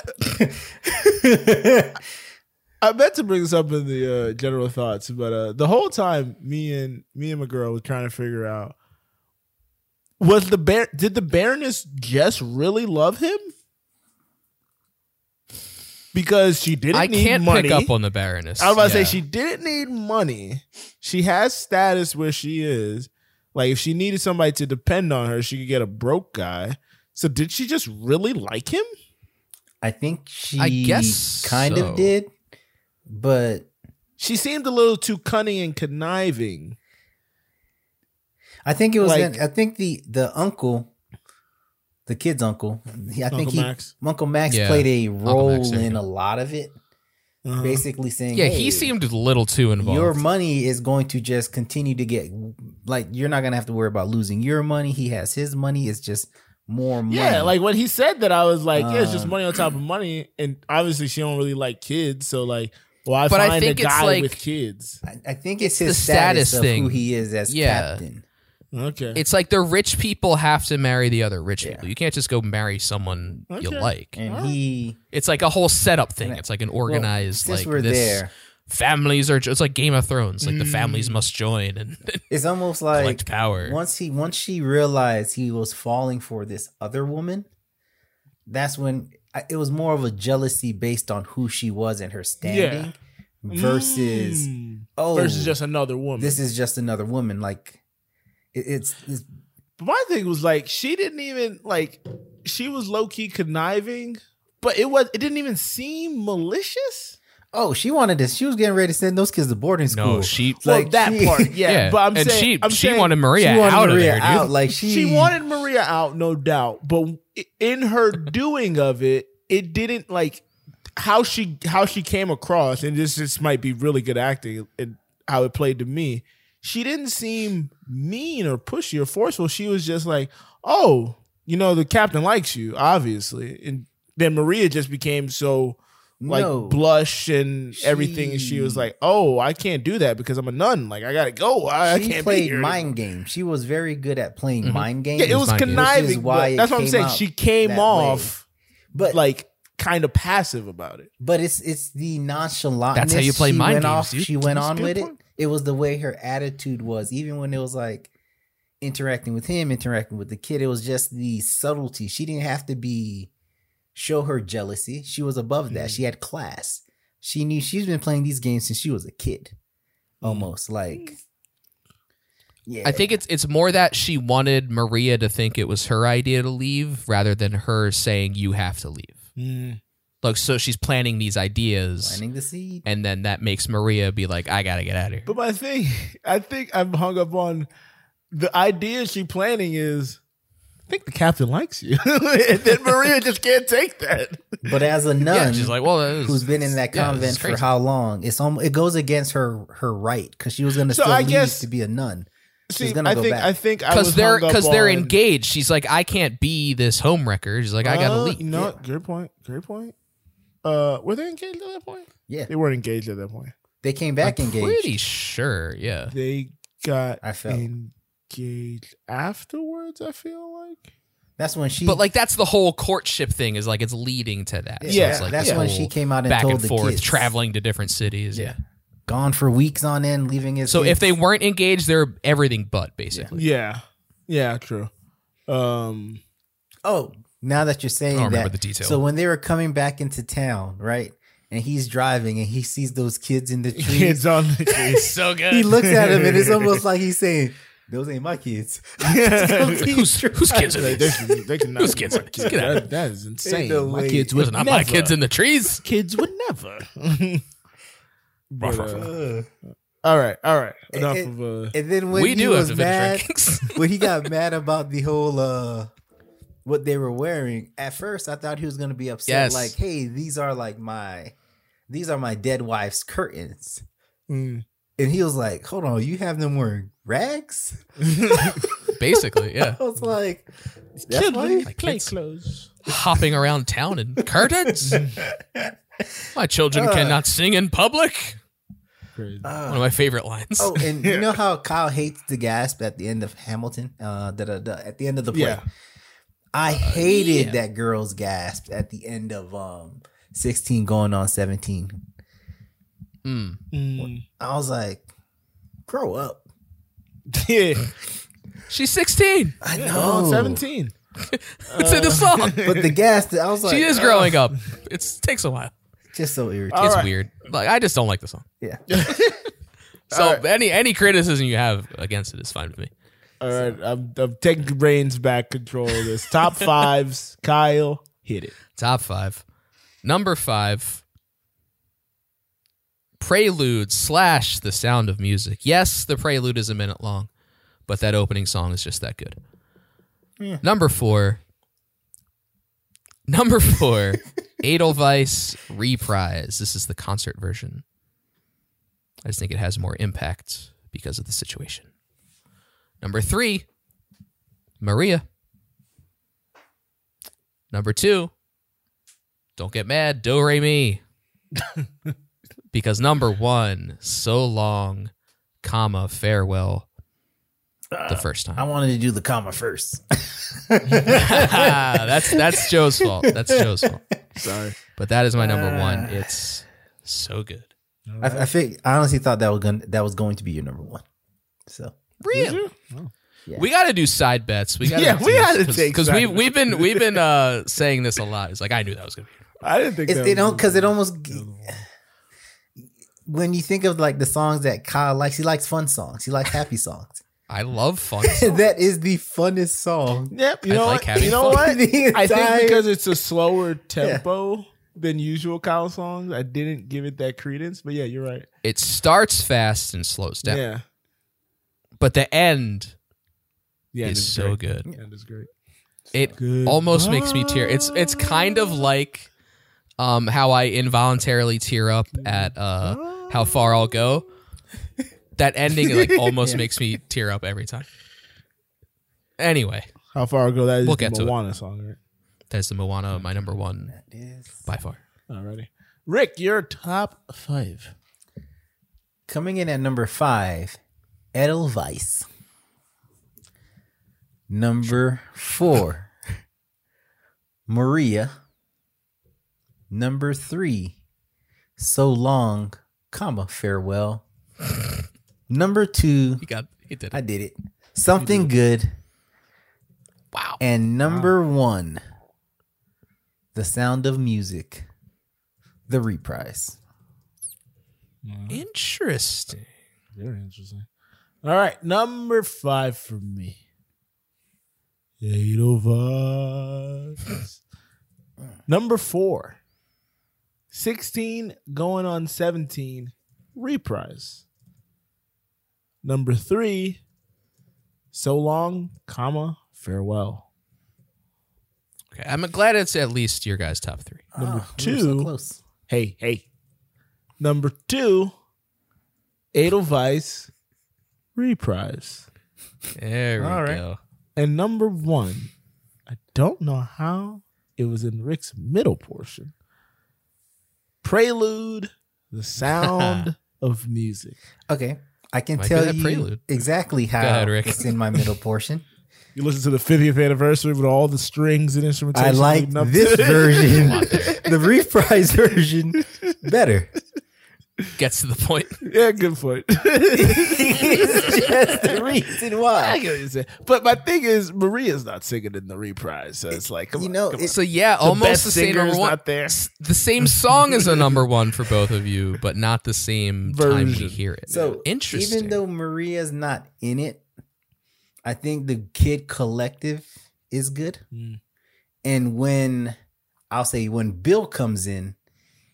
[SPEAKER 1] I meant to bring this up in the uh, general thoughts, but uh, the whole time me and me and my girl was trying to figure out was the bear did the Baroness just really love him? Because she didn't
[SPEAKER 2] I
[SPEAKER 1] need
[SPEAKER 2] can't
[SPEAKER 1] money.
[SPEAKER 2] pick up on the Baroness.
[SPEAKER 1] I was about to
[SPEAKER 2] Yeah.
[SPEAKER 1] say she didn't need money. She has status where she is. Like if she needed somebody to depend on her, she could get a broke guy. So did she just really like him?
[SPEAKER 3] I think she
[SPEAKER 2] I guess
[SPEAKER 3] kind
[SPEAKER 2] so.
[SPEAKER 3] of did, but
[SPEAKER 1] She seemed a little too cunning and conniving.
[SPEAKER 3] I think it was.
[SPEAKER 1] Like-
[SPEAKER 3] that- I think the the uncle, the kid's uncle. he- I think
[SPEAKER 1] Uncle
[SPEAKER 3] he
[SPEAKER 1] Max?
[SPEAKER 3] Uncle Max
[SPEAKER 2] Yeah,
[SPEAKER 3] played a
[SPEAKER 2] Max,
[SPEAKER 3] role
[SPEAKER 2] there you
[SPEAKER 3] in
[SPEAKER 2] go.
[SPEAKER 3] a lot of it,
[SPEAKER 1] Uh-huh.
[SPEAKER 3] basically saying,
[SPEAKER 2] Yeah,
[SPEAKER 3] "Hey,
[SPEAKER 2] he seemed a little too involved.
[SPEAKER 3] Your money is going to just continue to get like you're not gonna have to worry about losing your money. He has his money. It's just more money.
[SPEAKER 1] Yeah, like when he said that, I was like, yeah, it's just
[SPEAKER 3] Um,
[SPEAKER 1] money on top of money, and obviously she don't really like kids, so like, why
[SPEAKER 2] But I
[SPEAKER 1] find
[SPEAKER 2] think
[SPEAKER 1] a
[SPEAKER 2] it's
[SPEAKER 1] guy
[SPEAKER 2] like-
[SPEAKER 1] with kids?
[SPEAKER 3] I, I think
[SPEAKER 2] it's
[SPEAKER 3] it's,
[SPEAKER 2] the
[SPEAKER 3] his status,
[SPEAKER 2] status
[SPEAKER 3] of
[SPEAKER 2] thing.
[SPEAKER 3] who he is as
[SPEAKER 2] Yeah.
[SPEAKER 3] captain.
[SPEAKER 1] Okay,
[SPEAKER 2] it's like the rich people have to marry the other rich
[SPEAKER 3] Yeah.
[SPEAKER 2] people. You can't just go marry someone you
[SPEAKER 1] Okay.
[SPEAKER 2] like.
[SPEAKER 3] And he
[SPEAKER 2] It's like a whole setup thing.
[SPEAKER 3] And I-
[SPEAKER 2] It's like an
[SPEAKER 3] well,
[SPEAKER 2] organized
[SPEAKER 3] since
[SPEAKER 2] like
[SPEAKER 3] we're
[SPEAKER 2] this
[SPEAKER 3] there, Mm.
[SPEAKER 2] families are. It's like Game of Thrones. Like the families must join and *laughs*
[SPEAKER 3] it's almost
[SPEAKER 2] collect
[SPEAKER 3] like
[SPEAKER 2] power.
[SPEAKER 3] once he once she realized he was falling for this other woman, that's when I, it was more of a jealousy based on who she was and her standing versus
[SPEAKER 1] Mm.
[SPEAKER 3] oh
[SPEAKER 1] versus just another woman.
[SPEAKER 3] this is just another woman. Like it, it's, it's
[SPEAKER 1] But my thing was like she didn't even like she was low key conniving, but it was it didn't even seem malicious.
[SPEAKER 3] oh she wanted this. She was getting ready to send those kids to boarding school.
[SPEAKER 2] no, she.
[SPEAKER 1] Well,
[SPEAKER 3] Like,
[SPEAKER 1] that
[SPEAKER 3] she- *laughs*
[SPEAKER 1] part, yeah.
[SPEAKER 2] yeah,
[SPEAKER 1] But I'm
[SPEAKER 2] and
[SPEAKER 1] saying
[SPEAKER 2] she
[SPEAKER 1] I'm
[SPEAKER 2] she
[SPEAKER 1] saying
[SPEAKER 2] wanted Maria
[SPEAKER 3] she wanted
[SPEAKER 2] out
[SPEAKER 3] Maria
[SPEAKER 2] of there, dude.
[SPEAKER 3] out. *laughs* Like she,
[SPEAKER 1] she wanted Maria out, no doubt. But in her doing of it, it didn't like how she how she came across, and this this might be really good acting and how it played to me. She didn't seem mean or pushy or forceful. She was just like, oh, you know, the captain likes you, obviously. And then Maria just became so like
[SPEAKER 3] No.
[SPEAKER 1] blush and everything. And she was
[SPEAKER 3] She-
[SPEAKER 1] like, oh, I can't do that because I'm a nun. Like I gotta go. I, I
[SPEAKER 3] she
[SPEAKER 1] can't be
[SPEAKER 3] played
[SPEAKER 1] here.
[SPEAKER 3] mind game. She was very good at playing
[SPEAKER 2] Mm-hmm.
[SPEAKER 3] mind game.
[SPEAKER 1] Yeah, it was
[SPEAKER 2] mind game.
[SPEAKER 1] conniving.
[SPEAKER 3] Which is why
[SPEAKER 1] but
[SPEAKER 3] it
[SPEAKER 1] that's what I'm
[SPEAKER 3] came
[SPEAKER 1] saying.
[SPEAKER 3] out
[SPEAKER 1] She came
[SPEAKER 3] that
[SPEAKER 1] off
[SPEAKER 3] but like,
[SPEAKER 1] like kind of passive about it.
[SPEAKER 3] but it's it's the nonchalantness.
[SPEAKER 2] That's how you play
[SPEAKER 3] she
[SPEAKER 2] mind
[SPEAKER 3] went
[SPEAKER 2] games,
[SPEAKER 3] Off,
[SPEAKER 2] dude.
[SPEAKER 3] she went
[SPEAKER 1] That's a
[SPEAKER 3] on
[SPEAKER 1] good
[SPEAKER 3] with
[SPEAKER 1] point.
[SPEAKER 3] it. It was the way her attitude was, even when it was like interacting with him, interacting with the kid. It was just the subtlety. She didn't have to be show her jealousy. She was above
[SPEAKER 2] Mm-hmm.
[SPEAKER 3] that. She had class. She knew she's been playing these games since she was a kid, almost like. Yeah,
[SPEAKER 2] Mm. I think it's it's more that she wanted Maria to think it was her idea to leave rather than her saying you have to leave.
[SPEAKER 3] Mm.
[SPEAKER 2] Like so she's planning these ideas
[SPEAKER 3] planting the seed.
[SPEAKER 2] and then that makes Maria be like I got to get out of here.
[SPEAKER 1] But my thing, *laughs* I think I'm hung up on the idea she planning is. I think the captain likes you, *laughs* and then Maria just can't take that.
[SPEAKER 3] But as a
[SPEAKER 2] *laughs*
[SPEAKER 3] nun,
[SPEAKER 2] yeah, she's like, well, that is-
[SPEAKER 3] who's been in that
[SPEAKER 2] yeah, this
[SPEAKER 3] convent
[SPEAKER 2] is
[SPEAKER 3] for
[SPEAKER 2] crazy.
[SPEAKER 3] how long? It's almost, it goes against her her right because she was going to
[SPEAKER 1] So
[SPEAKER 3] still
[SPEAKER 1] I
[SPEAKER 3] leave
[SPEAKER 1] guess-
[SPEAKER 3] to be a nun.
[SPEAKER 1] See,
[SPEAKER 3] gonna
[SPEAKER 1] I
[SPEAKER 3] go
[SPEAKER 1] think
[SPEAKER 3] back.
[SPEAKER 1] I think I
[SPEAKER 2] because
[SPEAKER 1] was
[SPEAKER 2] they're
[SPEAKER 1] because
[SPEAKER 2] because they're engaged. She's like, I can't be this homewrecker. She's like, I gotta leave.
[SPEAKER 1] No, good point. Good point. Uh, were they engaged at that point?
[SPEAKER 3] Yeah,
[SPEAKER 1] They weren't engaged at that point.
[SPEAKER 3] they came back engaged.
[SPEAKER 2] Pretty sure, yeah.
[SPEAKER 1] They got
[SPEAKER 3] I felt.
[SPEAKER 1] engaged afterwards. I feel like.
[SPEAKER 3] That's when she.
[SPEAKER 2] But like, that's the whole courtship thing. Is like, it's leading to that. So
[SPEAKER 1] Yeah,
[SPEAKER 2] it's like
[SPEAKER 3] that's
[SPEAKER 2] this
[SPEAKER 3] when
[SPEAKER 2] whole
[SPEAKER 3] she came out and
[SPEAKER 2] back
[SPEAKER 3] told
[SPEAKER 2] and
[SPEAKER 3] the
[SPEAKER 2] forth,
[SPEAKER 3] kids.
[SPEAKER 2] traveling to different cities. Yeah.
[SPEAKER 3] Yeah. gone for weeks on end, leaving his.
[SPEAKER 2] So if
[SPEAKER 3] kids.
[SPEAKER 2] they weren't engaged, they're everything but
[SPEAKER 3] *laughs*
[SPEAKER 2] basically.
[SPEAKER 1] Yeah. Yeah, true. Um
[SPEAKER 3] oh, now that you're
[SPEAKER 2] I
[SPEAKER 3] saying
[SPEAKER 2] don't remember
[SPEAKER 3] that,
[SPEAKER 2] the detail.
[SPEAKER 3] so when they were coming back into town, right? And he's driving and he sees those kids
[SPEAKER 2] *laughs*
[SPEAKER 3] in the trees.
[SPEAKER 1] kids on the case.
[SPEAKER 2] So good.
[SPEAKER 3] he looks at him and it's
[SPEAKER 2] *laughs*
[SPEAKER 3] almost like he's saying, "Those ain't my kids." *laughs*
[SPEAKER 1] *laughs*
[SPEAKER 3] Those
[SPEAKER 2] Who's, *laughs* whose kids
[SPEAKER 3] *laughs*
[SPEAKER 2] are
[SPEAKER 1] they
[SPEAKER 2] these?
[SPEAKER 1] can they cannot
[SPEAKER 2] Those kids are- get out
[SPEAKER 1] That-
[SPEAKER 2] of
[SPEAKER 1] that is insane.
[SPEAKER 3] Ain't no
[SPEAKER 1] my
[SPEAKER 3] way.
[SPEAKER 1] kids would
[SPEAKER 2] Those are not
[SPEAKER 1] never.
[SPEAKER 2] my kids in the trees.
[SPEAKER 1] kids would never. But, uh, All right, all right. Enough
[SPEAKER 3] It-
[SPEAKER 1] of uh
[SPEAKER 3] And then when
[SPEAKER 2] we
[SPEAKER 3] he
[SPEAKER 2] do have
[SPEAKER 3] was
[SPEAKER 2] to
[SPEAKER 3] mad,
[SPEAKER 2] finish rankings.
[SPEAKER 3] when he got mad about the whole uh what they were wearing, at first I thought he was gonna be upset,
[SPEAKER 2] Yes.
[SPEAKER 3] like, hey, these are like my these are my dead wife's curtains.
[SPEAKER 1] mm.
[SPEAKER 3] And he was like, Hold on, you have them wearing rags?
[SPEAKER 2] *laughs*
[SPEAKER 3] *laughs*
[SPEAKER 2] Basically, yeah.
[SPEAKER 3] I was like, That's why you-
[SPEAKER 2] Like kids
[SPEAKER 1] clothes.
[SPEAKER 2] hopping around town in curtains. My
[SPEAKER 3] Uh.
[SPEAKER 2] children cannot sing in public.
[SPEAKER 1] Crazy.
[SPEAKER 2] One of my favorite lines.
[SPEAKER 3] Oh, and you know how Kyle hates the gasp at the end of Hamilton? Uh da, da, da, at the end of the play.
[SPEAKER 1] Yeah.
[SPEAKER 3] I hated that girl's gasp at the end of um 16 going on 17.
[SPEAKER 2] Mm.
[SPEAKER 1] Mm.
[SPEAKER 3] I was like, grow up.
[SPEAKER 1] *laughs* Yeah.
[SPEAKER 2] She's 16.
[SPEAKER 3] I
[SPEAKER 1] Oh,
[SPEAKER 3] know.
[SPEAKER 1] 17.
[SPEAKER 2] It's in the song.
[SPEAKER 3] But the gas,
[SPEAKER 1] *laughs*
[SPEAKER 3] I was Uh. like, uh.
[SPEAKER 2] She is
[SPEAKER 3] "Ugh."
[SPEAKER 2] growing up. It's takes a while.
[SPEAKER 3] Just so irritating.
[SPEAKER 2] It's
[SPEAKER 1] right.
[SPEAKER 2] weird. Like I just don't like the song.
[SPEAKER 3] Yeah.
[SPEAKER 2] *laughs* So any any criticism you have against it is fine with me.
[SPEAKER 1] All right, I'm, I'm taking reins back control of this. Top fives, Kyle, hit it.
[SPEAKER 2] Top five. Number five. Prelude slash the sound of music. Yes, the prelude is a minute long, but that opening song is just that good. Number four. Number four, Edelweiss Reprise. This is the concert version. I just think it has more impact because of the situation. Number three, Maria. Number two, don't get mad, do re mi. because number one, so long, comma, farewell. The first
[SPEAKER 3] I
[SPEAKER 2] time.
[SPEAKER 3] wanted to do the comma first.
[SPEAKER 2] *laughs* that's that's Joe's fault. That's Joe's fault.
[SPEAKER 1] Sorry.
[SPEAKER 2] But that is my number one. It's so good.
[SPEAKER 3] I, I think I honestly thought that was going that was going to be your number one. So
[SPEAKER 2] Really? We got to do side bets. We gotta
[SPEAKER 1] Yeah, we gotta take
[SPEAKER 2] because
[SPEAKER 1] side
[SPEAKER 2] we've
[SPEAKER 1] bets.
[SPEAKER 2] we've been we've been uh, saying this a lot. It's like I knew that was gonna be.
[SPEAKER 1] I didn't think
[SPEAKER 3] it's
[SPEAKER 1] that
[SPEAKER 3] it don't
[SPEAKER 1] was-
[SPEAKER 3] because it almost when you think of like the songs that Kyle likes, he likes fun songs. He likes happy songs. *laughs*
[SPEAKER 2] I love
[SPEAKER 1] *laughs*
[SPEAKER 2] fun.
[SPEAKER 3] that is the funnest song.
[SPEAKER 1] Yep. You
[SPEAKER 2] I'd
[SPEAKER 1] know
[SPEAKER 2] like
[SPEAKER 1] what?
[SPEAKER 2] having
[SPEAKER 1] You know
[SPEAKER 3] fun.
[SPEAKER 1] what?
[SPEAKER 3] *laughs* The
[SPEAKER 1] I think
[SPEAKER 3] entire-
[SPEAKER 1] because it's a slower tempo than usual Kyle songs, I didn't give it that credence. But yeah, you're right.
[SPEAKER 2] it starts fast and slows down,
[SPEAKER 1] Yeah.
[SPEAKER 2] but the end
[SPEAKER 1] Yeah. and
[SPEAKER 2] is
[SPEAKER 1] it's
[SPEAKER 2] so
[SPEAKER 1] great.
[SPEAKER 2] good.
[SPEAKER 1] Yeah, it's great.
[SPEAKER 2] It
[SPEAKER 1] Good.
[SPEAKER 2] almost makes me tear. It's it's kind of like um, how I involuntarily tear up
[SPEAKER 1] Mm-hmm.
[SPEAKER 2] at uh, how far
[SPEAKER 1] *laughs*
[SPEAKER 2] I'll go. That ending like almost makes me tear up every time. Anyway,
[SPEAKER 1] How far ago that is
[SPEAKER 2] We'll
[SPEAKER 1] the
[SPEAKER 2] get to it.
[SPEAKER 1] Moana song, right?
[SPEAKER 2] that's the Moana, my number one by far.
[SPEAKER 1] Alrighty. Rick, your top five.
[SPEAKER 3] Coming in at number five, Edelweiss. Number four, *laughs* Maria. Number three, So Long, comma, Farewell. Number two,
[SPEAKER 2] He got he did
[SPEAKER 3] I
[SPEAKER 2] it.
[SPEAKER 3] did it. Something Good.
[SPEAKER 2] Wow.
[SPEAKER 3] And number one, The Sound of Music, the reprise.
[SPEAKER 2] Interesting.
[SPEAKER 1] Very interesting. All right, number five for me. Edelweiss. number four. 16 going on 17 reprise. Number three. So long, comma, farewell.
[SPEAKER 2] Okay, I'm glad it's at least your guys' top three.
[SPEAKER 1] Number
[SPEAKER 3] Oh, We
[SPEAKER 1] two.
[SPEAKER 3] were so close.
[SPEAKER 1] Hey, hey. Number two, Edelweiss reprise.
[SPEAKER 2] There we
[SPEAKER 1] All right.
[SPEAKER 2] go.
[SPEAKER 1] And number one, I don't know how it was in Rick's middle portion. Prelude, the sound
[SPEAKER 3] *laughs*
[SPEAKER 1] of music.
[SPEAKER 3] Okay. I can
[SPEAKER 2] Might be
[SPEAKER 3] tell
[SPEAKER 2] that
[SPEAKER 3] you
[SPEAKER 2] prelude.
[SPEAKER 3] exactly how
[SPEAKER 2] ahead, Rick.
[SPEAKER 3] it's in my middle
[SPEAKER 1] *laughs*
[SPEAKER 3] portion.
[SPEAKER 1] You listen to the 50th anniversary with all the strings and
[SPEAKER 3] I
[SPEAKER 1] instrumentation.
[SPEAKER 3] like
[SPEAKER 1] leading up
[SPEAKER 3] this
[SPEAKER 1] to it.
[SPEAKER 3] version, *laughs* the reprise version,
[SPEAKER 1] *laughs*
[SPEAKER 3] better.
[SPEAKER 2] Gets to the point.
[SPEAKER 1] *laughs* yeah, good
[SPEAKER 3] *laughs*
[SPEAKER 1] point.
[SPEAKER 3] it's just the reason
[SPEAKER 1] I
[SPEAKER 3] why.
[SPEAKER 1] get what you're saying. But my thing is, Maria's not singing in the reprise. So it's like, come
[SPEAKER 3] You
[SPEAKER 1] on,
[SPEAKER 3] know,
[SPEAKER 1] come
[SPEAKER 3] it-
[SPEAKER 2] So yeah, almost
[SPEAKER 1] best
[SPEAKER 2] the same
[SPEAKER 1] singer
[SPEAKER 2] number
[SPEAKER 1] is
[SPEAKER 2] one.
[SPEAKER 1] not there.
[SPEAKER 2] S- The same
[SPEAKER 1] *laughs*
[SPEAKER 2] song is a number one for both of you, but not the same time we
[SPEAKER 1] Version.
[SPEAKER 2] hear it.
[SPEAKER 3] So
[SPEAKER 2] interesting.
[SPEAKER 3] Even though Maria's not in it, I think the Kid Collective is good.
[SPEAKER 1] Mm.
[SPEAKER 3] And when I'll say when Bill comes in,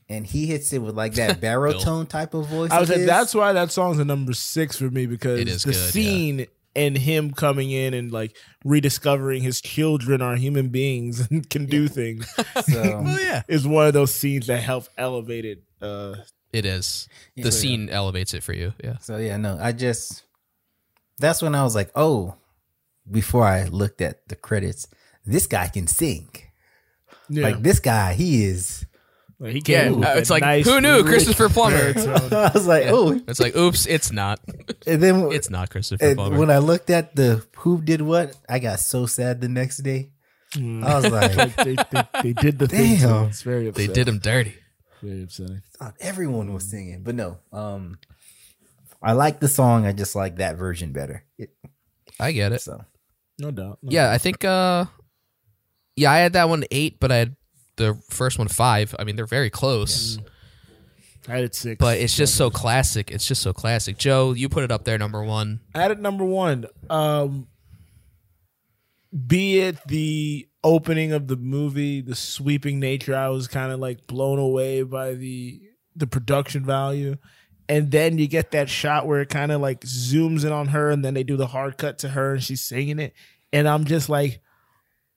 [SPEAKER 3] and he hits it with
[SPEAKER 2] *laughs*
[SPEAKER 3] like that baritone type of voice.
[SPEAKER 1] I was
[SPEAKER 3] of
[SPEAKER 1] like,
[SPEAKER 3] his.
[SPEAKER 1] that's why that song's a number six for me because
[SPEAKER 2] It is
[SPEAKER 1] the
[SPEAKER 2] good, yeah.
[SPEAKER 1] scene and him coming in and like rediscovering his children are human beings and can do things *laughs*
[SPEAKER 3] so,
[SPEAKER 2] Oh yeah,
[SPEAKER 1] is one of those scenes that help elevate it. Uh,
[SPEAKER 2] it is. The
[SPEAKER 3] Yeah.
[SPEAKER 2] scene elevates it for you. Yeah.
[SPEAKER 3] so yeah, no, I just that's when I was like, oh, before I looked at the credits, this guy can sing.
[SPEAKER 1] yeah,
[SPEAKER 3] Like this guy, he is. *laughs*
[SPEAKER 1] Like, he
[SPEAKER 2] Yeah,
[SPEAKER 1] came up with
[SPEAKER 2] uh, it's
[SPEAKER 1] a
[SPEAKER 2] like,
[SPEAKER 1] nice,
[SPEAKER 2] who knew
[SPEAKER 1] rich
[SPEAKER 2] Christopher Plummer?
[SPEAKER 1] baritone.
[SPEAKER 3] I was like, oh,
[SPEAKER 2] It's like, oops, it's not.
[SPEAKER 3] and then
[SPEAKER 2] It's not Christopher
[SPEAKER 3] and
[SPEAKER 2] Plummer.
[SPEAKER 3] when I looked at the who did what, I got so sad the next day. I was
[SPEAKER 1] *laughs*
[SPEAKER 3] like,
[SPEAKER 1] they, they, they did the thing. to
[SPEAKER 3] Damn.
[SPEAKER 1] him. It's very
[SPEAKER 2] they
[SPEAKER 1] upsetting.
[SPEAKER 2] did him dirty.
[SPEAKER 1] Very upsetting.
[SPEAKER 3] thought everyone was singing, but no. Um, I like the song. I just like that version better. It,
[SPEAKER 2] I get it.
[SPEAKER 3] so
[SPEAKER 1] No doubt. No
[SPEAKER 2] Yeah, I think. uh Yeah, I had that one eight, but I had the first one five. I mean, they're very close,
[SPEAKER 1] doubt. I had it six,
[SPEAKER 2] but it's just so classic. It's just so classic. Joe, you put it up there, number one.
[SPEAKER 1] I had it number one. Um, be it the opening of the movie, the sweeping nature, I was kind of like blown away by the the production value. And then you get that shot where it kind of like zooms in on her, and then they do the hard cut to her, and she's singing it. And I'm just like,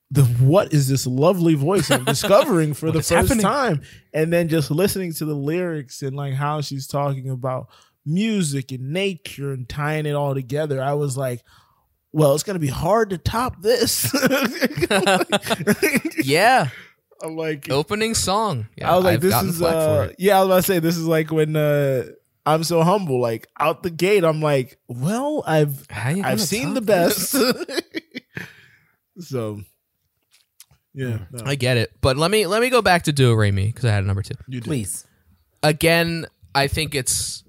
[SPEAKER 1] the what is this lovely voice
[SPEAKER 2] *laughs*
[SPEAKER 1] I'm discovering for the
[SPEAKER 2] is
[SPEAKER 1] first
[SPEAKER 2] happening?
[SPEAKER 1] time? And then just listening to the lyrics and like how she's talking about music and nature and tying it all together, I was like, well, it's gonna be hard to top this. *laughs*
[SPEAKER 2] Yeah,
[SPEAKER 1] I'm like,
[SPEAKER 2] opening song. Oh, Yeah,
[SPEAKER 1] I was like,
[SPEAKER 2] I've
[SPEAKER 1] this
[SPEAKER 2] gotten
[SPEAKER 1] is
[SPEAKER 2] flack for
[SPEAKER 1] uh,
[SPEAKER 2] it.
[SPEAKER 1] yeah. I was about to say this is like when uh, I'm so humble, like out the gate, I'm like, well, I've
[SPEAKER 2] How you gonna
[SPEAKER 1] uh, I've seen
[SPEAKER 2] top
[SPEAKER 1] the
[SPEAKER 2] this?
[SPEAKER 1] best. *laughs* so, yeah, no,
[SPEAKER 2] I get it, but let me let me go back to Do Raimi because I had a number two.
[SPEAKER 1] you did.
[SPEAKER 3] please,
[SPEAKER 2] Again, I think it's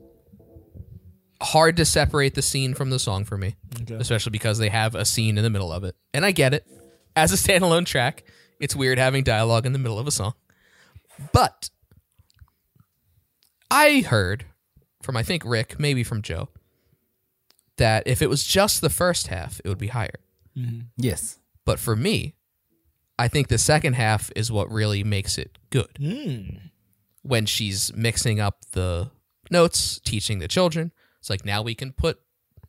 [SPEAKER 2] hard to separate the scene from the song for me, especially because they have a scene in the middle of it, and I get it. As a standalone track, it's weird having dialogue in the middle of a song, but I heard from I think Rick, maybe from Joe, that if it was just the first half, it would be higher.
[SPEAKER 3] yes,
[SPEAKER 2] But for me, I think the second half is what really makes it good. When she's mixing up the notes, teaching the children, it's like now we can put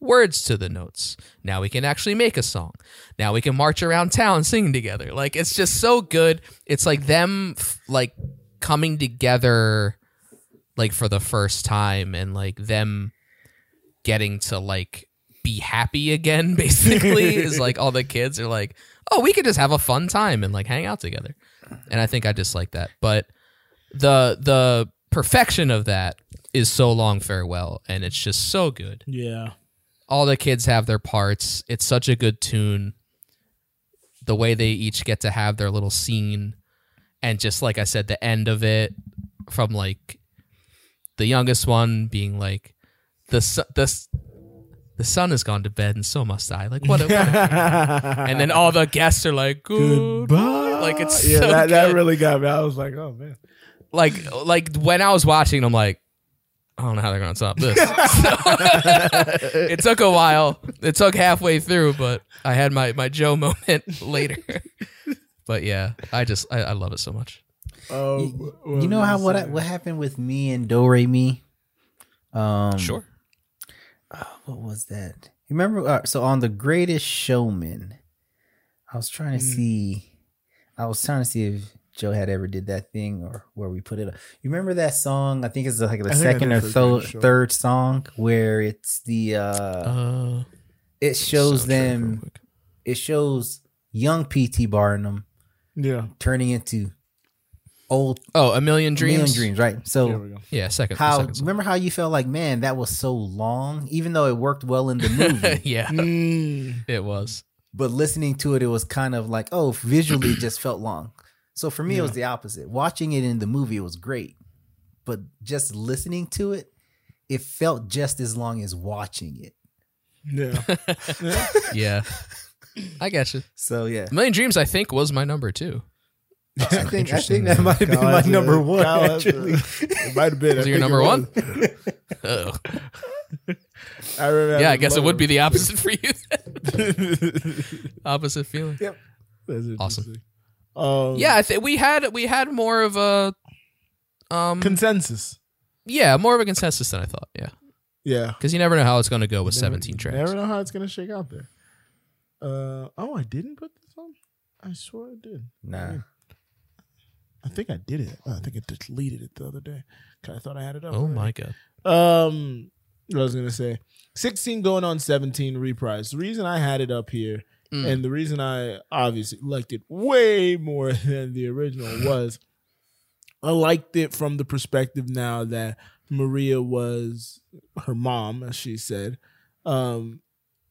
[SPEAKER 2] words to the notes. Now we can actually make a song. Now we can march around town singing together. Like it's just so good. It's like them f- like coming together like for the first time and like them getting to like be happy again *laughs* basically is like all the kids are like oh we could just have a fun time and like hang out together and i think i just like that but the the perfection of that is so long farewell and it's just so good
[SPEAKER 1] Yeah,
[SPEAKER 2] all the kids have their parts it's such a good tune the way they each get to have their little scene and just like i said the end of it from like the youngest one being like the su- the s- the sun has gone to bed and so must i
[SPEAKER 1] *laughs*
[SPEAKER 2] like what, a, what a- and then all the guests are like goodbye like
[SPEAKER 1] *laughs*
[SPEAKER 2] it's
[SPEAKER 1] yeah.
[SPEAKER 2] so
[SPEAKER 1] that that
[SPEAKER 2] good.
[SPEAKER 1] really got me. I was like, oh man,
[SPEAKER 2] like like when i was watching i'm like I don't know how they're gonna stop this. *laughs* So, it took a while. It took halfway through, but I had my, my Joe *laughs* moment later. but yeah, I just I, I love it so much.
[SPEAKER 1] oh,
[SPEAKER 3] you know how what I, what happened with me and Do Re Mi. Um, What was that? You remember? Uh, so on the Greatest Showman, I was trying to see. I was trying to see if Joe had ever did that thing or where we put it. Up. You remember that song? I think it's like the
[SPEAKER 1] I think I
[SPEAKER 3] second
[SPEAKER 1] did
[SPEAKER 3] or
[SPEAKER 1] for
[SPEAKER 3] tho-
[SPEAKER 1] Greatest Showman.
[SPEAKER 3] third song where it's the. uh,
[SPEAKER 2] Uh,
[SPEAKER 3] It shows them. It shows young PT Barnum
[SPEAKER 1] Yeah,
[SPEAKER 3] turning into old
[SPEAKER 2] Oh, a million dreams.
[SPEAKER 3] dreams. dreams, right?
[SPEAKER 2] Oh.
[SPEAKER 1] there
[SPEAKER 3] So
[SPEAKER 1] we go.
[SPEAKER 2] Yeah, second. the
[SPEAKER 3] how
[SPEAKER 2] second song.
[SPEAKER 3] remember how you felt like man that was so long, even though it worked well in the movie.
[SPEAKER 2] *laughs* yeah,
[SPEAKER 1] Mm,
[SPEAKER 2] it was.
[SPEAKER 3] but listening to it, it was kind of like, oh, visually it just felt long. So for me, it was the opposite. Watching it in the movie, it was great, but just listening to it, it felt just as long as watching it.
[SPEAKER 1] yeah,
[SPEAKER 2] Yeah, I got you.
[SPEAKER 3] So yeah,
[SPEAKER 2] A million dreams, I think, was my number two.
[SPEAKER 3] I think I
[SPEAKER 2] interesting.
[SPEAKER 3] think that might have been my
[SPEAKER 1] Kyle,
[SPEAKER 3] number one.
[SPEAKER 1] Kyle,
[SPEAKER 3] Actually,
[SPEAKER 1] it might have been. I
[SPEAKER 2] Was
[SPEAKER 1] think
[SPEAKER 2] it your
[SPEAKER 1] it
[SPEAKER 2] number
[SPEAKER 1] was.
[SPEAKER 2] one? *laughs* Oh,
[SPEAKER 1] I remember
[SPEAKER 2] *laughs* yeah. I guess it would be
[SPEAKER 1] lower.
[SPEAKER 2] the opposite for you. *laughs* opposite feeling.
[SPEAKER 1] *laughs* That's
[SPEAKER 2] Awesome.
[SPEAKER 1] interesting. Um,
[SPEAKER 2] Yeah, I think we had we had more of a Um,
[SPEAKER 1] Consensus.
[SPEAKER 2] yeah, more of a consensus than I thought. Yeah,
[SPEAKER 1] Yeah.
[SPEAKER 2] because you never know how it's going to go with 17 tracks.
[SPEAKER 1] Never know how it's gonna shake out there. Uh oh, I didn't put this on. I swear I did.
[SPEAKER 3] Nah.
[SPEAKER 1] I think I did it. Oh, I think I deleted it the other day. 'Cause I thought I had it up.
[SPEAKER 2] Oh
[SPEAKER 1] already.
[SPEAKER 2] my god.
[SPEAKER 1] Um, what I was gonna say, sixteen going on seventeen reprise. The reason I had it up here,
[SPEAKER 2] Mm.
[SPEAKER 1] and the reason I obviously liked it way more *laughs* than the original was, I liked it from the perspective now that Maria was her mom, as she said, um,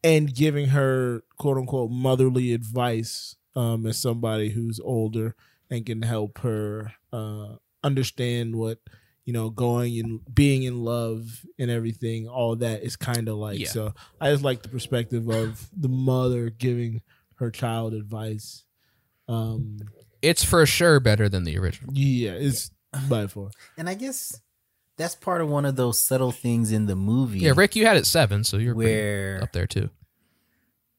[SPEAKER 1] and giving her quote unquote motherly advice um, as somebody who's older and can help her uh, understand what you know going and being in love and everything all that is kind of like
[SPEAKER 2] Yeah.
[SPEAKER 1] so i just like the perspective of the mother giving her child advice um
[SPEAKER 2] It's for sure better than the original.
[SPEAKER 1] yeah it's by far
[SPEAKER 3] And I guess that's part of one of those subtle things in the movie.
[SPEAKER 2] Yeah, Rick, you had it seven, so you're pretty
[SPEAKER 3] Where
[SPEAKER 2] up there too.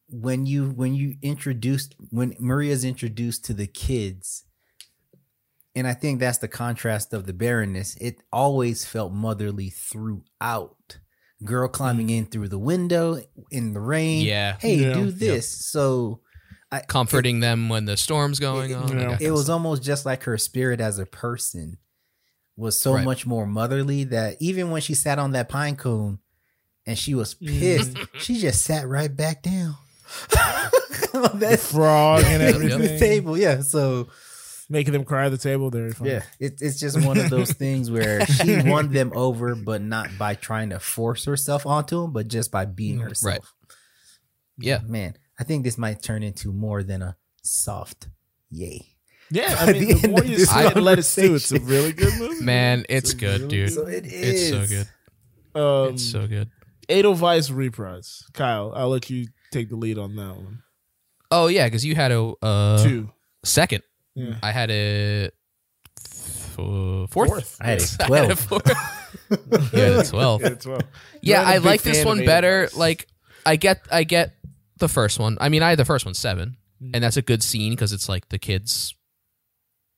[SPEAKER 3] when you when you introduced when Maria's introduced to the kids, and I think that's the contrast of the barrenness. It always felt motherly throughout. Girl climbing in through the window in the rain.
[SPEAKER 2] Mm-hmm. Yeah.
[SPEAKER 3] Hey,
[SPEAKER 1] Yeah.
[SPEAKER 3] do
[SPEAKER 1] Yep.
[SPEAKER 3] this. So
[SPEAKER 2] Comforting them when the storm's going
[SPEAKER 3] it-
[SPEAKER 2] on.
[SPEAKER 1] yeah.
[SPEAKER 2] Okay.
[SPEAKER 3] it was almost just like her spirit as a person was so
[SPEAKER 2] Right.
[SPEAKER 3] much more motherly that even when she sat on that pine cone and she was
[SPEAKER 1] Mm-hmm.
[SPEAKER 3] pissed, she just sat right back down. *laughs*
[SPEAKER 2] *laughs*
[SPEAKER 3] That's
[SPEAKER 1] frog and
[SPEAKER 2] Yep,
[SPEAKER 1] everything
[SPEAKER 2] yep.
[SPEAKER 3] the table, yeah. So
[SPEAKER 1] making them cry at the table they're funny.
[SPEAKER 3] it, it's just one of those things *laughs* where she won them over, but not by trying to force herself onto them, but just by being herself.
[SPEAKER 2] Mm, Right. Yeah.
[SPEAKER 3] Man, I think this might turn into more than a soft yay.
[SPEAKER 1] yeah i
[SPEAKER 3] By
[SPEAKER 1] mean
[SPEAKER 3] the
[SPEAKER 1] the
[SPEAKER 3] end
[SPEAKER 1] more
[SPEAKER 3] of
[SPEAKER 1] you
[SPEAKER 3] this
[SPEAKER 1] sit and let it stew it's a
[SPEAKER 3] conversation.
[SPEAKER 1] really good movie
[SPEAKER 2] Man, it's good, dude.
[SPEAKER 3] So it
[SPEAKER 2] It's
[SPEAKER 3] is.
[SPEAKER 2] so good.
[SPEAKER 1] um
[SPEAKER 2] It's so good.
[SPEAKER 1] edelweiss reprise kyle i'll let you take the lead on that one
[SPEAKER 2] Oh yeah, because you had a uh,
[SPEAKER 1] two
[SPEAKER 2] second.
[SPEAKER 1] Yeah.
[SPEAKER 2] I had a f- fourth. fourth.
[SPEAKER 3] I had a
[SPEAKER 2] *laughs* I
[SPEAKER 3] 12.
[SPEAKER 2] had a fourth. *laughs* you had a
[SPEAKER 1] *laughs*
[SPEAKER 2] twelve.
[SPEAKER 1] yeah, 12.
[SPEAKER 2] yeah,
[SPEAKER 1] You're not a
[SPEAKER 2] I
[SPEAKER 1] big
[SPEAKER 2] like this
[SPEAKER 1] fan
[SPEAKER 2] one
[SPEAKER 1] of
[SPEAKER 2] better.
[SPEAKER 1] Edelweiss.
[SPEAKER 2] Like, I get, I get the first one. I mean, I had the first one seven,
[SPEAKER 1] Mm.
[SPEAKER 2] and that's a good scene because it's like the kids.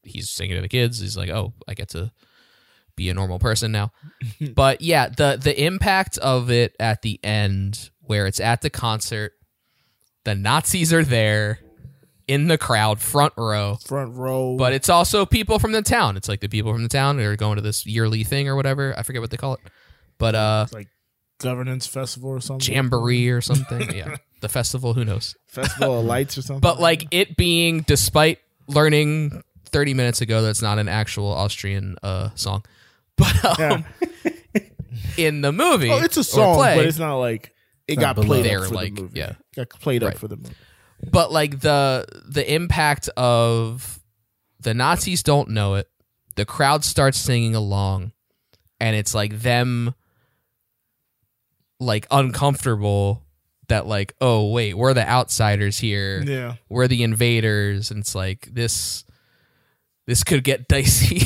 [SPEAKER 2] He's singing to the kids. He's like, "Oh, I get to be a normal
[SPEAKER 1] *laughs*
[SPEAKER 2] person now." but yeah, the the impact of it at the end, where it's at the concert, the Nazis are there in the crowd, front row.
[SPEAKER 1] front row
[SPEAKER 2] But it's also people from the town. It's like the people from the town that are going to this yearly thing or whatever. I forget what they call it. But uh
[SPEAKER 1] like governance festival or something.
[SPEAKER 2] jamboree
[SPEAKER 1] Mm.
[SPEAKER 2] or
[SPEAKER 1] *laughs*
[SPEAKER 2] something. yeah, the festival. Who knows?
[SPEAKER 1] festival of lights or something. *laughs*
[SPEAKER 2] But like it being, despite learning thirty minutes ago that it's not an actual Austrian uh, song, *laughs* but um, in the movie,
[SPEAKER 1] oh, it's
[SPEAKER 2] or
[SPEAKER 1] a song,
[SPEAKER 2] play,
[SPEAKER 1] but it's not like it
[SPEAKER 3] not
[SPEAKER 1] got played
[SPEAKER 2] beloved.
[SPEAKER 1] up for
[SPEAKER 2] Like,
[SPEAKER 1] the movie.
[SPEAKER 2] yeah.
[SPEAKER 1] got played
[SPEAKER 2] Right.
[SPEAKER 1] up for the movie.
[SPEAKER 2] but like the the impact of the Nazis don't know it. The crowd starts singing along, and it's like them like uncomfortable that like oh wait we're the outsiders here
[SPEAKER 1] Yeah,
[SPEAKER 2] we're the invaders and it's like this this could get *laughs* dicey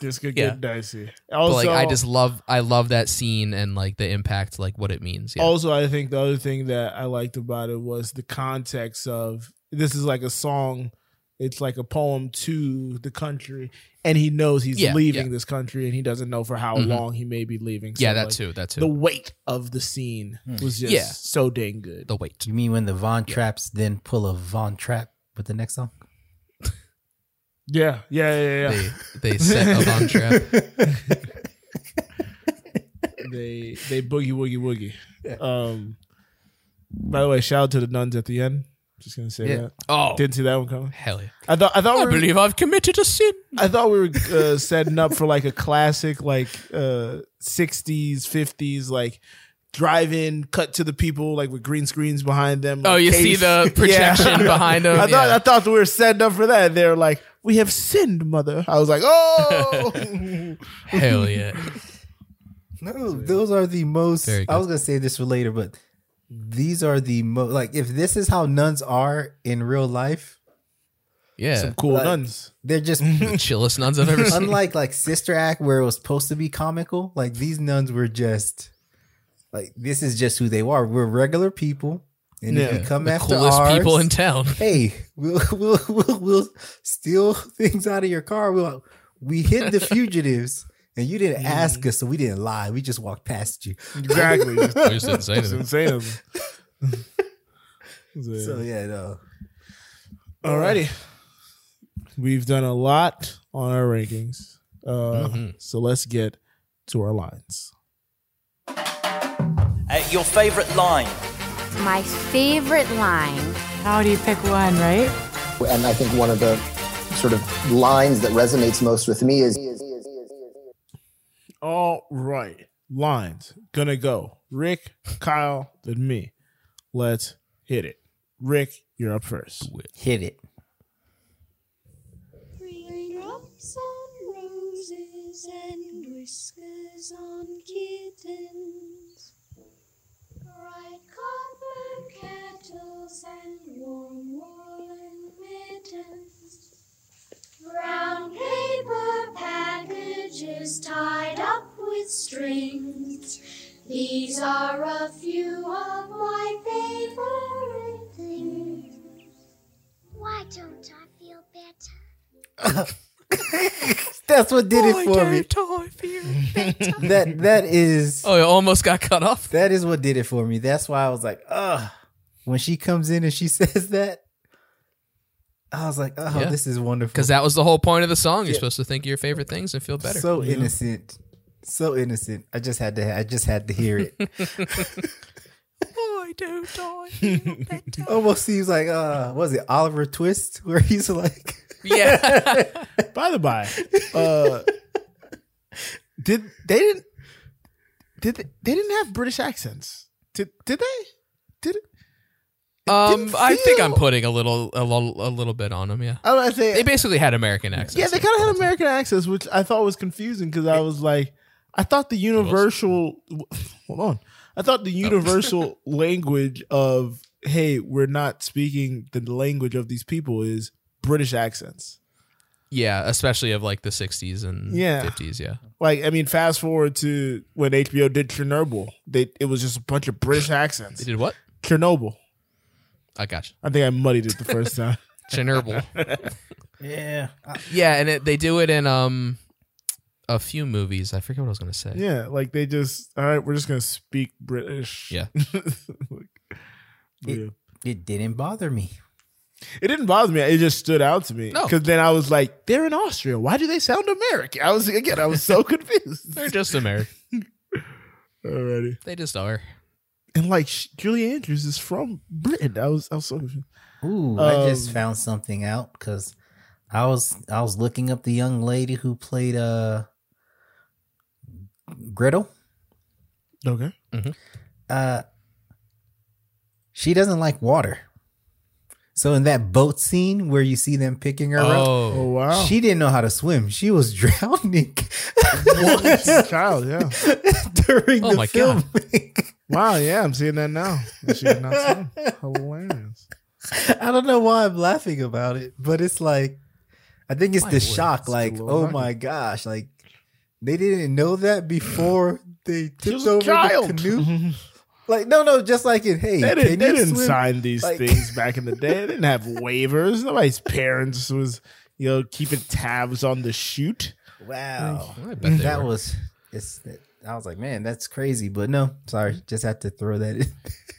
[SPEAKER 1] this could
[SPEAKER 2] Yeah.
[SPEAKER 1] get dicey.
[SPEAKER 2] but
[SPEAKER 1] Also,
[SPEAKER 2] like i just love i love that scene and like the impact like what it means yeah
[SPEAKER 1] Also, I think the other thing that I liked about it was the context of this is like a song. It's like a poem to the country, and he knows he's
[SPEAKER 2] Yeah,
[SPEAKER 1] leaving
[SPEAKER 2] yeah.
[SPEAKER 1] this country, and he doesn't know for how
[SPEAKER 2] Mhm.
[SPEAKER 1] long he may be leaving.
[SPEAKER 2] yeah
[SPEAKER 1] So,
[SPEAKER 2] that
[SPEAKER 1] like,
[SPEAKER 2] too that too
[SPEAKER 1] The
[SPEAKER 2] the,
[SPEAKER 1] weight of the scene was just
[SPEAKER 2] Yeah.
[SPEAKER 1] so dang good.
[SPEAKER 2] weight
[SPEAKER 3] You mean when the Von Traps then pull a Von Trap with the next song?
[SPEAKER 1] Yeah, yeah, yeah, yeah.
[SPEAKER 2] they set a bomb trap
[SPEAKER 1] *laughs* they they boogie woogie woogie. Um, by the way, shout out to the nuns at the end. Just gonna say
[SPEAKER 3] Yeah.
[SPEAKER 1] that.
[SPEAKER 2] oh
[SPEAKER 1] Didn't see that one coming.
[SPEAKER 2] hell yeah
[SPEAKER 1] I thought I thought
[SPEAKER 2] i
[SPEAKER 1] we were,
[SPEAKER 2] believe i've committed a sin
[SPEAKER 1] I thought we were uh, setting up for like a classic like uh 60s 50s like drive in cut to the people like with green screens behind them.
[SPEAKER 2] oh
[SPEAKER 1] like,
[SPEAKER 2] you see
[SPEAKER 1] case. *laughs*
[SPEAKER 2] the
[SPEAKER 1] Yeah.
[SPEAKER 2] projection behind them
[SPEAKER 1] I thought
[SPEAKER 2] yeah.
[SPEAKER 1] I thought we were setting up for that. They're like, "We have sinned, mother." I was like,
[SPEAKER 2] *laughs*
[SPEAKER 1] "Oh."
[SPEAKER 2] hell yeah
[SPEAKER 1] *laughs*
[SPEAKER 3] No, those are the most.
[SPEAKER 2] Very
[SPEAKER 3] I was gonna save this for later, but these are the most. Like, if this is how nuns are in real life,
[SPEAKER 2] yeah
[SPEAKER 1] Some cool
[SPEAKER 3] Like-
[SPEAKER 1] nuns.
[SPEAKER 3] they're
[SPEAKER 2] *laughs*
[SPEAKER 3] just
[SPEAKER 2] the chillest nuns *laughs* i've
[SPEAKER 1] *laughs*
[SPEAKER 2] ever seen
[SPEAKER 3] unlike like Sister Act, where it was supposed to be comical. Like these nuns were just like this is just who they are. We're regular people, and
[SPEAKER 1] Yeah.
[SPEAKER 3] if you come
[SPEAKER 2] the
[SPEAKER 3] after
[SPEAKER 2] coolest
[SPEAKER 3] ours,
[SPEAKER 2] people in town
[SPEAKER 3] *laughs* hey, we'll, we'll we'll we'll steal things out of your car. We'll We hid
[SPEAKER 2] *laughs*
[SPEAKER 3] the fugitives, and you didn't
[SPEAKER 2] Mm-hmm.
[SPEAKER 3] ask us, so we didn't lie. We just walked past you.
[SPEAKER 2] *laughs*
[SPEAKER 1] Exactly. Just-
[SPEAKER 2] *laughs* I just didn't say
[SPEAKER 1] just
[SPEAKER 2] anything.
[SPEAKER 1] insane.
[SPEAKER 2] *laughs*
[SPEAKER 1] of him. Yeah.
[SPEAKER 3] So yeah, no.
[SPEAKER 1] Alrighty. We've done a lot on our rankings. Uh,
[SPEAKER 2] Mm-hmm.
[SPEAKER 1] So let's get to our lines.
[SPEAKER 8] Uh, your favorite line.
[SPEAKER 11] My favorite line.
[SPEAKER 12] How do you pick one, right?
[SPEAKER 6] And I think one of the sort of lines that resonates most with me is
[SPEAKER 1] All right. Lines. Gonna go. Rick, Kyle, then me. Let's hit it. Rick, you're up first.
[SPEAKER 3] Hit it.
[SPEAKER 4] Raindrops on roses and whiskers on kittens. Bright copper kettles and warm woolen mittens. Brown paper packages tied up with strings. These are a few of my favorite things. Why don't I feel better?
[SPEAKER 3] That's what
[SPEAKER 2] Oh
[SPEAKER 3] did it for me.
[SPEAKER 2] I feel better.
[SPEAKER 3] That that is
[SPEAKER 2] oh, it almost got cut off.
[SPEAKER 3] that is what did it for me. That's why I was like, ugh. When she comes in and she *laughs* says that, I was like, oh,
[SPEAKER 2] Yeah.
[SPEAKER 3] this is wonderful.
[SPEAKER 2] Because that was the whole point of the song. You're supposed to think of your favorite things and feel better. *laughs*
[SPEAKER 3] so innocent, so innocent. I just had to. I just had to hear it. *laughs*
[SPEAKER 2] Why don't I
[SPEAKER 1] *laughs*
[SPEAKER 2] feel better?
[SPEAKER 3] Almost seems like uh, was it Oliver Twist *laughs* where he's like,
[SPEAKER 2] yeah.
[SPEAKER 1] By the by, uh, did they didn't did they, they didn't have British accents? Did did they? Did
[SPEAKER 2] Um,
[SPEAKER 1] didn't
[SPEAKER 2] I
[SPEAKER 1] *laughs*
[SPEAKER 2] think I'm
[SPEAKER 1] feel-
[SPEAKER 2] putting a little, a little, a little bit on them. Yeah,
[SPEAKER 1] I don't
[SPEAKER 2] they
[SPEAKER 1] say
[SPEAKER 2] basically had American accents.
[SPEAKER 1] yeah, they kind of had American accents, which I thought was confusing because I was like, I thought the universal. Hold on, I thought the universal language of hey, we're not speaking the language of these people is British accents.
[SPEAKER 2] yeah, especially of like the '60s and
[SPEAKER 1] Yeah.
[SPEAKER 2] '50s. Yeah,
[SPEAKER 1] Like, I mean, fast forward to when HBO did Chernobyl, they it was just a bunch of British
[SPEAKER 2] they
[SPEAKER 1] accents.
[SPEAKER 2] did what?
[SPEAKER 1] Chernobyl.
[SPEAKER 2] I got you.
[SPEAKER 1] I think I muddied it the first time.
[SPEAKER 2] Chernobyl.
[SPEAKER 3] yeah,
[SPEAKER 2] yeah, and it, they do it in um a few movies. I forget what I was gonna say.
[SPEAKER 1] *laughs* yeah, like they just all right. We're just gonna speak British.
[SPEAKER 2] Yeah.
[SPEAKER 1] Like, yeah.
[SPEAKER 3] it didn't bother me.
[SPEAKER 1] It didn't bother me. It just stood out to me.
[SPEAKER 2] No.
[SPEAKER 1] Because then I was like, they're in Austria. Why do they sound American? I was again. I was so *laughs* confused.
[SPEAKER 2] They're just American.
[SPEAKER 1] Alrighty.
[SPEAKER 2] They just are.
[SPEAKER 1] And like sh- Julie Andrews is from Britain. I was. I was so confused.
[SPEAKER 3] Ooh, I just
[SPEAKER 1] Um,
[SPEAKER 3] found something out because I was I was looking up the young lady who played uh Gretel.
[SPEAKER 1] Okay.
[SPEAKER 3] Uh, she doesn't like water, so in that boat scene where you see them picking her
[SPEAKER 1] Oh
[SPEAKER 2] Oh,
[SPEAKER 1] wow.
[SPEAKER 3] up, she didn't know how to swim. She was *laughs* drowning
[SPEAKER 1] child. Yeah.
[SPEAKER 3] during
[SPEAKER 2] Oh
[SPEAKER 3] the
[SPEAKER 2] my God.
[SPEAKER 3] filming. *laughs*
[SPEAKER 1] Wow. Yeah. I'm seeing that now. She did not sound *laughs* hilarious.
[SPEAKER 3] I don't know why I'm laughing about it, but it's like I think it's
[SPEAKER 2] My
[SPEAKER 3] the
[SPEAKER 2] word,
[SPEAKER 3] shock.
[SPEAKER 1] it's
[SPEAKER 3] Like,
[SPEAKER 1] a little
[SPEAKER 3] oh
[SPEAKER 1] nugget.
[SPEAKER 3] my gosh, like they didn't know that before they
[SPEAKER 1] She
[SPEAKER 3] tipped
[SPEAKER 1] was a
[SPEAKER 3] over
[SPEAKER 1] child.
[SPEAKER 3] the
[SPEAKER 2] Mm-hmm.
[SPEAKER 3] canoe. Like, no, no, just like it. Hey,
[SPEAKER 1] They
[SPEAKER 3] can
[SPEAKER 1] didn't, they
[SPEAKER 3] you
[SPEAKER 1] didn't
[SPEAKER 3] swim?
[SPEAKER 1] sign these
[SPEAKER 3] Like- *laughs*
[SPEAKER 1] things back in the day. They didn't have waivers. Nobody's parents was you know keeping tabs on the shoot.
[SPEAKER 3] Wow,
[SPEAKER 2] I bet they
[SPEAKER 3] that
[SPEAKER 2] were.
[SPEAKER 3] was. It's. I was like, man, that's crazy. But no,
[SPEAKER 2] Mm-hmm.
[SPEAKER 3] sorry, just had to throw that in.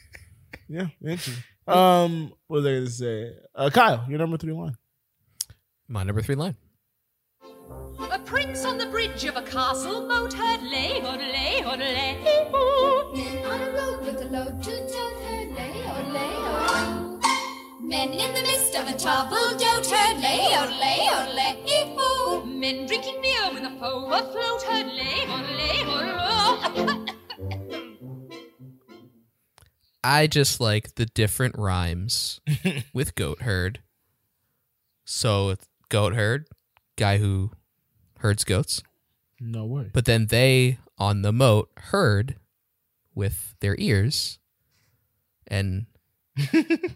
[SPEAKER 3] *laughs*
[SPEAKER 1] Yeah, interesting. Um, what was I gonna say? Uh, Kyle, your number three line.
[SPEAKER 2] my number three line.
[SPEAKER 4] A prince on the bridge of a castle boat heard lay, oh, lay, lay, oh." On a road with a load to tote heard lay, oh, lay, oh." Men in the midst of a troubled dote heard lay, oh, lay, oh." lay, Men drinking beer with a foe afloat heard lay, oh, lay, lay.
[SPEAKER 2] I just like the different rhymes with goat herd. So it's goat herd, guy who herds goats,
[SPEAKER 1] No way.
[SPEAKER 2] but then they on the moat heard with their ears, and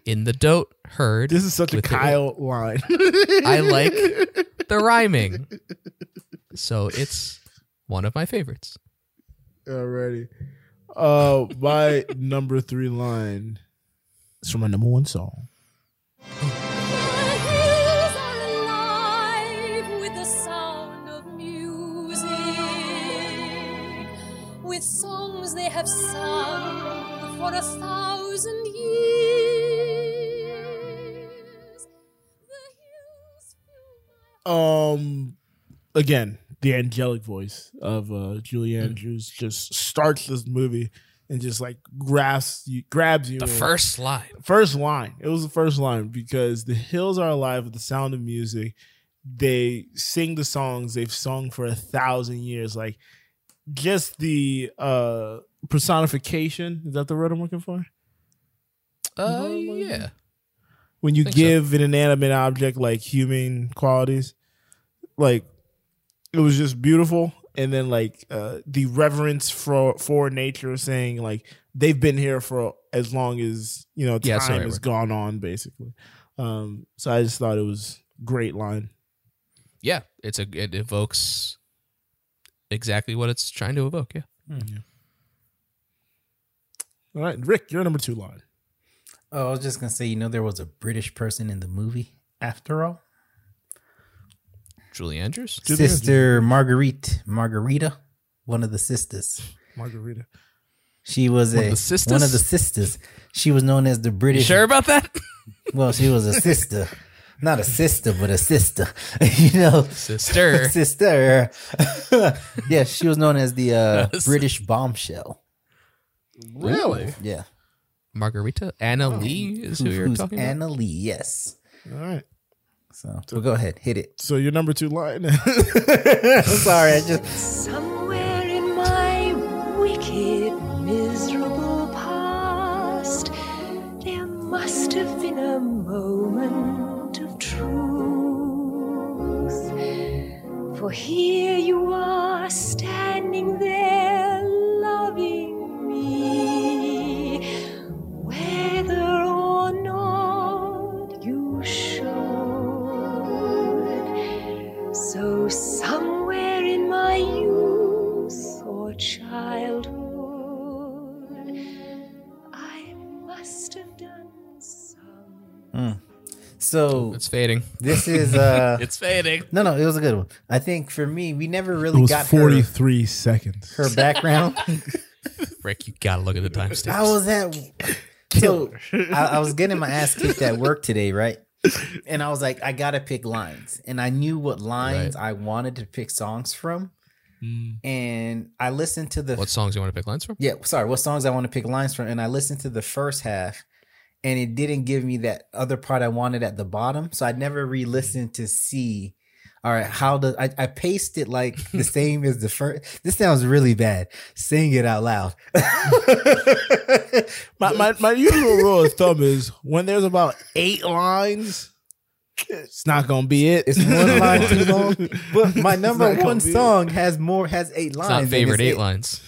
[SPEAKER 2] in the dote herd.
[SPEAKER 1] This is such a
[SPEAKER 2] with their-
[SPEAKER 1] Kyle line. *laughs*
[SPEAKER 2] I like the rhyming, so it's one of my favorites.
[SPEAKER 1] Alrighty. Uh, my *laughs* number three line is from my number one song.
[SPEAKER 4] The hills are alive with the sound of songs they have sung for a thousand years.
[SPEAKER 1] Um, again, the angelic voice of uh, Julie Andrews just starts this movie and just like grabs you, grabs you.
[SPEAKER 2] The
[SPEAKER 1] in.
[SPEAKER 2] first line.
[SPEAKER 1] first line. It was the first line because the hills are alive with the sound of music. They sing the songs they've sung for a thousand years. Like just the uh personification. Is that the word I'm looking for?
[SPEAKER 2] Uh, yeah.
[SPEAKER 1] when you
[SPEAKER 2] Think so.
[SPEAKER 1] give an inanimate object like human qualities like it was just beautiful and then like uh the reverence for for nature saying like they've been here for as long as you know
[SPEAKER 2] Yeah,
[SPEAKER 1] time
[SPEAKER 2] that's the right
[SPEAKER 1] has
[SPEAKER 2] word.
[SPEAKER 1] gone on basically um so i just thought it was great line
[SPEAKER 2] Yeah. It's a it evokes exactly what it's trying to evoke. Yeah.
[SPEAKER 1] all right rick your number two line
[SPEAKER 3] Oh, I was just gonna say, you know, there was a British person in the movie after all.
[SPEAKER 2] Julie Andrews.
[SPEAKER 3] Sister Marguerite, Margarita, one of the sisters.
[SPEAKER 1] margarita
[SPEAKER 3] She was
[SPEAKER 2] One
[SPEAKER 3] a
[SPEAKER 2] of the sisters?
[SPEAKER 3] one of the sisters. She was known as the
[SPEAKER 2] You
[SPEAKER 3] British.
[SPEAKER 2] sure about that?
[SPEAKER 3] Well,
[SPEAKER 2] *laughs*
[SPEAKER 3] she was a sister, not a sister, but a sister. *laughs* you know,
[SPEAKER 2] Sister.
[SPEAKER 3] *laughs* *laughs* sister. yeah, she was known as the uh,
[SPEAKER 2] *laughs* Yes.
[SPEAKER 3] British bombshell.
[SPEAKER 1] really
[SPEAKER 3] Yeah,
[SPEAKER 2] *laughs* Margarita Anna Lee is who *laughs* you're
[SPEAKER 3] Oh. Who's
[SPEAKER 2] talking about.
[SPEAKER 3] Anna Lee? Yes.
[SPEAKER 1] all right
[SPEAKER 3] So, but go ahead, hit it.
[SPEAKER 1] so your number two line *laughs*
[SPEAKER 3] Sorry, I just
[SPEAKER 4] Somewhere in my wicked, miserable past, there must have been a moment of truth. For here you are standing there loving me, whether or not you should. So somewhere in my youth or childhood, I must have done some.
[SPEAKER 3] so
[SPEAKER 2] *laughs* It's fading.
[SPEAKER 3] this is uh
[SPEAKER 2] It's fading.
[SPEAKER 3] no no it was a good one. I think for me we never
[SPEAKER 1] it
[SPEAKER 3] really
[SPEAKER 1] was
[SPEAKER 3] got
[SPEAKER 1] 43 seconds
[SPEAKER 3] her, her background.
[SPEAKER 2] Rick, you gotta look at the timestamps.
[SPEAKER 3] I was at so I, I was getting my ass kicked at work today, right? And I was like, I gotta pick lines, and I knew what lines I wanted to pick songs from, and I listened to the
[SPEAKER 2] what songs you want to pick lines from?
[SPEAKER 3] yeah, sorry, what songs I want to pick lines from, and I listened to the first half, and it didn't give me that other part I wanted at the bottom, so I never re-listened to see. All right, how does I, I paced it like
[SPEAKER 2] *laughs*
[SPEAKER 3] the same as the first? This sounds really bad. Sing it out loud. *laughs*
[SPEAKER 1] My, my, my usual rule of thumb is when there's about eight lines, it's not gonna be it. *laughs*
[SPEAKER 3] It's one line too long. But my number
[SPEAKER 1] not
[SPEAKER 3] one
[SPEAKER 1] gonna be
[SPEAKER 3] song has more has eight
[SPEAKER 2] It's
[SPEAKER 3] lines.
[SPEAKER 2] not
[SPEAKER 3] and
[SPEAKER 2] favorite
[SPEAKER 3] it's
[SPEAKER 2] eight
[SPEAKER 3] it.
[SPEAKER 2] lines.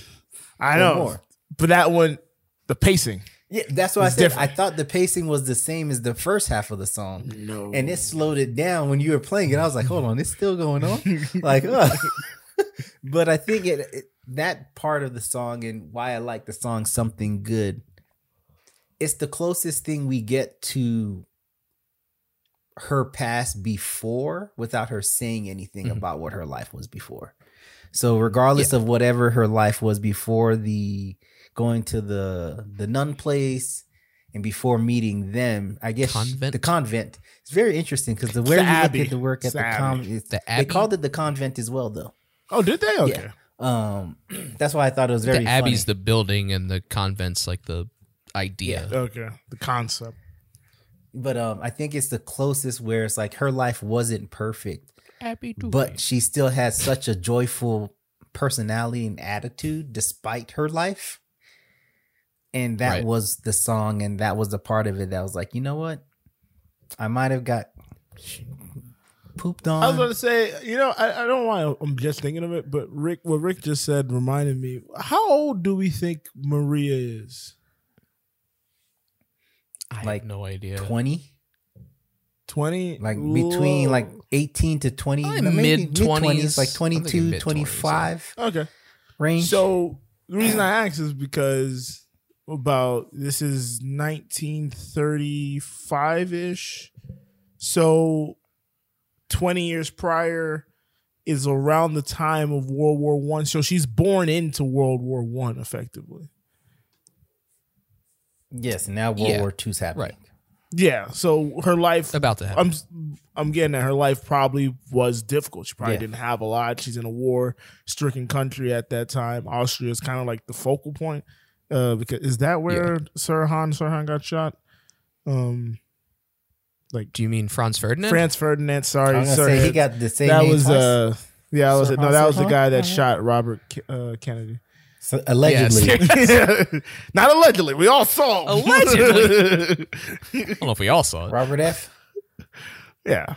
[SPEAKER 1] I
[SPEAKER 3] Or
[SPEAKER 1] know,
[SPEAKER 3] more.
[SPEAKER 1] but that one, the pacing.
[SPEAKER 3] Yeah, that's why I
[SPEAKER 1] It's
[SPEAKER 3] said
[SPEAKER 1] different.
[SPEAKER 3] I thought the pacing was the same as the first half of the song. No. And it slowed it down when you were playing it. I was like, hold on, it's still going on. like, uh. *laughs* but I think it, it that part of the song and why I like the song Something Good, it's the closest thing we get to her past before without her saying anything about what her life was before. So regardless of whatever her life was before the going to the the nun place and before meeting them, I guess
[SPEAKER 2] Convent?
[SPEAKER 3] the convent. It's very interesting because the where
[SPEAKER 1] the
[SPEAKER 3] you look
[SPEAKER 1] abbey.
[SPEAKER 3] at the work
[SPEAKER 1] It's
[SPEAKER 3] at the,
[SPEAKER 1] the abbey.
[SPEAKER 3] convent,
[SPEAKER 2] The
[SPEAKER 3] they
[SPEAKER 2] abbey?
[SPEAKER 3] called it the convent as well though.
[SPEAKER 1] Oh, did they? Okay,
[SPEAKER 3] Um, *clears throat* that's why I thought it was very
[SPEAKER 2] the abbey's the building and the convent's like the idea.
[SPEAKER 1] okay. The concept.
[SPEAKER 3] but um, I think it's the closest where it's like her life wasn't perfect,
[SPEAKER 2] Abbey
[SPEAKER 3] but she still had such a joyful personality and attitude despite her life. And that
[SPEAKER 2] Right.
[SPEAKER 3] was the song, and that was the part of it that was like, you know what, I might have got pooped on.
[SPEAKER 1] I was going to say, you know, I, I don't want. I'm just thinking of it, but Rick, what Rick just said reminded me. How old do we think Maria is?
[SPEAKER 2] I
[SPEAKER 3] like,
[SPEAKER 2] have no idea.
[SPEAKER 3] 20
[SPEAKER 1] Twenty,
[SPEAKER 3] like between
[SPEAKER 1] Whoa.
[SPEAKER 3] like 18 to 20
[SPEAKER 2] Probably
[SPEAKER 3] no, maybe
[SPEAKER 2] mid-twenties.
[SPEAKER 3] mid-twenties,
[SPEAKER 2] I'm
[SPEAKER 3] like
[SPEAKER 2] thinking
[SPEAKER 3] 22
[SPEAKER 2] mid-twenties,
[SPEAKER 3] 25
[SPEAKER 1] okay.
[SPEAKER 3] range
[SPEAKER 1] So the reason I asked is because about this is 1935 ish. So 20 years prior is around the time of World War One, so she's born into World War One effectively.
[SPEAKER 3] Yes, and now World
[SPEAKER 1] Yeah.
[SPEAKER 3] War II's happening.
[SPEAKER 1] Right. Yeah, so her life
[SPEAKER 2] about to
[SPEAKER 3] Um,
[SPEAKER 1] happen. I'm I'm getting that her life probably was difficult. She probably
[SPEAKER 3] Yeah.
[SPEAKER 1] didn't have a lot. She's in a war-stricken country at that time. Austria is kind of like the focal point. Uh, because is that where Sir Han Sirhan got shot? Um, like,
[SPEAKER 2] do you mean Franz Ferdinand?
[SPEAKER 1] Franz Ferdinand. Sorry,
[SPEAKER 2] I was gonna
[SPEAKER 1] sorry.
[SPEAKER 2] say, he got the same
[SPEAKER 1] That
[SPEAKER 2] name
[SPEAKER 1] was
[SPEAKER 2] twice.
[SPEAKER 1] uh, yeah, I was
[SPEAKER 2] Sir
[SPEAKER 1] no,
[SPEAKER 2] Han
[SPEAKER 1] that was the
[SPEAKER 2] Sirhan?
[SPEAKER 1] guy that
[SPEAKER 2] Uh-huh.
[SPEAKER 1] shot Robert K- uh, Kennedy. *laughs*
[SPEAKER 3] allegedly.
[SPEAKER 1] not allegedly. We all saw. him.
[SPEAKER 2] Allegedly. *laughs* I don't know if we all saw it.
[SPEAKER 3] *laughs* Robert F.
[SPEAKER 1] *laughs* yeah,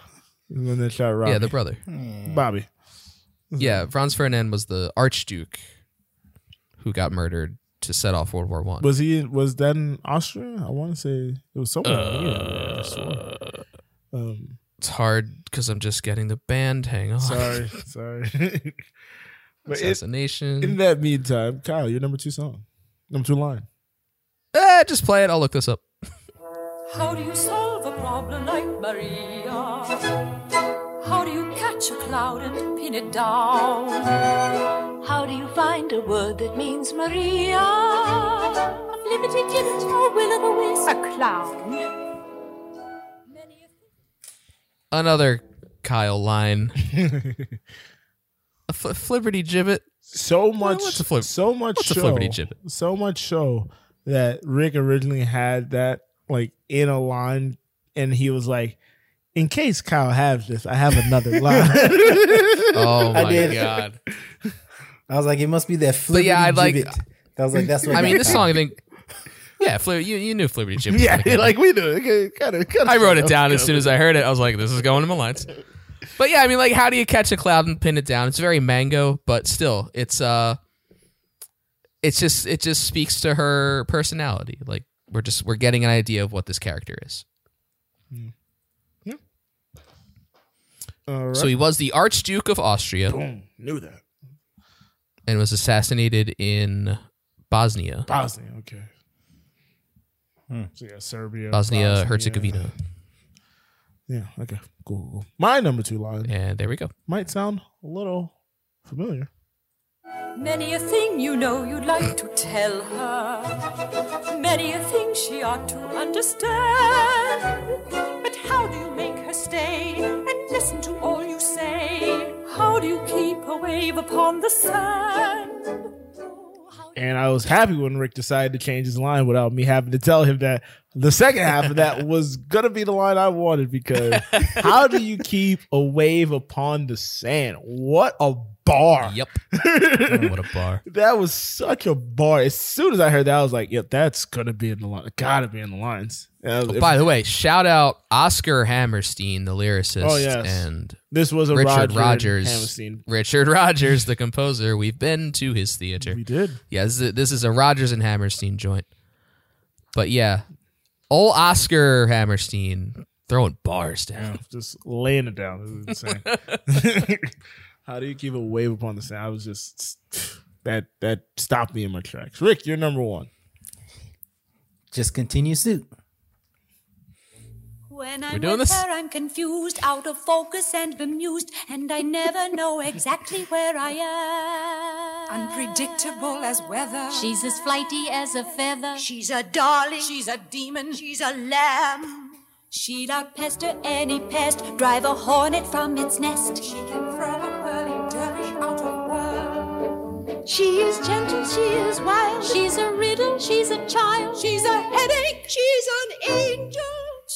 [SPEAKER 1] when they shot Robert.
[SPEAKER 2] Yeah, the brother.
[SPEAKER 1] Bobby. Mm-hmm.
[SPEAKER 2] Yeah, Franz Ferdinand was the Archduke who got murdered to set off World War One.
[SPEAKER 1] Was he? Was that in Austria? I want to say it was somewhere. near there, I
[SPEAKER 2] Uh,
[SPEAKER 1] swear. um,
[SPEAKER 2] It's hard because I'm just getting the band. Hang on. *laughs*
[SPEAKER 1] sorry, sorry. *laughs* But it-
[SPEAKER 2] Assassination.
[SPEAKER 1] in that meantime, Kyle, your number two song, number two line.
[SPEAKER 2] Eh, just play it. I'll look this up.
[SPEAKER 4] How do you solve a problem like Maria? How do you catch a cloud and pin it down? How do you find a word that means Maria? A flippity gibbet or will o' the wisp? A clown.
[SPEAKER 2] Another Kyle
[SPEAKER 1] *laughs*
[SPEAKER 2] line. a fl- flipperty
[SPEAKER 1] *laughs*
[SPEAKER 2] gibbet.
[SPEAKER 1] So much.
[SPEAKER 2] What's a flip?
[SPEAKER 1] So much.
[SPEAKER 2] What's a
[SPEAKER 1] show,
[SPEAKER 2] flipperty gibbet?
[SPEAKER 1] So much show that Rick originally had that like in a line, and he was like, "In case Kyle has this, I have
[SPEAKER 2] *laughs*
[SPEAKER 1] another line."
[SPEAKER 2] Oh
[SPEAKER 3] I
[SPEAKER 2] my
[SPEAKER 1] *laughs*
[SPEAKER 3] did.
[SPEAKER 2] god.
[SPEAKER 3] I was like, it must be that
[SPEAKER 2] But
[SPEAKER 3] flippity
[SPEAKER 2] yeah, I like.
[SPEAKER 3] gibbet. I was like, that's what
[SPEAKER 2] I mean,
[SPEAKER 3] got
[SPEAKER 2] this
[SPEAKER 3] me.
[SPEAKER 2] song. I think. Yeah, flip, you you knew flipperty gibbet.
[SPEAKER 1] *laughs*
[SPEAKER 2] was
[SPEAKER 1] yeah,
[SPEAKER 2] *laughs* gonna come.
[SPEAKER 1] like we do. it Kind of.
[SPEAKER 2] I wrote it down as soon as I heard it. I was like, this is going in my lines. But yeah, I mean, like, how do you catch a cloud and pin it down? It's very mango, but still, it's uh, it's just it just speaks to her personality. Like, we're just we're getting an idea of what this character is.
[SPEAKER 1] All
[SPEAKER 2] So he was the Archduke of Austria
[SPEAKER 1] Boom. Mm, Knew that.
[SPEAKER 2] and was assassinated in Bosnia,
[SPEAKER 1] Bosnia. Okay. Hmm. So yeah, Serbia.
[SPEAKER 2] Bosnia Herzegovina.
[SPEAKER 1] Yeah. Okay. Cool, cool, cool. My number two line.
[SPEAKER 2] And there we go.
[SPEAKER 1] Might sound a little familiar.
[SPEAKER 4] Many a thing you know you'd like to tell her. Many a thing she ought to understand. But how do you make her stay and listen to all you say? How do you keep a wave upon the sand? Oh,
[SPEAKER 1] And I was happy when Rick decided to change his line without me having to tell him that the second half of
[SPEAKER 2] *laughs*
[SPEAKER 1] that was gonna be the line I wanted because how do you keep a wave upon the sand? What a bar.
[SPEAKER 2] *laughs* Yep. Oh, what a bar.
[SPEAKER 1] That was such a bar. As soon as I heard that, I was like, "Yep, that's gonna be in the line. Gotta be in the lines." Uh, if-
[SPEAKER 2] By the way, shout out Oscar Hammerstein, the lyricist,
[SPEAKER 1] Oh, yes.
[SPEAKER 2] and
[SPEAKER 1] This was a
[SPEAKER 2] Richard
[SPEAKER 1] Roger
[SPEAKER 2] Rogers.
[SPEAKER 1] Hammerstein.
[SPEAKER 2] Richard Rogers, the composer. We've been to his theater. We
[SPEAKER 1] did.
[SPEAKER 2] Yeah, this is a, this is a Rogers and Hammerstein joint. But yeah, old Oscar Hammerstein throwing bars down.
[SPEAKER 1] just laying it down. It was insane. *laughs* How do you keep a wave upon the sand? I was just that that stopped me in my tracks. Rick, you're number one.
[SPEAKER 3] Just continue suit.
[SPEAKER 4] When
[SPEAKER 3] We're
[SPEAKER 4] I'm
[SPEAKER 3] doing
[SPEAKER 4] with
[SPEAKER 3] this?
[SPEAKER 4] her, I'm confused, out of focus, and bemused, and I never know exactly where I am. Unpredictable as weather.
[SPEAKER 13] She's as flighty as a feather.
[SPEAKER 4] She's a darling. She's a demon. She's a lamb. She'll outpester any pest, drive a hornet from its nest. She can throw a whirly-durly out of world. She is gentle, she is wild.
[SPEAKER 13] She's a riddle, she's a child.
[SPEAKER 4] She's a headache, she's an angel.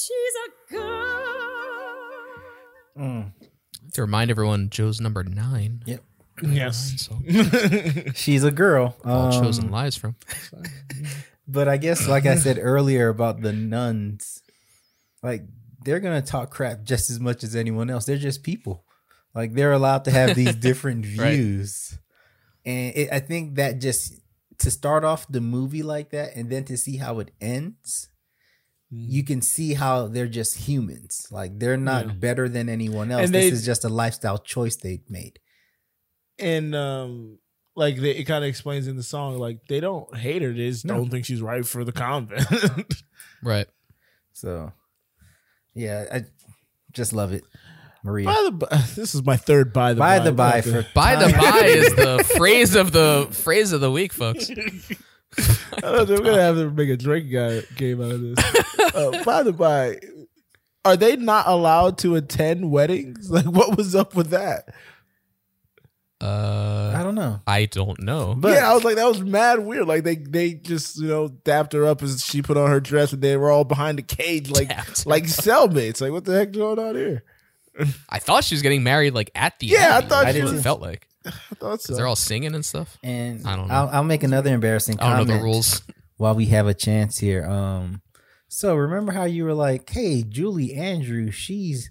[SPEAKER 4] She's a girl.
[SPEAKER 3] Mm.
[SPEAKER 2] To remind everyone, Joe's number nine.
[SPEAKER 3] Yep.
[SPEAKER 1] Yes.
[SPEAKER 3] She's a girl.
[SPEAKER 2] All chosen
[SPEAKER 3] Um,
[SPEAKER 2] lives from.
[SPEAKER 3] But I guess,
[SPEAKER 1] *laughs*
[SPEAKER 3] like I said earlier about the nuns, like they're gonna talk crap just as much as anyone else. They're just people. Like they're allowed to
[SPEAKER 1] *laughs*
[SPEAKER 3] have these different
[SPEAKER 14] Right.
[SPEAKER 3] views, and it, I think that just to start off the movie like that, and then to see how it ends,
[SPEAKER 1] Mm.
[SPEAKER 3] you can see how they're just humans. Like they're not
[SPEAKER 1] Yeah.
[SPEAKER 3] better than anyone else.
[SPEAKER 1] And
[SPEAKER 3] this
[SPEAKER 1] they-
[SPEAKER 3] is just a lifestyle choice they made.
[SPEAKER 1] And um, like they, it kind of explains in the song, like they don't hate her. They just
[SPEAKER 3] No.
[SPEAKER 1] don't think she's right for the
[SPEAKER 3] *laughs*
[SPEAKER 1] convent.
[SPEAKER 2] Right.
[SPEAKER 3] So, yeah, I just love it. Maria.
[SPEAKER 1] By the by, this is my third by the
[SPEAKER 3] By
[SPEAKER 1] by.
[SPEAKER 3] the by
[SPEAKER 1] What
[SPEAKER 3] for-
[SPEAKER 2] By the by is the phrase of the phrase of the week, folks.
[SPEAKER 1] *laughs* I don't know, we're gonna have to make a drink guy game out of this. Uh, by the by, are they not allowed to attend weddings? *laughs* Like, what was up with that?
[SPEAKER 2] Uh,
[SPEAKER 3] *laughs* I don't know.
[SPEAKER 2] I don't know.
[SPEAKER 1] yeah, I was like, that was mad weird. Like they they just you know dapped her up as she put on her dress, and they were all behind the cage, like
[SPEAKER 3] *laughs*
[SPEAKER 1] like cellmates. Like, what the heck going on here?
[SPEAKER 2] I thought she was getting married like at the
[SPEAKER 1] Yeah, I
[SPEAKER 2] end.
[SPEAKER 1] thought
[SPEAKER 2] That's
[SPEAKER 1] she
[SPEAKER 2] what it
[SPEAKER 1] was-
[SPEAKER 2] felt like
[SPEAKER 1] I thought so.
[SPEAKER 2] because they're all singing and stuff.
[SPEAKER 3] And
[SPEAKER 2] I don't know.
[SPEAKER 3] I'll, I'll make another embarrassing
[SPEAKER 2] I don't
[SPEAKER 3] comment.
[SPEAKER 2] know the rules.
[SPEAKER 3] While we have a chance here, um, so remember how you were like, "Hey, Julie Andrews, she's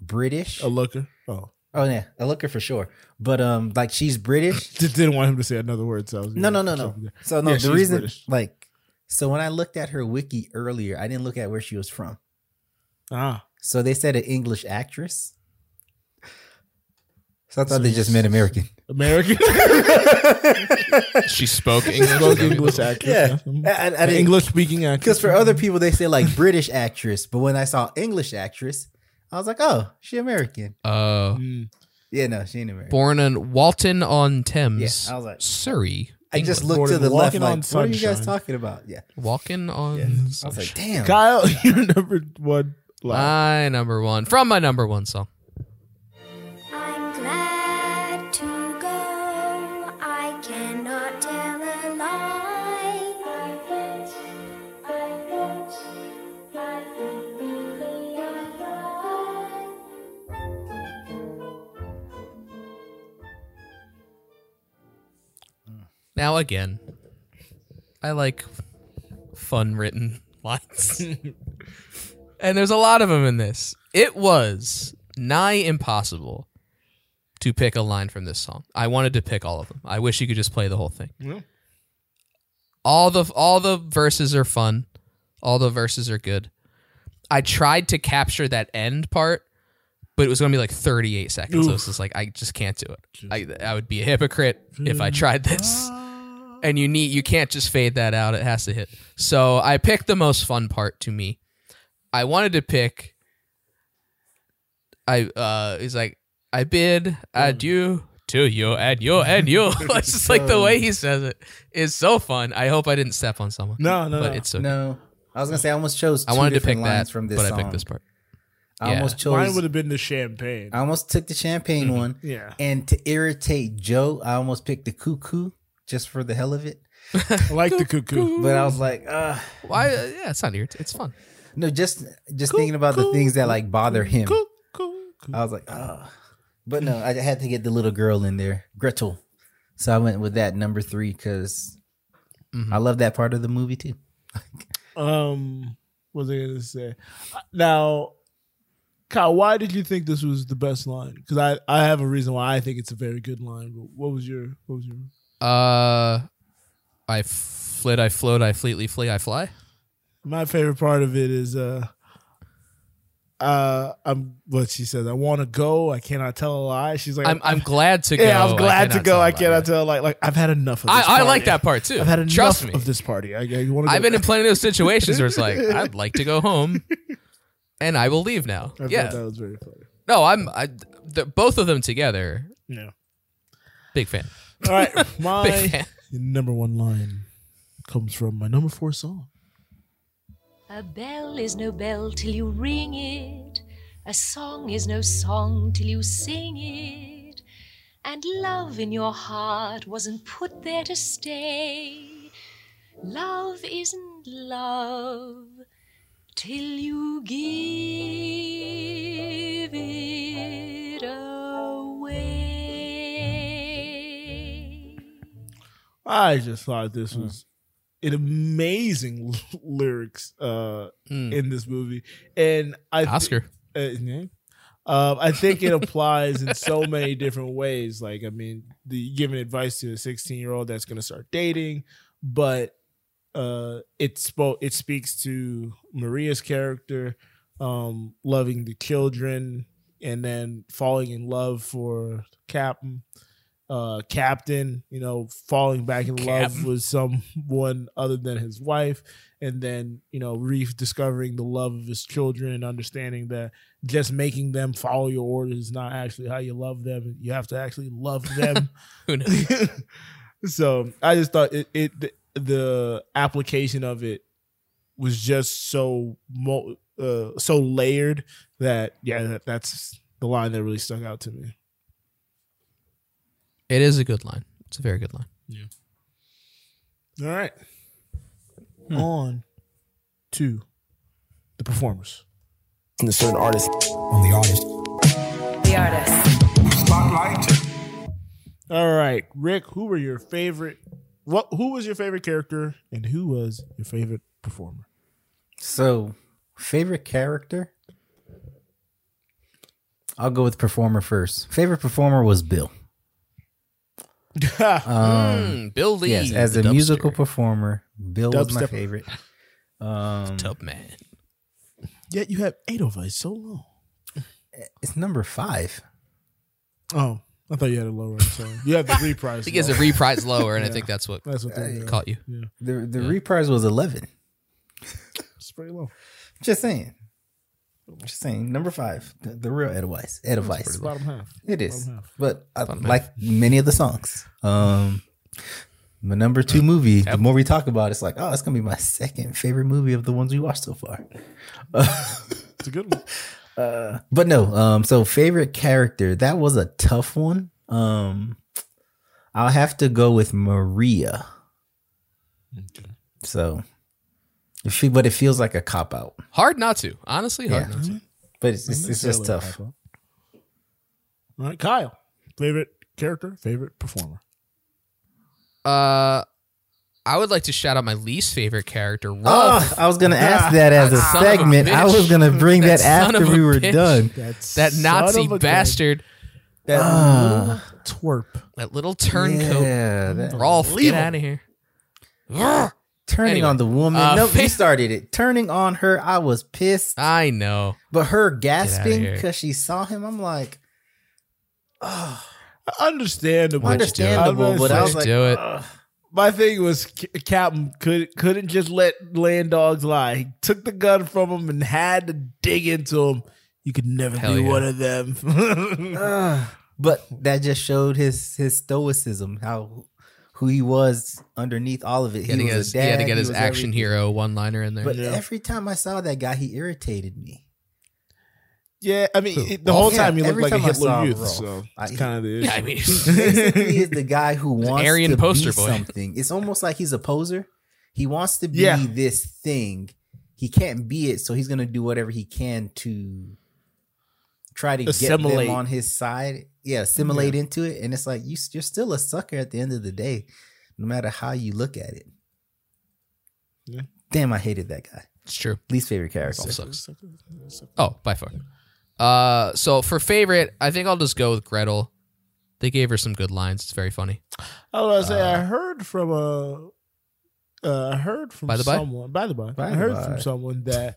[SPEAKER 3] British."
[SPEAKER 1] a looker. Oh,
[SPEAKER 3] Oh yeah, a looker for sure. But um, like
[SPEAKER 1] *laughs*
[SPEAKER 3] she's British.
[SPEAKER 1] just didn't want him to say another word. So I was
[SPEAKER 3] No, no, no, no. So no,
[SPEAKER 1] Yeah,
[SPEAKER 3] the
[SPEAKER 1] she's
[SPEAKER 3] reason
[SPEAKER 1] British.
[SPEAKER 3] like so when I looked at her wiki earlier, I didn't look at where she was from.
[SPEAKER 1] ah,
[SPEAKER 3] So they said an English actress. So I thought they just meant American. *laughs*
[SPEAKER 1] American.
[SPEAKER 2] She spoke
[SPEAKER 1] She
[SPEAKER 2] English.
[SPEAKER 1] spoke English actress.
[SPEAKER 3] Yeah, *laughs* I, I, I didn't
[SPEAKER 1] English speaking actress.
[SPEAKER 3] because for other people they say like British actress, but when I saw English actress, I was like, oh, she American.
[SPEAKER 2] Uh,
[SPEAKER 1] Mm.
[SPEAKER 3] Yeah, no, she ain't American.
[SPEAKER 2] born in Walton on Thames,
[SPEAKER 3] Yeah, I was like-
[SPEAKER 2] Surrey.
[SPEAKER 3] I just
[SPEAKER 2] England.
[SPEAKER 3] looked to
[SPEAKER 1] Born
[SPEAKER 3] the left,
[SPEAKER 1] walking
[SPEAKER 3] like,
[SPEAKER 1] on
[SPEAKER 3] what are you guys
[SPEAKER 1] sunshine.
[SPEAKER 3] talking about? Yeah,
[SPEAKER 2] walking on.
[SPEAKER 3] I was like, damn.
[SPEAKER 1] Kyle, *laughs* you're number one. Wow.
[SPEAKER 2] My number one from my number one song.
[SPEAKER 15] I'm glad to go. I cannot tell a lie.
[SPEAKER 2] Now again, I like fun written *laughs* lines, and there's a lot of them in this. It was nigh impossible to pick a line from this song. I wanted to pick all of them. I wish you could just play the whole thing.
[SPEAKER 1] Yeah.
[SPEAKER 2] All the all the verses are fun. All the verses are good. I tried to capture that end part, but it was going to be like 38 seconds. So
[SPEAKER 1] Oof.
[SPEAKER 2] it's just like I just can't do it. I I would be a hypocrite if I
[SPEAKER 1] *laughs*
[SPEAKER 2] tried this. And you need you can't just fade that out. It has to hit. So I picked the most fun part to me. I wanted to pick I uh he's like I bid adieu to you and you and you. *laughs* it's just like the way he says it is so fun. I hope I didn't step on someone.
[SPEAKER 1] No, no,
[SPEAKER 2] but
[SPEAKER 1] no.
[SPEAKER 2] it's okay.
[SPEAKER 3] No, I was gonna say I almost chose. Two
[SPEAKER 2] I wanted to pick
[SPEAKER 3] different lines
[SPEAKER 2] that,
[SPEAKER 3] from this,
[SPEAKER 2] but
[SPEAKER 3] song.
[SPEAKER 2] I picked this part.
[SPEAKER 3] I
[SPEAKER 2] Yeah.
[SPEAKER 3] almost
[SPEAKER 1] Mine
[SPEAKER 3] chose.
[SPEAKER 1] would have been Mm-hmm. the champagne.
[SPEAKER 3] I almost took the champagne one.
[SPEAKER 1] Yeah.
[SPEAKER 3] And to irritate Joe, I almost picked the cuckoo just for the hell of it.
[SPEAKER 1] I like the cuckoo.
[SPEAKER 3] But I was like, uh
[SPEAKER 2] Why? uh, yeah, it's not irritating. It's fun.
[SPEAKER 3] no, just just thinking about the things that like bother him.
[SPEAKER 1] Cuckoo.
[SPEAKER 3] I was like, oh. But no, I had to get the little girl in there, Gretel. So I went with that number three because I love that part of the movie too.
[SPEAKER 1] Um, what was I gonna say? Now, Kyle, why did you think this was the best line? Because I I have a reason why I think it's a very good line. But what was your what was your
[SPEAKER 2] Uh, I flit, I float, I fleetly flee, I fly.
[SPEAKER 1] my favorite part of it is uh uh I'm what she says. I want to go. I cannot tell a lie. She's like
[SPEAKER 2] I'm I'm glad to go.
[SPEAKER 1] yeah. I'm glad
[SPEAKER 2] I
[SPEAKER 1] to
[SPEAKER 2] cannot
[SPEAKER 1] go.
[SPEAKER 2] tell
[SPEAKER 1] I
[SPEAKER 2] about
[SPEAKER 1] cannot
[SPEAKER 2] it.
[SPEAKER 1] tell. Like like I've had enough of. This
[SPEAKER 2] I, I like
[SPEAKER 1] party.
[SPEAKER 2] that part too.
[SPEAKER 1] I've had enough
[SPEAKER 2] Trust me.
[SPEAKER 1] of this party. I, I want to.
[SPEAKER 2] I've been in plenty of those situations where
[SPEAKER 1] *laughs*
[SPEAKER 2] it's like I'd like to go home, and I will leave now.
[SPEAKER 1] I
[SPEAKER 2] yeah.
[SPEAKER 1] thought that was very funny.
[SPEAKER 2] No, I'm I, the, both of them together. *laughs*
[SPEAKER 1] Yeah.
[SPEAKER 2] Big fan.
[SPEAKER 1] All right,
[SPEAKER 2] Big
[SPEAKER 1] my
[SPEAKER 2] fan.
[SPEAKER 1] number one line comes from my number four song.
[SPEAKER 4] A bell is no bell till you ring it. A song is no song till you sing it. And love in your heart wasn't put there to stay. Love isn't love till you give it away.
[SPEAKER 1] I just thought this was an amazing *laughs* lyrics uh,
[SPEAKER 2] Mm.
[SPEAKER 1] in this movie, and I thi-
[SPEAKER 2] Oscar.
[SPEAKER 1] uh, yeah. Um, I think it applies in so many different ways. Like, I mean, the giving advice to a 16 year old that's going to start dating, but uh, it spoke. It speaks to Maria's character, um, loving the children, and then falling in love for Captain, uh, captain, you know, falling back in love
[SPEAKER 2] Captain.
[SPEAKER 1] with someone other than his wife, and then you know Reef discovering the love of his children and understanding that just making them follow your orders is not actually how you love them. You have to actually love them. *laughs*
[SPEAKER 2] Who knows?
[SPEAKER 1] so I just thought it, it the, the application of it was just so mo- uh, so layered that yeah, that, that's the line that really stuck out to me.
[SPEAKER 2] It is a good line. It's a very good line.
[SPEAKER 1] All right. On to the performers.
[SPEAKER 5] And certain artist.
[SPEAKER 1] On the artist.
[SPEAKER 16] The artist.
[SPEAKER 1] All right, Rick. Who were your favorite? What? Who was your favorite character, and who was your favorite performer?
[SPEAKER 3] So, favorite character? I'll go with performer first. Favorite performer was Bill.
[SPEAKER 2] Mm, Bill Lee,
[SPEAKER 3] Yes, as
[SPEAKER 2] the
[SPEAKER 3] a
[SPEAKER 2] dubster.
[SPEAKER 3] musical performer, Bill was my
[SPEAKER 2] Dubstep.
[SPEAKER 3] favorite. Um,
[SPEAKER 1] Mm.
[SPEAKER 2] Tub man.
[SPEAKER 1] Yet you have eight of us so low.
[SPEAKER 3] It's number five.
[SPEAKER 1] Oh, I thought you had a low rank. Sorry, you have the reprise.
[SPEAKER 2] *laughs* I think it's a
[SPEAKER 1] lower.
[SPEAKER 2] reprise lower, and I
[SPEAKER 3] *laughs*
[SPEAKER 1] Yeah.
[SPEAKER 2] think that's what,
[SPEAKER 1] that's what they
[SPEAKER 2] caught you.
[SPEAKER 1] Yeah,
[SPEAKER 3] The the reprise was eleven.
[SPEAKER 1] it's pretty low.
[SPEAKER 3] Just saying. Just saying. Number five, the, the real Edelweiss. Edelweiss.
[SPEAKER 1] pretty low. Bottom half.
[SPEAKER 3] It is.
[SPEAKER 1] Bottom half.
[SPEAKER 3] But I
[SPEAKER 1] Bottom
[SPEAKER 3] like many of the songs. Um, my number two movie. The more we talk about, it, it's like, oh, it's gonna be my *laughs* second favorite movie of the ones we watched so far.
[SPEAKER 1] It's a good one.
[SPEAKER 3] Uh, but no, um, so favorite character that was a tough one. Um, I'll have to go with Maria. So, if she, but it feels like a cop out.
[SPEAKER 2] Hard not to. Honestly, hard
[SPEAKER 3] Yeah. Mm-hmm.
[SPEAKER 2] not to.
[SPEAKER 3] But it's it's, it's just tough.
[SPEAKER 1] All right, Kyle. Favorite character, favorite performer.
[SPEAKER 2] Uh, I would like to shout out my least favorite character, Ruff.
[SPEAKER 3] Oh, I
[SPEAKER 2] *laughs*
[SPEAKER 3] was gonna ask that as a
[SPEAKER 2] son of
[SPEAKER 3] segment. I
[SPEAKER 2] bitch.
[SPEAKER 3] was gonna bring that,
[SPEAKER 2] son
[SPEAKER 3] after
[SPEAKER 2] of a
[SPEAKER 3] we were
[SPEAKER 2] bitch.
[SPEAKER 3] done.
[SPEAKER 2] that
[SPEAKER 1] son
[SPEAKER 2] Nazi
[SPEAKER 1] of a gun.
[SPEAKER 2] bastard,
[SPEAKER 1] That
[SPEAKER 3] Ah.
[SPEAKER 1] little twerp.
[SPEAKER 2] that little turncoat.
[SPEAKER 3] Yeah, that-
[SPEAKER 2] Rolf, get
[SPEAKER 3] Unbelievable.
[SPEAKER 2] out of here.
[SPEAKER 3] Turning
[SPEAKER 2] Anyway,
[SPEAKER 3] on the woman.
[SPEAKER 2] uh,
[SPEAKER 3] no, you started it. Turning on her, I was pissed.
[SPEAKER 2] I know.
[SPEAKER 3] But her
[SPEAKER 2] outta
[SPEAKER 3] gasping
[SPEAKER 2] here.
[SPEAKER 3] because she saw him, I'm like, oh,
[SPEAKER 1] Understandable.
[SPEAKER 3] Why'd you do it? Understandable, but I was uh,
[SPEAKER 2] Why'd you like, do it?
[SPEAKER 1] My thing was, C- Captain could, couldn't just let land dogs lie. He took the gun from him and had to dig into him. You could never
[SPEAKER 2] Hell
[SPEAKER 1] be
[SPEAKER 2] yeah.
[SPEAKER 1] one of them. *laughs*
[SPEAKER 3] Ugh. but that just showed his his stoicism, how who he was underneath all of it.
[SPEAKER 2] He had, to get
[SPEAKER 3] was
[SPEAKER 2] his,
[SPEAKER 3] a
[SPEAKER 2] he had to
[SPEAKER 3] dad,
[SPEAKER 2] get
[SPEAKER 3] he
[SPEAKER 2] his
[SPEAKER 3] was
[SPEAKER 2] action
[SPEAKER 3] everything.
[SPEAKER 2] hero one liner in there.
[SPEAKER 3] But uh, every time I saw that guy, he irritated me.
[SPEAKER 1] yeah, I mean,
[SPEAKER 3] Who?
[SPEAKER 1] it- the whole
[SPEAKER 3] Yeah,
[SPEAKER 1] time he looked
[SPEAKER 3] every
[SPEAKER 1] like a
[SPEAKER 3] time I saw
[SPEAKER 1] Hitler youth.
[SPEAKER 3] Rolf,
[SPEAKER 1] so
[SPEAKER 3] I-
[SPEAKER 1] it's kind of the issue.
[SPEAKER 2] *laughs* yeah, I
[SPEAKER 3] *laughs*
[SPEAKER 2] mean,
[SPEAKER 3] he basically is the guy
[SPEAKER 2] *laughs*
[SPEAKER 3] who
[SPEAKER 2] an
[SPEAKER 3] wants
[SPEAKER 2] Aryan
[SPEAKER 3] to
[SPEAKER 2] poster
[SPEAKER 3] be
[SPEAKER 2] boy.
[SPEAKER 3] something. It's almost like he's a poser. He wants to be
[SPEAKER 1] Yeah.
[SPEAKER 3] this thing. He can't be it, so he's gonna do whatever he can to try to get
[SPEAKER 1] Assimilate.
[SPEAKER 3] them on his side. Yeah, assimilate into it, and it's like you, you're still a sucker at the end of the day, no matter how you look at it.
[SPEAKER 1] Yeah.
[SPEAKER 3] Damn, I hated that guy.
[SPEAKER 2] it's true.
[SPEAKER 3] Least favorite
[SPEAKER 2] Rolf
[SPEAKER 3] character.
[SPEAKER 2] sucks. Oh, by far. Uh, so for favorite, I think I'll just go with Gretel. They gave her some good lines. It's very funny.
[SPEAKER 1] I was gonna say
[SPEAKER 2] Uh,
[SPEAKER 1] I heard from a, uh, I heard from
[SPEAKER 2] By the by?
[SPEAKER 1] someone. By the by,
[SPEAKER 3] By
[SPEAKER 1] I
[SPEAKER 3] the
[SPEAKER 1] heard
[SPEAKER 3] by.
[SPEAKER 1] from someone that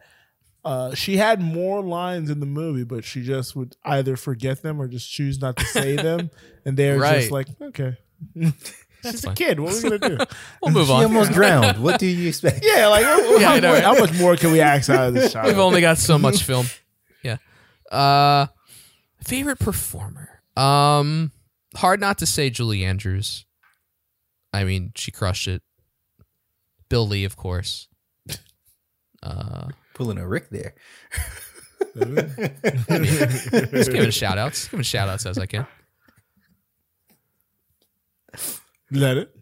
[SPEAKER 1] uh, she had more lines in the movie, but she just would either forget them or just choose not to say them,
[SPEAKER 2] *laughs*
[SPEAKER 1] and they're
[SPEAKER 2] Right.
[SPEAKER 1] just like, okay, she's
[SPEAKER 2] fine.
[SPEAKER 1] a kid. What are we
[SPEAKER 2] *laughs*
[SPEAKER 1] gonna do?
[SPEAKER 3] *laughs*
[SPEAKER 2] We'll move
[SPEAKER 3] She
[SPEAKER 2] on. *laughs*
[SPEAKER 3] almost drowned. What do you expect?
[SPEAKER 1] yeah, like how,
[SPEAKER 2] Yeah, I know,
[SPEAKER 1] much-
[SPEAKER 2] right?
[SPEAKER 1] how much more can we ask out of this child?
[SPEAKER 2] *laughs* We've only got
[SPEAKER 1] *laughs*
[SPEAKER 2] so much film. Yeah. Uh, favorite performer. Um, hard not to say Julie Andrews. I mean, she crushed it. Bill Lee, of course. Uh,
[SPEAKER 3] Pulling a Rick there.
[SPEAKER 1] *laughs*
[SPEAKER 2] just giving shout outs, giving shout outs as I can.
[SPEAKER 1] Let it.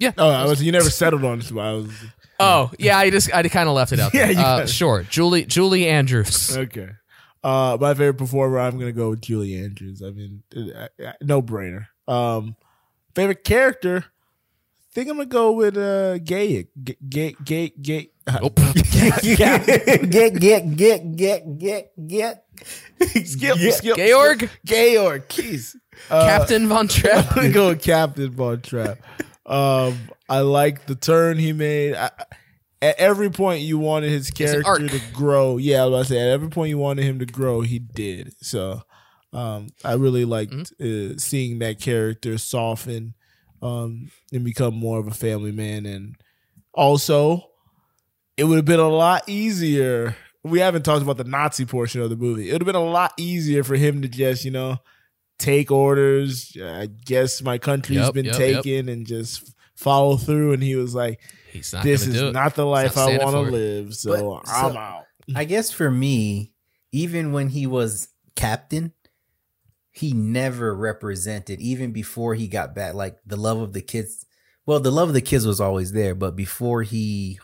[SPEAKER 2] Yeah.
[SPEAKER 1] Oh, I was. You never settled on this, but I was
[SPEAKER 2] Oh yeah, I just I kind of left it out.
[SPEAKER 1] *laughs* Yeah,
[SPEAKER 2] There.
[SPEAKER 1] you
[SPEAKER 2] uh,
[SPEAKER 1] got it.
[SPEAKER 2] sure. Julie Julie Andrews.
[SPEAKER 1] *laughs* okay. Uh, my favorite performer, I'm gonna go with Julie Andrews. I mean, I- I- no brainer. Um, favorite character, I think I'm gonna go with uh, Gay. Gay. Gay. Gay. Gay. *laughs*
[SPEAKER 2] Nope.
[SPEAKER 3] get, get, get, get, get, get.
[SPEAKER 1] *laughs* Skip. Skip.
[SPEAKER 2] *laughs* Georg
[SPEAKER 1] Georg. Keys.
[SPEAKER 2] Captain Von Trapp.
[SPEAKER 1] *laughs* I'm gonna go with Captain Von Trapp. Um, I like the turn he made. I, at every point, you wanted his
[SPEAKER 2] an
[SPEAKER 1] character
[SPEAKER 2] arc.
[SPEAKER 1] to grow. Yeah, I was about to say. At every point, you wanted him to grow. He did. So, Um, I really liked
[SPEAKER 2] Mm-hmm.
[SPEAKER 1] uh, seeing that character soften um, and become more of a family man. And also, it would have been a lot easier. We haven't talked about the Nazi portion of the movie. It would have been a lot easier for him to just, you know, take orders. I guess my country's
[SPEAKER 2] Yep,
[SPEAKER 1] been
[SPEAKER 2] yep, yep.
[SPEAKER 1] taken and just follow through. And he was like,
[SPEAKER 2] He's not
[SPEAKER 1] this
[SPEAKER 2] gonna
[SPEAKER 1] is
[SPEAKER 2] do it.
[SPEAKER 1] not the
[SPEAKER 2] He's
[SPEAKER 1] life
[SPEAKER 2] not
[SPEAKER 1] I
[SPEAKER 2] standing
[SPEAKER 1] want to
[SPEAKER 2] for it.
[SPEAKER 1] live. So
[SPEAKER 3] But-
[SPEAKER 1] I'm
[SPEAKER 3] so-
[SPEAKER 1] out.
[SPEAKER 3] I guess for me, even when he was captain, he never represented, even before he got back, like the love of the kids. Well, the love of the kids was always there, but before he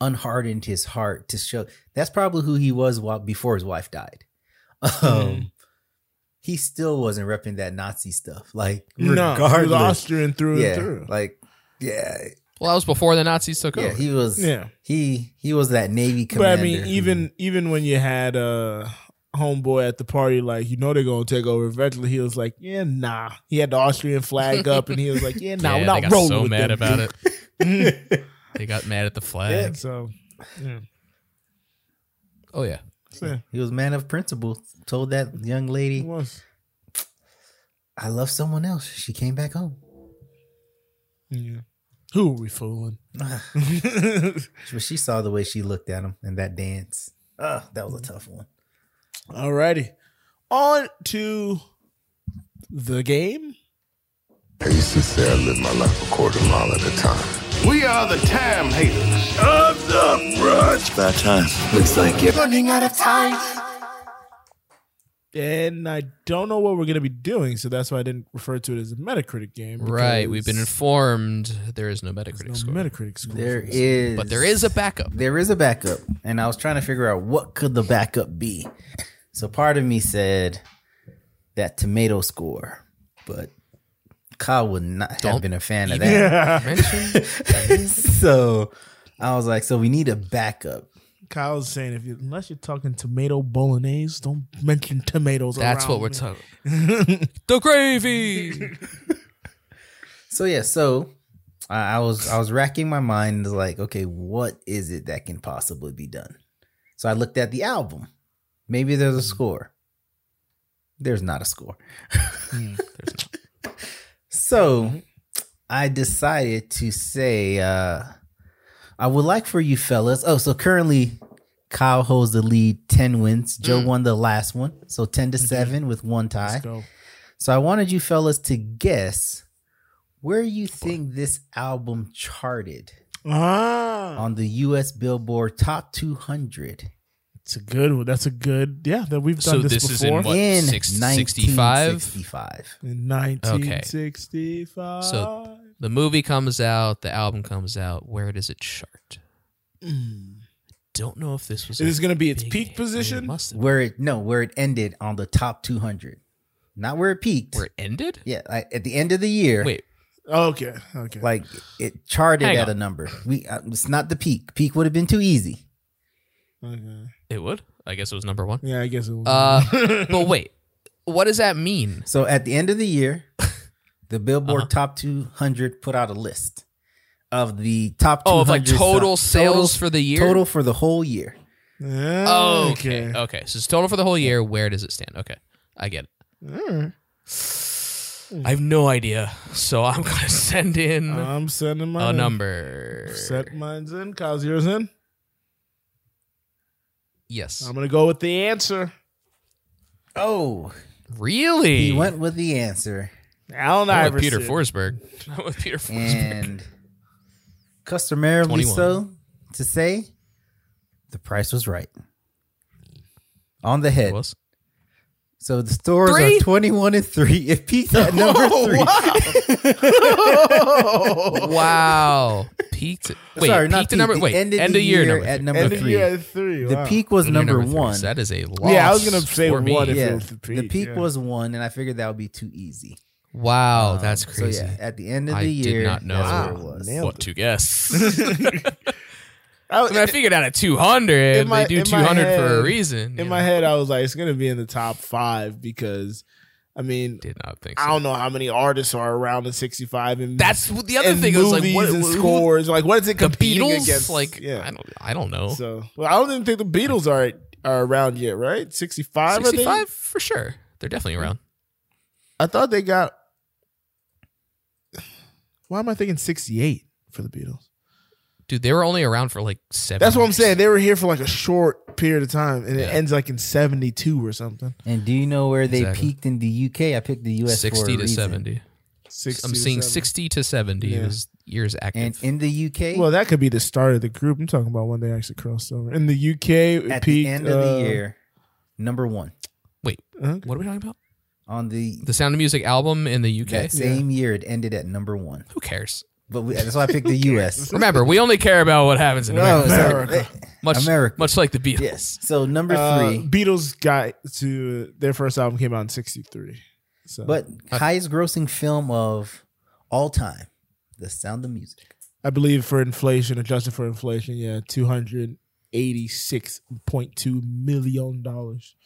[SPEAKER 3] unhardened his heart to show that's probably who he was while, before his wife died. *laughs* Um,
[SPEAKER 1] Hmm.
[SPEAKER 3] He still wasn't repping that Nazi stuff. Like,
[SPEAKER 1] No, he was
[SPEAKER 3] *laughs* regardless.
[SPEAKER 1] Austrian through and
[SPEAKER 3] Yeah,
[SPEAKER 1] through.
[SPEAKER 3] Like, yeah.
[SPEAKER 2] Well, that was before the Nazis took
[SPEAKER 3] Yeah,
[SPEAKER 2] over.
[SPEAKER 3] he was.
[SPEAKER 1] Yeah.
[SPEAKER 3] he he was that Navy commander.
[SPEAKER 1] But I mean,
[SPEAKER 3] who-
[SPEAKER 1] even even when you had uh homeboy at the party, like you know they're gonna take over. Eventually, he was like, "Yeah, nah." He had the Austrian flag up, and he was like, "Yeah, nah,
[SPEAKER 2] *laughs* Yeah,
[SPEAKER 1] we're
[SPEAKER 2] they
[SPEAKER 1] not
[SPEAKER 2] got
[SPEAKER 1] rolling
[SPEAKER 2] so
[SPEAKER 1] with them.
[SPEAKER 2] mad about
[SPEAKER 1] *laughs*
[SPEAKER 2] it. Mm. They got mad at the
[SPEAKER 1] Yeah,
[SPEAKER 2] flag.
[SPEAKER 1] so yeah.
[SPEAKER 2] Oh yeah.
[SPEAKER 1] So,
[SPEAKER 3] He was man of principle. Told that young lady,
[SPEAKER 1] was.
[SPEAKER 3] "I love someone else." She came back home.
[SPEAKER 1] yeah. Who are we fooling?
[SPEAKER 3] But she saw the way she looked at him and that dance. Ugh, Ah, that was a tough one.
[SPEAKER 1] Alrighty, on to the game.
[SPEAKER 17] I used to say I lived my life a quarter mile at a time. We are the time haters of the brunch. That time looks like it.
[SPEAKER 15] Running out of time.
[SPEAKER 1] And I don't know what we're gonna be doing, so that's why I didn't refer to it as a Metacritic game.
[SPEAKER 2] Right. We've been
[SPEAKER 1] because
[SPEAKER 2] informed there is no Metacritic
[SPEAKER 1] there's no
[SPEAKER 2] score.
[SPEAKER 1] Metacritic score.
[SPEAKER 3] There
[SPEAKER 1] for this.
[SPEAKER 3] is,
[SPEAKER 2] But there is a backup.
[SPEAKER 3] there is a backup, and I was trying to figure out what could the backup be. So part of me said that tomato score, but Kyle would not have
[SPEAKER 2] Don't
[SPEAKER 3] been a fan of
[SPEAKER 2] even
[SPEAKER 1] *laughs*
[SPEAKER 3] that.
[SPEAKER 2] mention
[SPEAKER 3] *laughs* so I was like, so we need a backup.
[SPEAKER 1] Kyle's saying if you unless you're talking tomato bolognese, don't mention tomatoes.
[SPEAKER 2] That's what
[SPEAKER 1] around
[SPEAKER 2] we're
[SPEAKER 1] me.
[SPEAKER 2] talking.
[SPEAKER 1] *laughs*
[SPEAKER 2] the gravy.
[SPEAKER 3] So yeah, so I, I was I was racking my mind like, okay, what is it that can possibly be done? So I looked at the album. Maybe there's a score. There's not a score. *laughs* so I decided to say uh I would like for you fellas. Oh, so currently Kyle holds the lead 10 wins. Joe won the last one. So 10 to 7 with one tie.
[SPEAKER 1] go.
[SPEAKER 3] So I wanted you fellas to guess where
[SPEAKER 2] Oh,
[SPEAKER 3] you think this album charted
[SPEAKER 2] Oh.
[SPEAKER 1] Ah,
[SPEAKER 3] on the US Billboard Top 200
[SPEAKER 1] it's a good one. That's a good. Yeah, that we've done
[SPEAKER 2] So
[SPEAKER 1] this,
[SPEAKER 2] this is in
[SPEAKER 1] before.
[SPEAKER 2] what?
[SPEAKER 3] in
[SPEAKER 2] six- 65?
[SPEAKER 3] 1965.
[SPEAKER 1] in 1965.
[SPEAKER 2] So the movie comes out, the album comes out. Where does it chart? Don't know if this was.
[SPEAKER 1] Hmm. is this going to be its
[SPEAKER 2] big
[SPEAKER 1] peak
[SPEAKER 2] hit.
[SPEAKER 1] position?
[SPEAKER 2] Must have.
[SPEAKER 3] Where it no, where it ended on the top 200. Not where it peaked.
[SPEAKER 2] Where it ended?
[SPEAKER 3] yeah, like at the end of the year.
[SPEAKER 2] Wait,
[SPEAKER 1] Okay, okay.
[SPEAKER 3] Like it charted
[SPEAKER 2] Hang
[SPEAKER 3] at
[SPEAKER 2] on.
[SPEAKER 3] a number. We uh, it's not the peak. Peak would have been too easy.
[SPEAKER 1] okay.
[SPEAKER 2] it would. I guess it
[SPEAKER 1] *laughs*
[SPEAKER 2] was number one.
[SPEAKER 1] Yeah, I guess it was.
[SPEAKER 2] Uh, but wait, what does that mean?
[SPEAKER 3] So at the end of
[SPEAKER 2] *laughs*
[SPEAKER 3] the year, the Billboard
[SPEAKER 2] Uh-huh.
[SPEAKER 3] Top 200 put out a list of the top
[SPEAKER 2] Oh, of, like,
[SPEAKER 3] 200
[SPEAKER 2] total
[SPEAKER 3] so-
[SPEAKER 2] sales for the year?
[SPEAKER 3] total for the whole year.
[SPEAKER 1] Yeah,
[SPEAKER 2] Oh, okay. okay, So it's total for the whole year. Where does it stand? Okay, I get it. I have no idea. So I'm *laughs* gonna send in
[SPEAKER 1] Uh, I'm sending my
[SPEAKER 2] a Oh, number.
[SPEAKER 1] Set mine's in. Kyle's yours in.
[SPEAKER 2] Yes.
[SPEAKER 1] I'm gonna go with the answer.
[SPEAKER 3] Oh,
[SPEAKER 2] Really?
[SPEAKER 3] he went with the answer.
[SPEAKER 1] Alan
[SPEAKER 2] I'm with
[SPEAKER 1] Iverson.
[SPEAKER 2] Peter Forsberg. *laughs* I'm with Peter Forsberg.
[SPEAKER 3] And customarily
[SPEAKER 2] 21.
[SPEAKER 3] so to say, the price was right. On the
[SPEAKER 1] *laughs*
[SPEAKER 3] head.
[SPEAKER 2] Was-
[SPEAKER 3] So the stores
[SPEAKER 2] Three?
[SPEAKER 3] are 21 and 3. It
[SPEAKER 2] *laughs*
[SPEAKER 3] peaked at number 3.
[SPEAKER 2] Wow. Peaked. Wait,
[SPEAKER 3] Sorry, not
[SPEAKER 2] peaked at number.
[SPEAKER 3] peaked.
[SPEAKER 2] Wait,
[SPEAKER 3] It ended
[SPEAKER 2] end
[SPEAKER 3] the
[SPEAKER 2] of year,
[SPEAKER 3] year
[SPEAKER 2] number
[SPEAKER 3] at
[SPEAKER 2] three.
[SPEAKER 3] number
[SPEAKER 2] Okay.
[SPEAKER 1] And
[SPEAKER 3] three.
[SPEAKER 1] then you had three.
[SPEAKER 3] The
[SPEAKER 1] wow.
[SPEAKER 3] peak was
[SPEAKER 2] End of
[SPEAKER 3] number,
[SPEAKER 2] three.
[SPEAKER 3] 1.
[SPEAKER 2] So that is a loss.
[SPEAKER 1] Yeah, I was gonna say
[SPEAKER 2] for me.
[SPEAKER 1] what if-
[SPEAKER 3] yeah,
[SPEAKER 1] was the
[SPEAKER 3] the peak,
[SPEAKER 1] peak, yeah.
[SPEAKER 3] was one, and I figured that would be too easy.
[SPEAKER 2] Wow, that's
[SPEAKER 3] Um,
[SPEAKER 2] crazy.
[SPEAKER 3] So yeah, at the end of the
[SPEAKER 2] I
[SPEAKER 3] year,
[SPEAKER 2] did not know
[SPEAKER 3] that's where it was.
[SPEAKER 2] what
[SPEAKER 1] *laughs*
[SPEAKER 2] to guess.
[SPEAKER 1] I,
[SPEAKER 2] I mean, I figured out at 200,
[SPEAKER 1] In my-
[SPEAKER 2] they do
[SPEAKER 1] in my
[SPEAKER 2] 200 for a
[SPEAKER 1] head-
[SPEAKER 2] reason. you
[SPEAKER 1] in
[SPEAKER 2] know.
[SPEAKER 1] my head, I was like, it's gonna be in the top five because, I mean,
[SPEAKER 2] did not think
[SPEAKER 1] I
[SPEAKER 2] so.
[SPEAKER 1] don't know how many artists are around in '65, and
[SPEAKER 2] That's what the other
[SPEAKER 1] and
[SPEAKER 2] thing. is like,
[SPEAKER 1] movies
[SPEAKER 2] what
[SPEAKER 1] and
[SPEAKER 2] who-
[SPEAKER 1] scores? Like, what is it
[SPEAKER 2] The
[SPEAKER 1] competing
[SPEAKER 2] Beatles?
[SPEAKER 1] against?
[SPEAKER 2] Like,
[SPEAKER 1] yeah.
[SPEAKER 2] I don't, I don't
[SPEAKER 3] *laughs*
[SPEAKER 2] know.
[SPEAKER 1] so, well, I don't even think the Beatles are are around yet, right? '65,
[SPEAKER 2] 65 for sure. They're definitely around.
[SPEAKER 1] I thought they got. Why am I thinking 68 for the Beatles?
[SPEAKER 2] Dude, they were only around for like seven.
[SPEAKER 1] That's what I'm
[SPEAKER 2] years.
[SPEAKER 1] saying. They were here for like a short period of time and it ends like in 72 or something.
[SPEAKER 3] And do you know where they
[SPEAKER 2] Exactly.
[SPEAKER 3] peaked in the UK? I picked the US for a
[SPEAKER 2] 60 to
[SPEAKER 3] reason.
[SPEAKER 2] 70.
[SPEAKER 1] 60
[SPEAKER 2] I'm
[SPEAKER 1] to
[SPEAKER 2] seeing
[SPEAKER 1] 70.
[SPEAKER 2] 60 to 70
[SPEAKER 1] Yeah.
[SPEAKER 2] is years active.
[SPEAKER 3] And in the UK,
[SPEAKER 1] Well, that could be the start of the group. I'm talking about when they actually crossed over. In the UK, it
[SPEAKER 3] at
[SPEAKER 1] peaked,
[SPEAKER 3] the end of the
[SPEAKER 1] uh,
[SPEAKER 3] year, number one
[SPEAKER 2] Wait, what are we talking about?
[SPEAKER 3] on the
[SPEAKER 2] The Sound of Music album in the UK.
[SPEAKER 3] that same year. It ended at number one.
[SPEAKER 2] Who cares?
[SPEAKER 3] But we, that's why I
[SPEAKER 1] *laughs*
[SPEAKER 3] picked the US.
[SPEAKER 2] *laughs* Remember, we only care about what happens in
[SPEAKER 3] No,
[SPEAKER 2] America.
[SPEAKER 3] America.
[SPEAKER 2] Much,
[SPEAKER 3] America.
[SPEAKER 2] much like the Beatles.
[SPEAKER 3] *laughs* Yes. So number
[SPEAKER 1] Uh,
[SPEAKER 3] three,
[SPEAKER 1] Beatles got to their first album came out in 63. So
[SPEAKER 3] but highest grossing film of all time, The Sound of Music.
[SPEAKER 1] I believe for inflation, adjusted for inflation, yeah, two hundred eighty-six point two million dollars.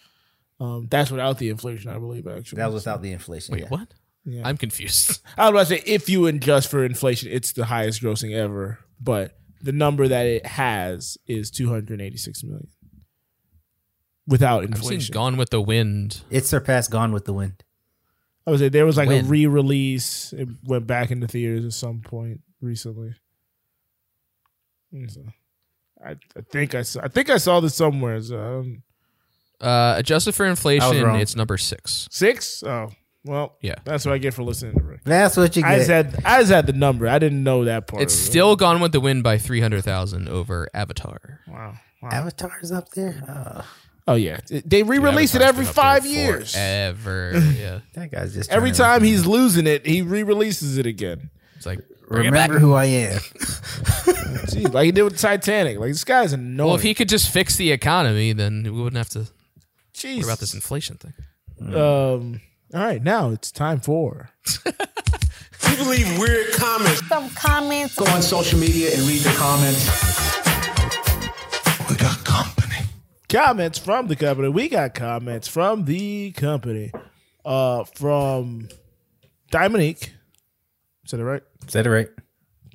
[SPEAKER 1] Um, that's without the inflation, I believe. Actually,
[SPEAKER 3] That was without the inflation.
[SPEAKER 2] Wait,
[SPEAKER 3] yeah.
[SPEAKER 2] what?
[SPEAKER 1] Yeah.
[SPEAKER 2] I'm confused. *laughs*
[SPEAKER 1] I was about to say if you adjust for inflation, it's the highest grossing ever, but the number that it has is two hundred eighty-six million without
[SPEAKER 2] I've seen
[SPEAKER 1] inflation.
[SPEAKER 2] Gone with the Wind.
[SPEAKER 3] It surpassed Gone with the Wind.
[SPEAKER 1] I was say there was like
[SPEAKER 2] When?
[SPEAKER 1] a re-release. It went back into theaters at some point recently. And so, I, I think I saw. I think I saw this somewhere. So, um,
[SPEAKER 2] Uh, adjusted for inflation,
[SPEAKER 3] wrong.
[SPEAKER 2] it's number six.
[SPEAKER 1] six. Oh well,
[SPEAKER 2] Yeah.
[SPEAKER 1] That's what I get for listening to Rick.
[SPEAKER 3] That's what you
[SPEAKER 1] I just
[SPEAKER 3] get.
[SPEAKER 1] had I just had the number. I didn't know that part.
[SPEAKER 2] It's
[SPEAKER 1] of it.
[SPEAKER 2] still Gone with the Wind by 300,000 over Avatar.
[SPEAKER 1] wow. wow.
[SPEAKER 3] Avatar's up there. Oh,
[SPEAKER 1] oh yeah, they re-release it
[SPEAKER 2] Avatar's
[SPEAKER 1] every
[SPEAKER 2] been up there
[SPEAKER 1] five years.
[SPEAKER 2] Forever.
[SPEAKER 1] *laughs*
[SPEAKER 2] Yeah.
[SPEAKER 3] that guy's just
[SPEAKER 1] Every
[SPEAKER 3] trying
[SPEAKER 1] time he's losing it, he re-releases it again.
[SPEAKER 2] It's like,
[SPEAKER 3] to
[SPEAKER 2] bring it back.
[SPEAKER 3] remember who I am.
[SPEAKER 1] Jeez, like he did with Titanic. Like this guy's annoying.
[SPEAKER 2] Well, if he could just fix the economy, then we wouldn't have to
[SPEAKER 1] Jeez.
[SPEAKER 2] worry about this inflation thing.
[SPEAKER 1] Um. All right, now it's time for.
[SPEAKER 7] People leave weird comments.
[SPEAKER 11] Some comments.
[SPEAKER 7] Go on social media and read the comments. We got company.
[SPEAKER 1] comments from the company. We got comments from the company. Uh, from Dominique. Said it right?
[SPEAKER 3] *laughs* Said it right.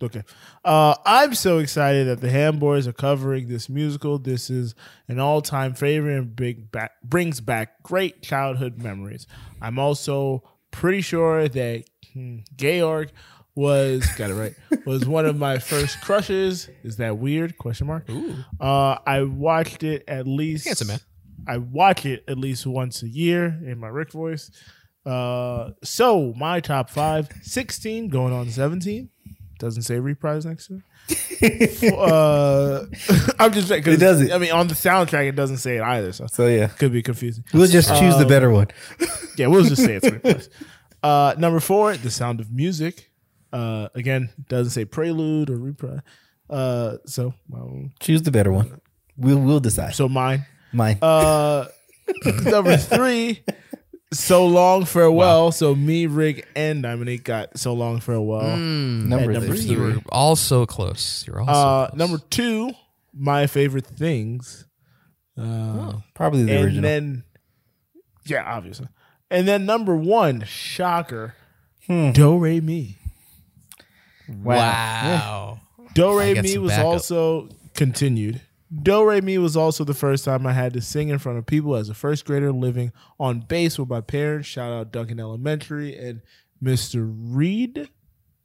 [SPEAKER 1] Okay. Uh, I'm so excited that the Ham Boys are covering this musical. This is an all-time favorite and big back, brings back great childhood memories. I'm also pretty sure that hmm, Georg was got it right *laughs* was one of my first crushes. Is that weird? Question mark. Uh, I watched it at least.
[SPEAKER 2] Handsome man.
[SPEAKER 1] I watch it at least once a year in my Rick voice. Uh, so my top five, 16 going on 17. Doesn't say reprise next
[SPEAKER 3] *laughs*
[SPEAKER 1] to it. uh, I'm just saying, 'cause-
[SPEAKER 3] It doesn't.
[SPEAKER 1] I mean, on the soundtrack, it doesn't say it either. So,
[SPEAKER 3] So yeah,
[SPEAKER 1] could be confusing.
[SPEAKER 3] we'll just choose
[SPEAKER 1] Um,
[SPEAKER 3] the better one.
[SPEAKER 1] Yeah, we'll just say it's reprise. Uh, number four, The Sound of Music. Uh, again, doesn't say prelude or reprise. Uh, so, well,
[SPEAKER 3] Choose the better one. We'll we'll decide.
[SPEAKER 1] so mine.
[SPEAKER 3] Mine.
[SPEAKER 1] Uh,
[SPEAKER 3] *laughs*
[SPEAKER 1] number three, so long farewell. So me, Rick, and Dominique got so long farewell.
[SPEAKER 3] number,
[SPEAKER 1] at number
[SPEAKER 3] three.
[SPEAKER 1] three.
[SPEAKER 2] You were all so close. You were all so
[SPEAKER 1] uh,
[SPEAKER 2] close.
[SPEAKER 1] number two, my favorite things,
[SPEAKER 3] Probably the
[SPEAKER 1] and
[SPEAKER 3] original.
[SPEAKER 1] then yeah, obviously, and then number one, shocker, do re mi.
[SPEAKER 2] Wow.
[SPEAKER 1] Do re
[SPEAKER 2] got
[SPEAKER 1] mi
[SPEAKER 2] some
[SPEAKER 1] was
[SPEAKER 2] backup.
[SPEAKER 1] also continued. Do re mi was also the first time I had to sing in front of people as a first grader living on base with my parents. Shout out Duncan Elementary and Mr. Reed. Is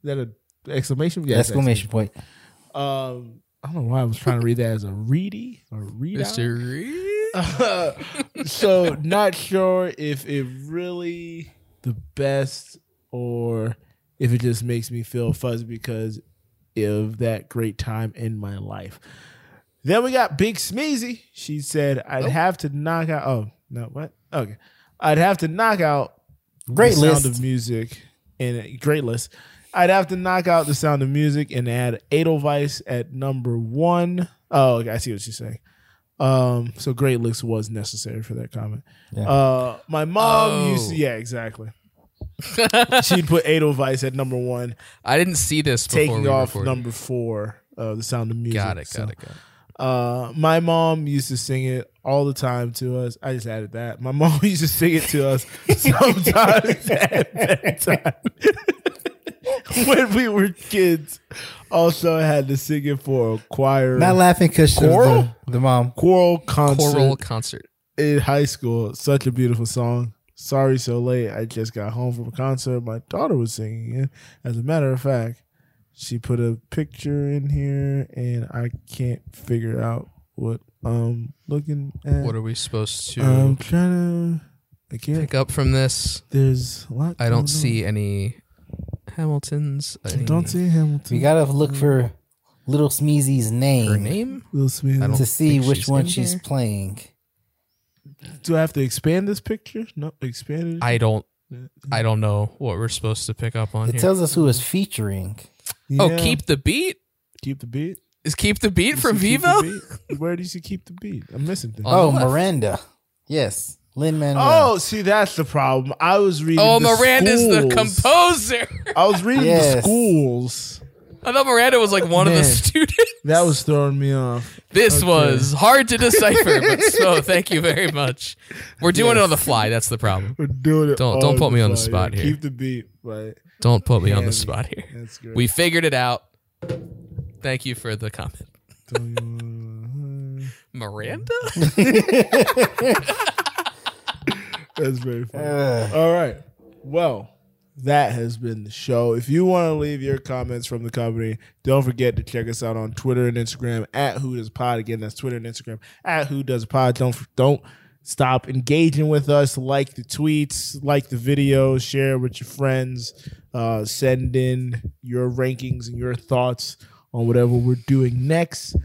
[SPEAKER 1] that an exclamation? Yeah, it's
[SPEAKER 3] Exclamation point.
[SPEAKER 1] Um, I don't know why I was trying to read that as a reedy or read out.
[SPEAKER 2] Mr.
[SPEAKER 1] so not sure if it really the best or if it just makes me feel fuzzy because of that great time in my life. Then we got Big Smeezy. She said, "I'd
[SPEAKER 3] Oh.
[SPEAKER 1] have to knock out." Oh no, what? Okay, I'd have to knock out
[SPEAKER 3] Great
[SPEAKER 1] the
[SPEAKER 3] list.
[SPEAKER 1] sound of music and great list. I'd have to knock out the sound of music and add Edelweiss at number one. Oh, okay, I see what she's saying. Um, so great list was necessary for that comment. Uh, my mom
[SPEAKER 2] Oh.
[SPEAKER 1] used to, yeah, exactly. *laughs* She'd put Edelweiss at number one,
[SPEAKER 2] I didn't see this before
[SPEAKER 1] taking
[SPEAKER 2] we
[SPEAKER 1] off
[SPEAKER 2] recorded.
[SPEAKER 1] number four of the sound of music.
[SPEAKER 2] Got it,
[SPEAKER 1] So,
[SPEAKER 2] got it, got it.
[SPEAKER 1] uh, my mom used to sing it all the time to us. I just added that. My mom *laughs* used to sing it to
[SPEAKER 2] *laughs*
[SPEAKER 1] us sometimes *laughs* at bedtime. when we were kids. Also had to sing it for a choir
[SPEAKER 3] Not laughing because she was
[SPEAKER 1] Coral?
[SPEAKER 3] the, the mom.
[SPEAKER 1] choral concert
[SPEAKER 2] Choral concert.
[SPEAKER 1] in high school. Such a beautiful song. Sorry so late. I just got home from a concert. My daughter was singing it. As a matter of fact, she put a picture in here and I can't figure out what I'm looking at.
[SPEAKER 2] What are we supposed to
[SPEAKER 1] I'm trying to I can't
[SPEAKER 2] pick up from this?
[SPEAKER 1] There's a lot.
[SPEAKER 2] I
[SPEAKER 1] going on.
[SPEAKER 2] don't see any Hamiltons.
[SPEAKER 1] Mm-hmm. I
[SPEAKER 2] any-
[SPEAKER 1] don't see Hamilton.
[SPEAKER 3] We gotta look for Little Smeezy's name.
[SPEAKER 2] her name.
[SPEAKER 1] Little Smeezy.
[SPEAKER 2] I don't
[SPEAKER 3] to see
[SPEAKER 2] think
[SPEAKER 3] which
[SPEAKER 2] she's
[SPEAKER 3] one
[SPEAKER 2] in
[SPEAKER 3] she's
[SPEAKER 2] here.
[SPEAKER 3] playing.
[SPEAKER 1] Do I have to expand this picture? No, expand it.
[SPEAKER 2] I don't. I don't know what we're supposed to pick up on
[SPEAKER 3] It
[SPEAKER 2] here.
[SPEAKER 3] tells us who is featuring.
[SPEAKER 2] oh,
[SPEAKER 1] Yeah.
[SPEAKER 2] keep the beat
[SPEAKER 1] keep the beat.
[SPEAKER 2] is keep the beat
[SPEAKER 1] You
[SPEAKER 2] from
[SPEAKER 1] see Keep
[SPEAKER 2] Vivo.
[SPEAKER 1] the Beat? Where do you keep the beat? I'm
[SPEAKER 2] *laughs*
[SPEAKER 1] missing things.
[SPEAKER 2] On
[SPEAKER 3] Oh,
[SPEAKER 2] the left.
[SPEAKER 3] Miranda. Yes, Lin Manuel.
[SPEAKER 1] Oh, see, that's the problem. I was reading.
[SPEAKER 2] Oh,
[SPEAKER 1] the
[SPEAKER 2] Miranda's the
[SPEAKER 1] schools. *laughs*
[SPEAKER 2] composer.
[SPEAKER 1] I was reading the
[SPEAKER 3] Yes.
[SPEAKER 1] schools.
[SPEAKER 2] I thought Miranda was like one of the
[SPEAKER 1] Man.
[SPEAKER 2] students.
[SPEAKER 1] That was throwing me off.
[SPEAKER 2] This
[SPEAKER 1] Okay.
[SPEAKER 2] was hard to
[SPEAKER 1] *laughs*
[SPEAKER 2] decipher, but so thank you very much. We're doing it on the fly. That's the problem.
[SPEAKER 1] We're doing it.
[SPEAKER 2] Don't-
[SPEAKER 1] all
[SPEAKER 2] don't put me on the
[SPEAKER 1] fly.
[SPEAKER 2] spot
[SPEAKER 1] Yeah,
[SPEAKER 2] here.
[SPEAKER 1] Keep the beat, but
[SPEAKER 2] Don't put me on
[SPEAKER 1] Yeah,
[SPEAKER 2] the spot here.
[SPEAKER 1] that's great.
[SPEAKER 2] We figured it out. Thank you for the comment. *laughs* Miranda?
[SPEAKER 1] that's very funny.
[SPEAKER 3] Ugh.
[SPEAKER 1] All right. Well, that has been the show. If you want to leave your comments from the company, don't forget to check us out on Twitter and Instagram at Who Does Pod. Again, that's Twitter and Instagram at Who Does Pod. Don't don't stop engaging with us. Like the tweets, like the videos, share with your friends. Uh, send in your rankings and your thoughts on whatever we're doing next.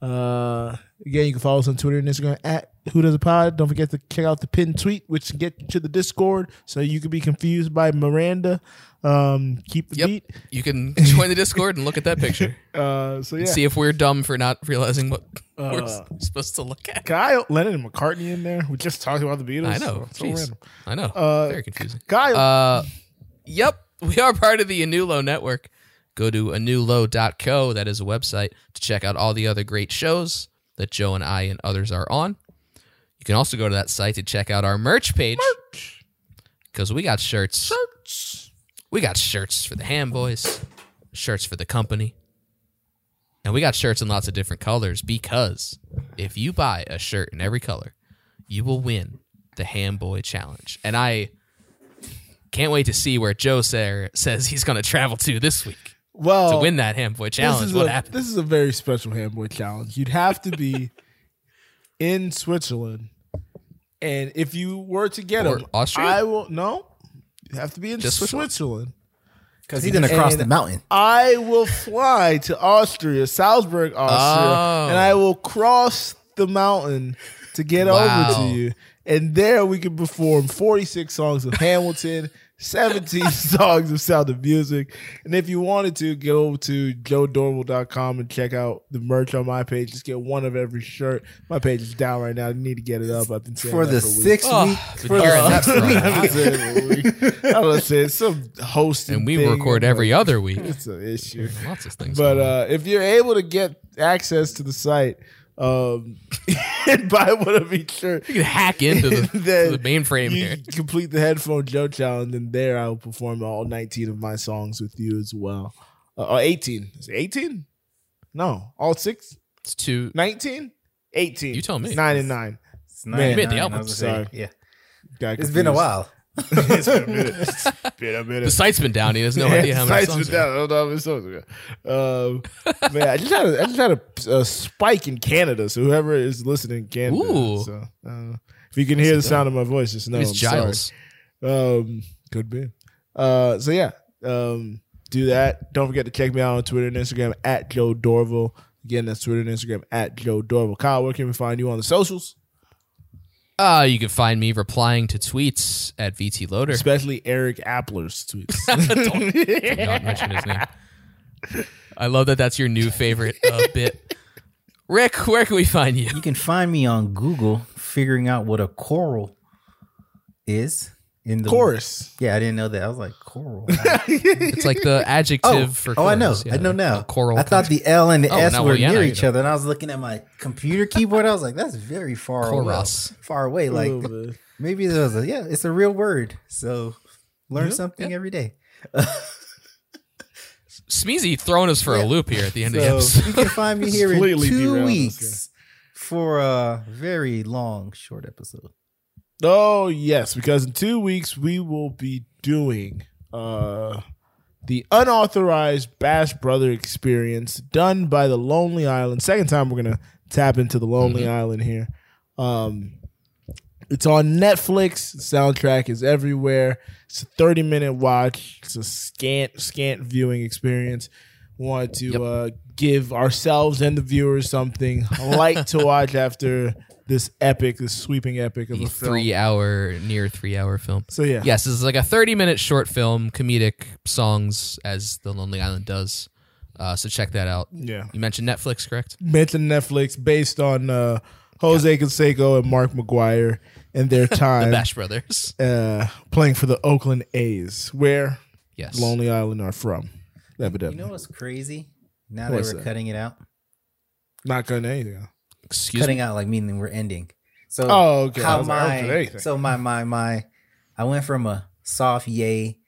[SPEAKER 1] Uh, again, you can follow us on Twitter and Instagram at Who Does a Pod. Don't forget to check out the pinned tweet, which can get you to the Discord, so you can be confused by Miranda. Um, keep the
[SPEAKER 2] Yep.
[SPEAKER 1] beat.
[SPEAKER 2] You can join the Discord and look at that picture.
[SPEAKER 1] Uh, so *laughs* yeah,
[SPEAKER 2] See if we're dumb for not realizing what we're
[SPEAKER 1] Uh,
[SPEAKER 2] s- supposed to look at.
[SPEAKER 1] Kyle Lennon and McCartney in there. We just talked about the Beatles.
[SPEAKER 2] I know.
[SPEAKER 1] So, so
[SPEAKER 2] Jeez.
[SPEAKER 1] random.
[SPEAKER 2] I know.
[SPEAKER 1] Uh,
[SPEAKER 2] Very confusing.
[SPEAKER 1] Kyle,
[SPEAKER 2] Uh, yep, we are part of the Anulo network. Go to anulo.co, that is a website, to check out all the other great shows that Joe and I and others are on. You can also go to that site to check out our merch page. Because we got shirts. Shirts. We got shirts for the Ham Boys, shirts for the company. And we got shirts in lots of different colors because if you buy a shirt in every color, you will win the Ham Boy Challenge. And I can't wait to see where Joe Sayer says he's going to travel to this week
[SPEAKER 1] well,
[SPEAKER 2] to win that Ham Boy
[SPEAKER 1] Oh, This
[SPEAKER 2] Challenge.
[SPEAKER 1] is
[SPEAKER 2] What
[SPEAKER 1] a,
[SPEAKER 2] happened?
[SPEAKER 1] This is a very special handboy challenge. You'd have to
[SPEAKER 2] *laughs*
[SPEAKER 1] be in Switzerland, and if you were to get
[SPEAKER 2] Or
[SPEAKER 1] him,
[SPEAKER 2] Austria?
[SPEAKER 1] I will no. You have to be in
[SPEAKER 2] Just Switzerland?
[SPEAKER 1] Switzerland.
[SPEAKER 3] Because he's gonna cross the mountain.
[SPEAKER 1] I will fly to Austria, Salzburg, Austria,
[SPEAKER 2] Oh.
[SPEAKER 1] and I will cross the mountain to get over
[SPEAKER 2] Wow.
[SPEAKER 1] to you. And there we can perform 46 songs of Hamilton, 17 *laughs* songs of Sound of Music. And if you wanted to, go to joedorval.com and check out the merch on my page. Just get one of every shirt. My page is down right now. I need to get it up. I've been saying
[SPEAKER 3] For
[SPEAKER 1] that
[SPEAKER 3] the
[SPEAKER 1] for weeks.
[SPEAKER 3] sixth
[SPEAKER 2] Oh,
[SPEAKER 3] week,
[SPEAKER 2] but
[SPEAKER 3] for
[SPEAKER 2] you're
[SPEAKER 3] the
[SPEAKER 2] an *laughs*
[SPEAKER 3] *laughs*
[SPEAKER 1] *laughs*
[SPEAKER 2] expert.
[SPEAKER 3] sixth week.
[SPEAKER 1] I'm saying for weeks. I don't say it's some hosting.
[SPEAKER 2] and we
[SPEAKER 1] thing.
[SPEAKER 2] record every other week.
[SPEAKER 1] It's an issue.
[SPEAKER 2] Lots of things.
[SPEAKER 1] But
[SPEAKER 2] going on.
[SPEAKER 1] uh, if you're able to get access to the site um, *laughs* and buy one of each shirt,
[SPEAKER 2] you can hack
[SPEAKER 1] *laughs*
[SPEAKER 2] into the, to
[SPEAKER 1] then
[SPEAKER 2] the mainframe
[SPEAKER 1] you
[SPEAKER 2] here.
[SPEAKER 1] complete the headphone Joe challenge, and there I will perform all 19 of my songs with you as well. Uh, uh, 18. Is it 18? No, all six? *laughs*
[SPEAKER 2] It's too.
[SPEAKER 1] 19? 18.
[SPEAKER 2] You tell me.
[SPEAKER 1] Nine and nine.
[SPEAKER 3] It's
[SPEAKER 1] Man.
[SPEAKER 2] You made the
[SPEAKER 3] nine,
[SPEAKER 2] album.
[SPEAKER 3] I was gonna say,
[SPEAKER 1] Sorry.
[SPEAKER 3] *laughs* Yeah,
[SPEAKER 1] Got
[SPEAKER 3] it's been
[SPEAKER 1] confused.
[SPEAKER 2] *laughs*
[SPEAKER 3] a *laughs* while.
[SPEAKER 1] it's been a minute. It's *laughs* been a minute.
[SPEAKER 2] The site's been down. He has no
[SPEAKER 1] Yeah,
[SPEAKER 2] idea how many
[SPEAKER 1] besides
[SPEAKER 2] songs.
[SPEAKER 1] with that,
[SPEAKER 2] are.
[SPEAKER 1] I don't know how many songs we got. Um, man, I just had a, I just had a, a spike in Canada. So whoever is listening in Canada,
[SPEAKER 2] Ooh.
[SPEAKER 1] so, uh, if you can hear the sound of my voice, just know
[SPEAKER 2] Maybe it's
[SPEAKER 1] I'm
[SPEAKER 2] Giles.
[SPEAKER 1] sorry. Um, could be. Uh, so yeah, um, do that. Don't forget to check me out on Twitter and Instagram at Joe Dorval. Again, that's Twitter and Instagram at Joe Dorval. Kyle, where can we find you on the socials,
[SPEAKER 2] Uh, you can find me replying to tweets at VT Loader. *laughs*
[SPEAKER 1] especially Eric Appler's tweets?
[SPEAKER 2] Do
[SPEAKER 1] *laughs*
[SPEAKER 2] not mention his name. I love that that's your new favorite
[SPEAKER 1] *laughs*
[SPEAKER 2] uh, bit. Rick, where can we find you?
[SPEAKER 3] You can find me on Google figuring out what a choral is in the
[SPEAKER 1] Chorus.
[SPEAKER 3] Yeah, I didn't know that. I was like *laughs* choral.
[SPEAKER 2] It's like
[SPEAKER 1] *laughs*
[SPEAKER 2] the adjective
[SPEAKER 3] oh,
[SPEAKER 2] for
[SPEAKER 3] oh, I know,
[SPEAKER 2] chorus, yeah.
[SPEAKER 3] I know now.
[SPEAKER 2] A Choral.
[SPEAKER 3] I thought the L and the
[SPEAKER 2] Oh,
[SPEAKER 3] S
[SPEAKER 2] now,
[SPEAKER 3] were
[SPEAKER 2] well, yeah, now
[SPEAKER 3] near
[SPEAKER 2] you
[SPEAKER 3] each
[SPEAKER 2] know.
[SPEAKER 3] other, and I was looking at my computer keyboard. I was like, that's very far
[SPEAKER 2] Chorus.
[SPEAKER 3] away. Far away. Like
[SPEAKER 1] Oh, man.
[SPEAKER 3] maybe there was a yeah. It's a real word. So learn something every day.
[SPEAKER 2] Smeezy throwing us for a loop here at the end of the
[SPEAKER 1] *laughs*
[SPEAKER 3] So
[SPEAKER 2] episode.
[SPEAKER 3] you can find me here in
[SPEAKER 1] Completely derailed
[SPEAKER 3] two
[SPEAKER 1] us,
[SPEAKER 3] weeks for a very long short episode.
[SPEAKER 1] Oh yes, because in two weeks we will be doing uh the unauthorized Bash Brother experience done by the Lonely Island. Second time we're gonna tap into the Lonely mm-hmm. Island here. Um it's on Netflix. Soundtrack is everywhere. It's a 30 minute watch. It's a scant, scant viewing experience. We wanted to yep. uh, give ourselves and the viewers something light to watch *laughs* after this epic, this sweeping epic of the a film.
[SPEAKER 2] three hour, near three hour film.
[SPEAKER 1] So yeah,
[SPEAKER 2] yes, this is like a 30 minute short film, comedic songs as The Lonely Island does. Uh, so check that out.
[SPEAKER 1] Yeah,
[SPEAKER 2] you mentioned Netflix, correct?
[SPEAKER 1] Mentioned Netflix, based on. Uh, Jose yeah. Canseco and Mark McGuire and
[SPEAKER 3] *laughs*
[SPEAKER 1] their time.
[SPEAKER 2] the Bash
[SPEAKER 1] *laughs*
[SPEAKER 2] Brothers.
[SPEAKER 1] Uh, playing for the Oakland A's, where
[SPEAKER 2] yes.
[SPEAKER 1] Lonely Island are from, evidently.
[SPEAKER 3] You know what's crazy? Now what's that we're that? cutting it out.
[SPEAKER 1] Not cutting anything out.
[SPEAKER 2] Excuse
[SPEAKER 3] cutting
[SPEAKER 2] me?
[SPEAKER 3] out like meaning we're ending. So
[SPEAKER 1] oh, okay.
[SPEAKER 3] How my, so my my my I went from a soft yay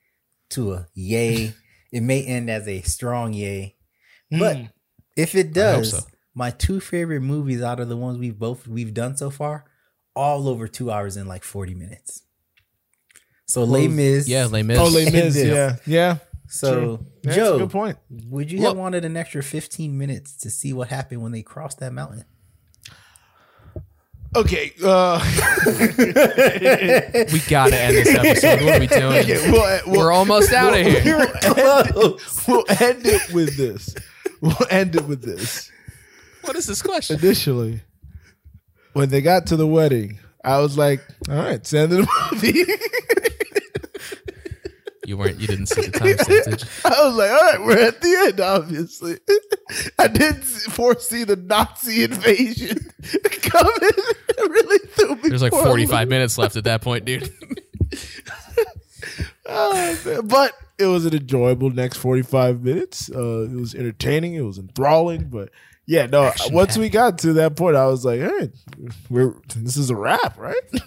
[SPEAKER 3] to a yay. it may end as a strong yay.
[SPEAKER 1] Hmm.
[SPEAKER 3] But mm. if it does, my two favorite movies out of the ones we've both we've done so far, all over two hours in like forty minutes. So well, Les Mis,
[SPEAKER 2] yeah, Les Mis,
[SPEAKER 1] oh Les Mis, yeah, yeah.
[SPEAKER 3] So yeah, Joe,
[SPEAKER 1] good point.
[SPEAKER 3] Would you Look, have wanted an extra fifteen minutes to see what happened when they crossed
[SPEAKER 2] *laughs*
[SPEAKER 3] that mountain?
[SPEAKER 1] Okay, uh.
[SPEAKER 2] *laughs*
[SPEAKER 1] *laughs*
[SPEAKER 2] we gotta end this episode. What are we doing?
[SPEAKER 1] *laughs*
[SPEAKER 2] Okay, we'll, we'll, We're almost out of here.
[SPEAKER 1] uh, We'll end, we'll end it with this. *laughs* We'll end it with this
[SPEAKER 2] what is this question?
[SPEAKER 1] Initially, when they got to the wedding, I was like, "All right, send it a *laughs* movie."
[SPEAKER 2] you weren't. You didn't see the
[SPEAKER 1] *laughs*
[SPEAKER 2] time stamp, did you?
[SPEAKER 1] I was like, "All right, we're at the end." Obviously, *laughs* I didn't foresee the Nazi invasion *laughs* coming. It really threw me.
[SPEAKER 2] There's like 45 minutes left at that
[SPEAKER 1] *laughs*
[SPEAKER 2] point, dude.
[SPEAKER 1] oh, but it was an enjoyable next 45 minutes. Uh, it was entertaining. It was enthralling, but yeah, no. Action once pack. we got to that point, I was like, "All right, we're this is a wrap, right?" *laughs*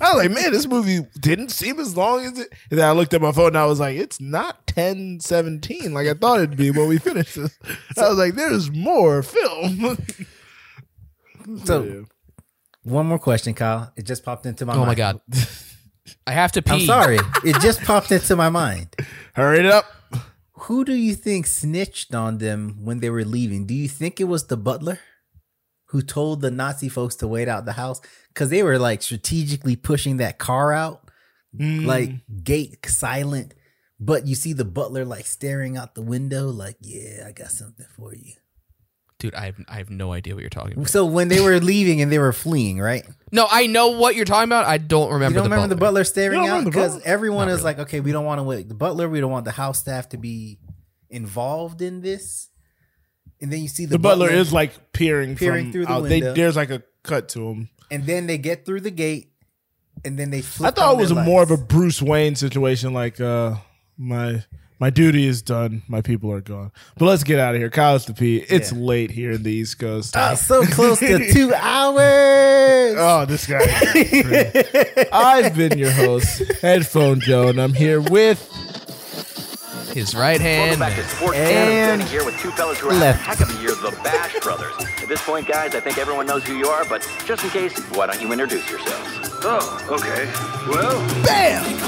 [SPEAKER 1] I was like, "Man, this movie didn't seem as long as it." And then I looked at my phone and I was like, "It's not 10, 17 like I thought it'd be when we finished *laughs* this." I was like, "There's more film."
[SPEAKER 3] so, yeah. one more question, Kyle. It just popped into my.
[SPEAKER 2] Oh
[SPEAKER 3] mind.
[SPEAKER 2] my god, I have to pee.
[SPEAKER 3] I'm sorry, it just popped into my mind.
[SPEAKER 1] Hurry it up
[SPEAKER 3] who do you think snitched on them when they were leaving? Do you think it was the butler who told the Nazi folks to wait out the house? Because they were like strategically pushing that car out, mm. like gate silent. But you see the butler like staring out the window, like, yeah, I got something for you.
[SPEAKER 2] Dude, I have, I have no idea what you're talking about.
[SPEAKER 3] So when they were leaving and they were fleeing, right?
[SPEAKER 2] No, I know what you're talking about. I don't remember.
[SPEAKER 3] You don't
[SPEAKER 2] the butler.
[SPEAKER 3] remember the butler staring out because everyone Not is really. like, okay, we don't want to wait. The butler, we don't want the house staff to be involved in this. And then you see the,
[SPEAKER 1] the butler, butler, is like peering, peering from, through the uh, window. They, there's like a cut to him,
[SPEAKER 3] and then they get through the gate, and then they. Flip
[SPEAKER 1] I thought it was
[SPEAKER 3] lights.
[SPEAKER 1] more of a *laughs* Bruce Wayne situation, like uh, my my duty is done. My people are gone. But let's get out of here. Kyle's to pee. It's yeah. late here in the East Coast.
[SPEAKER 3] Oh, so close to
[SPEAKER 1] *laughs*
[SPEAKER 3] two hours.
[SPEAKER 1] Oh, this guy. I've been your host, Headphone Joe, and I'm here with
[SPEAKER 2] his right hand.
[SPEAKER 18] Welcome back to Sports and Standing here with two fellas who are left. heck of a year, the Bash Brothers. At this point, guys, I think everyone knows who you are, but just in case, why don't you introduce yourselves?
[SPEAKER 19] Oh, okay. Well,
[SPEAKER 1] bam.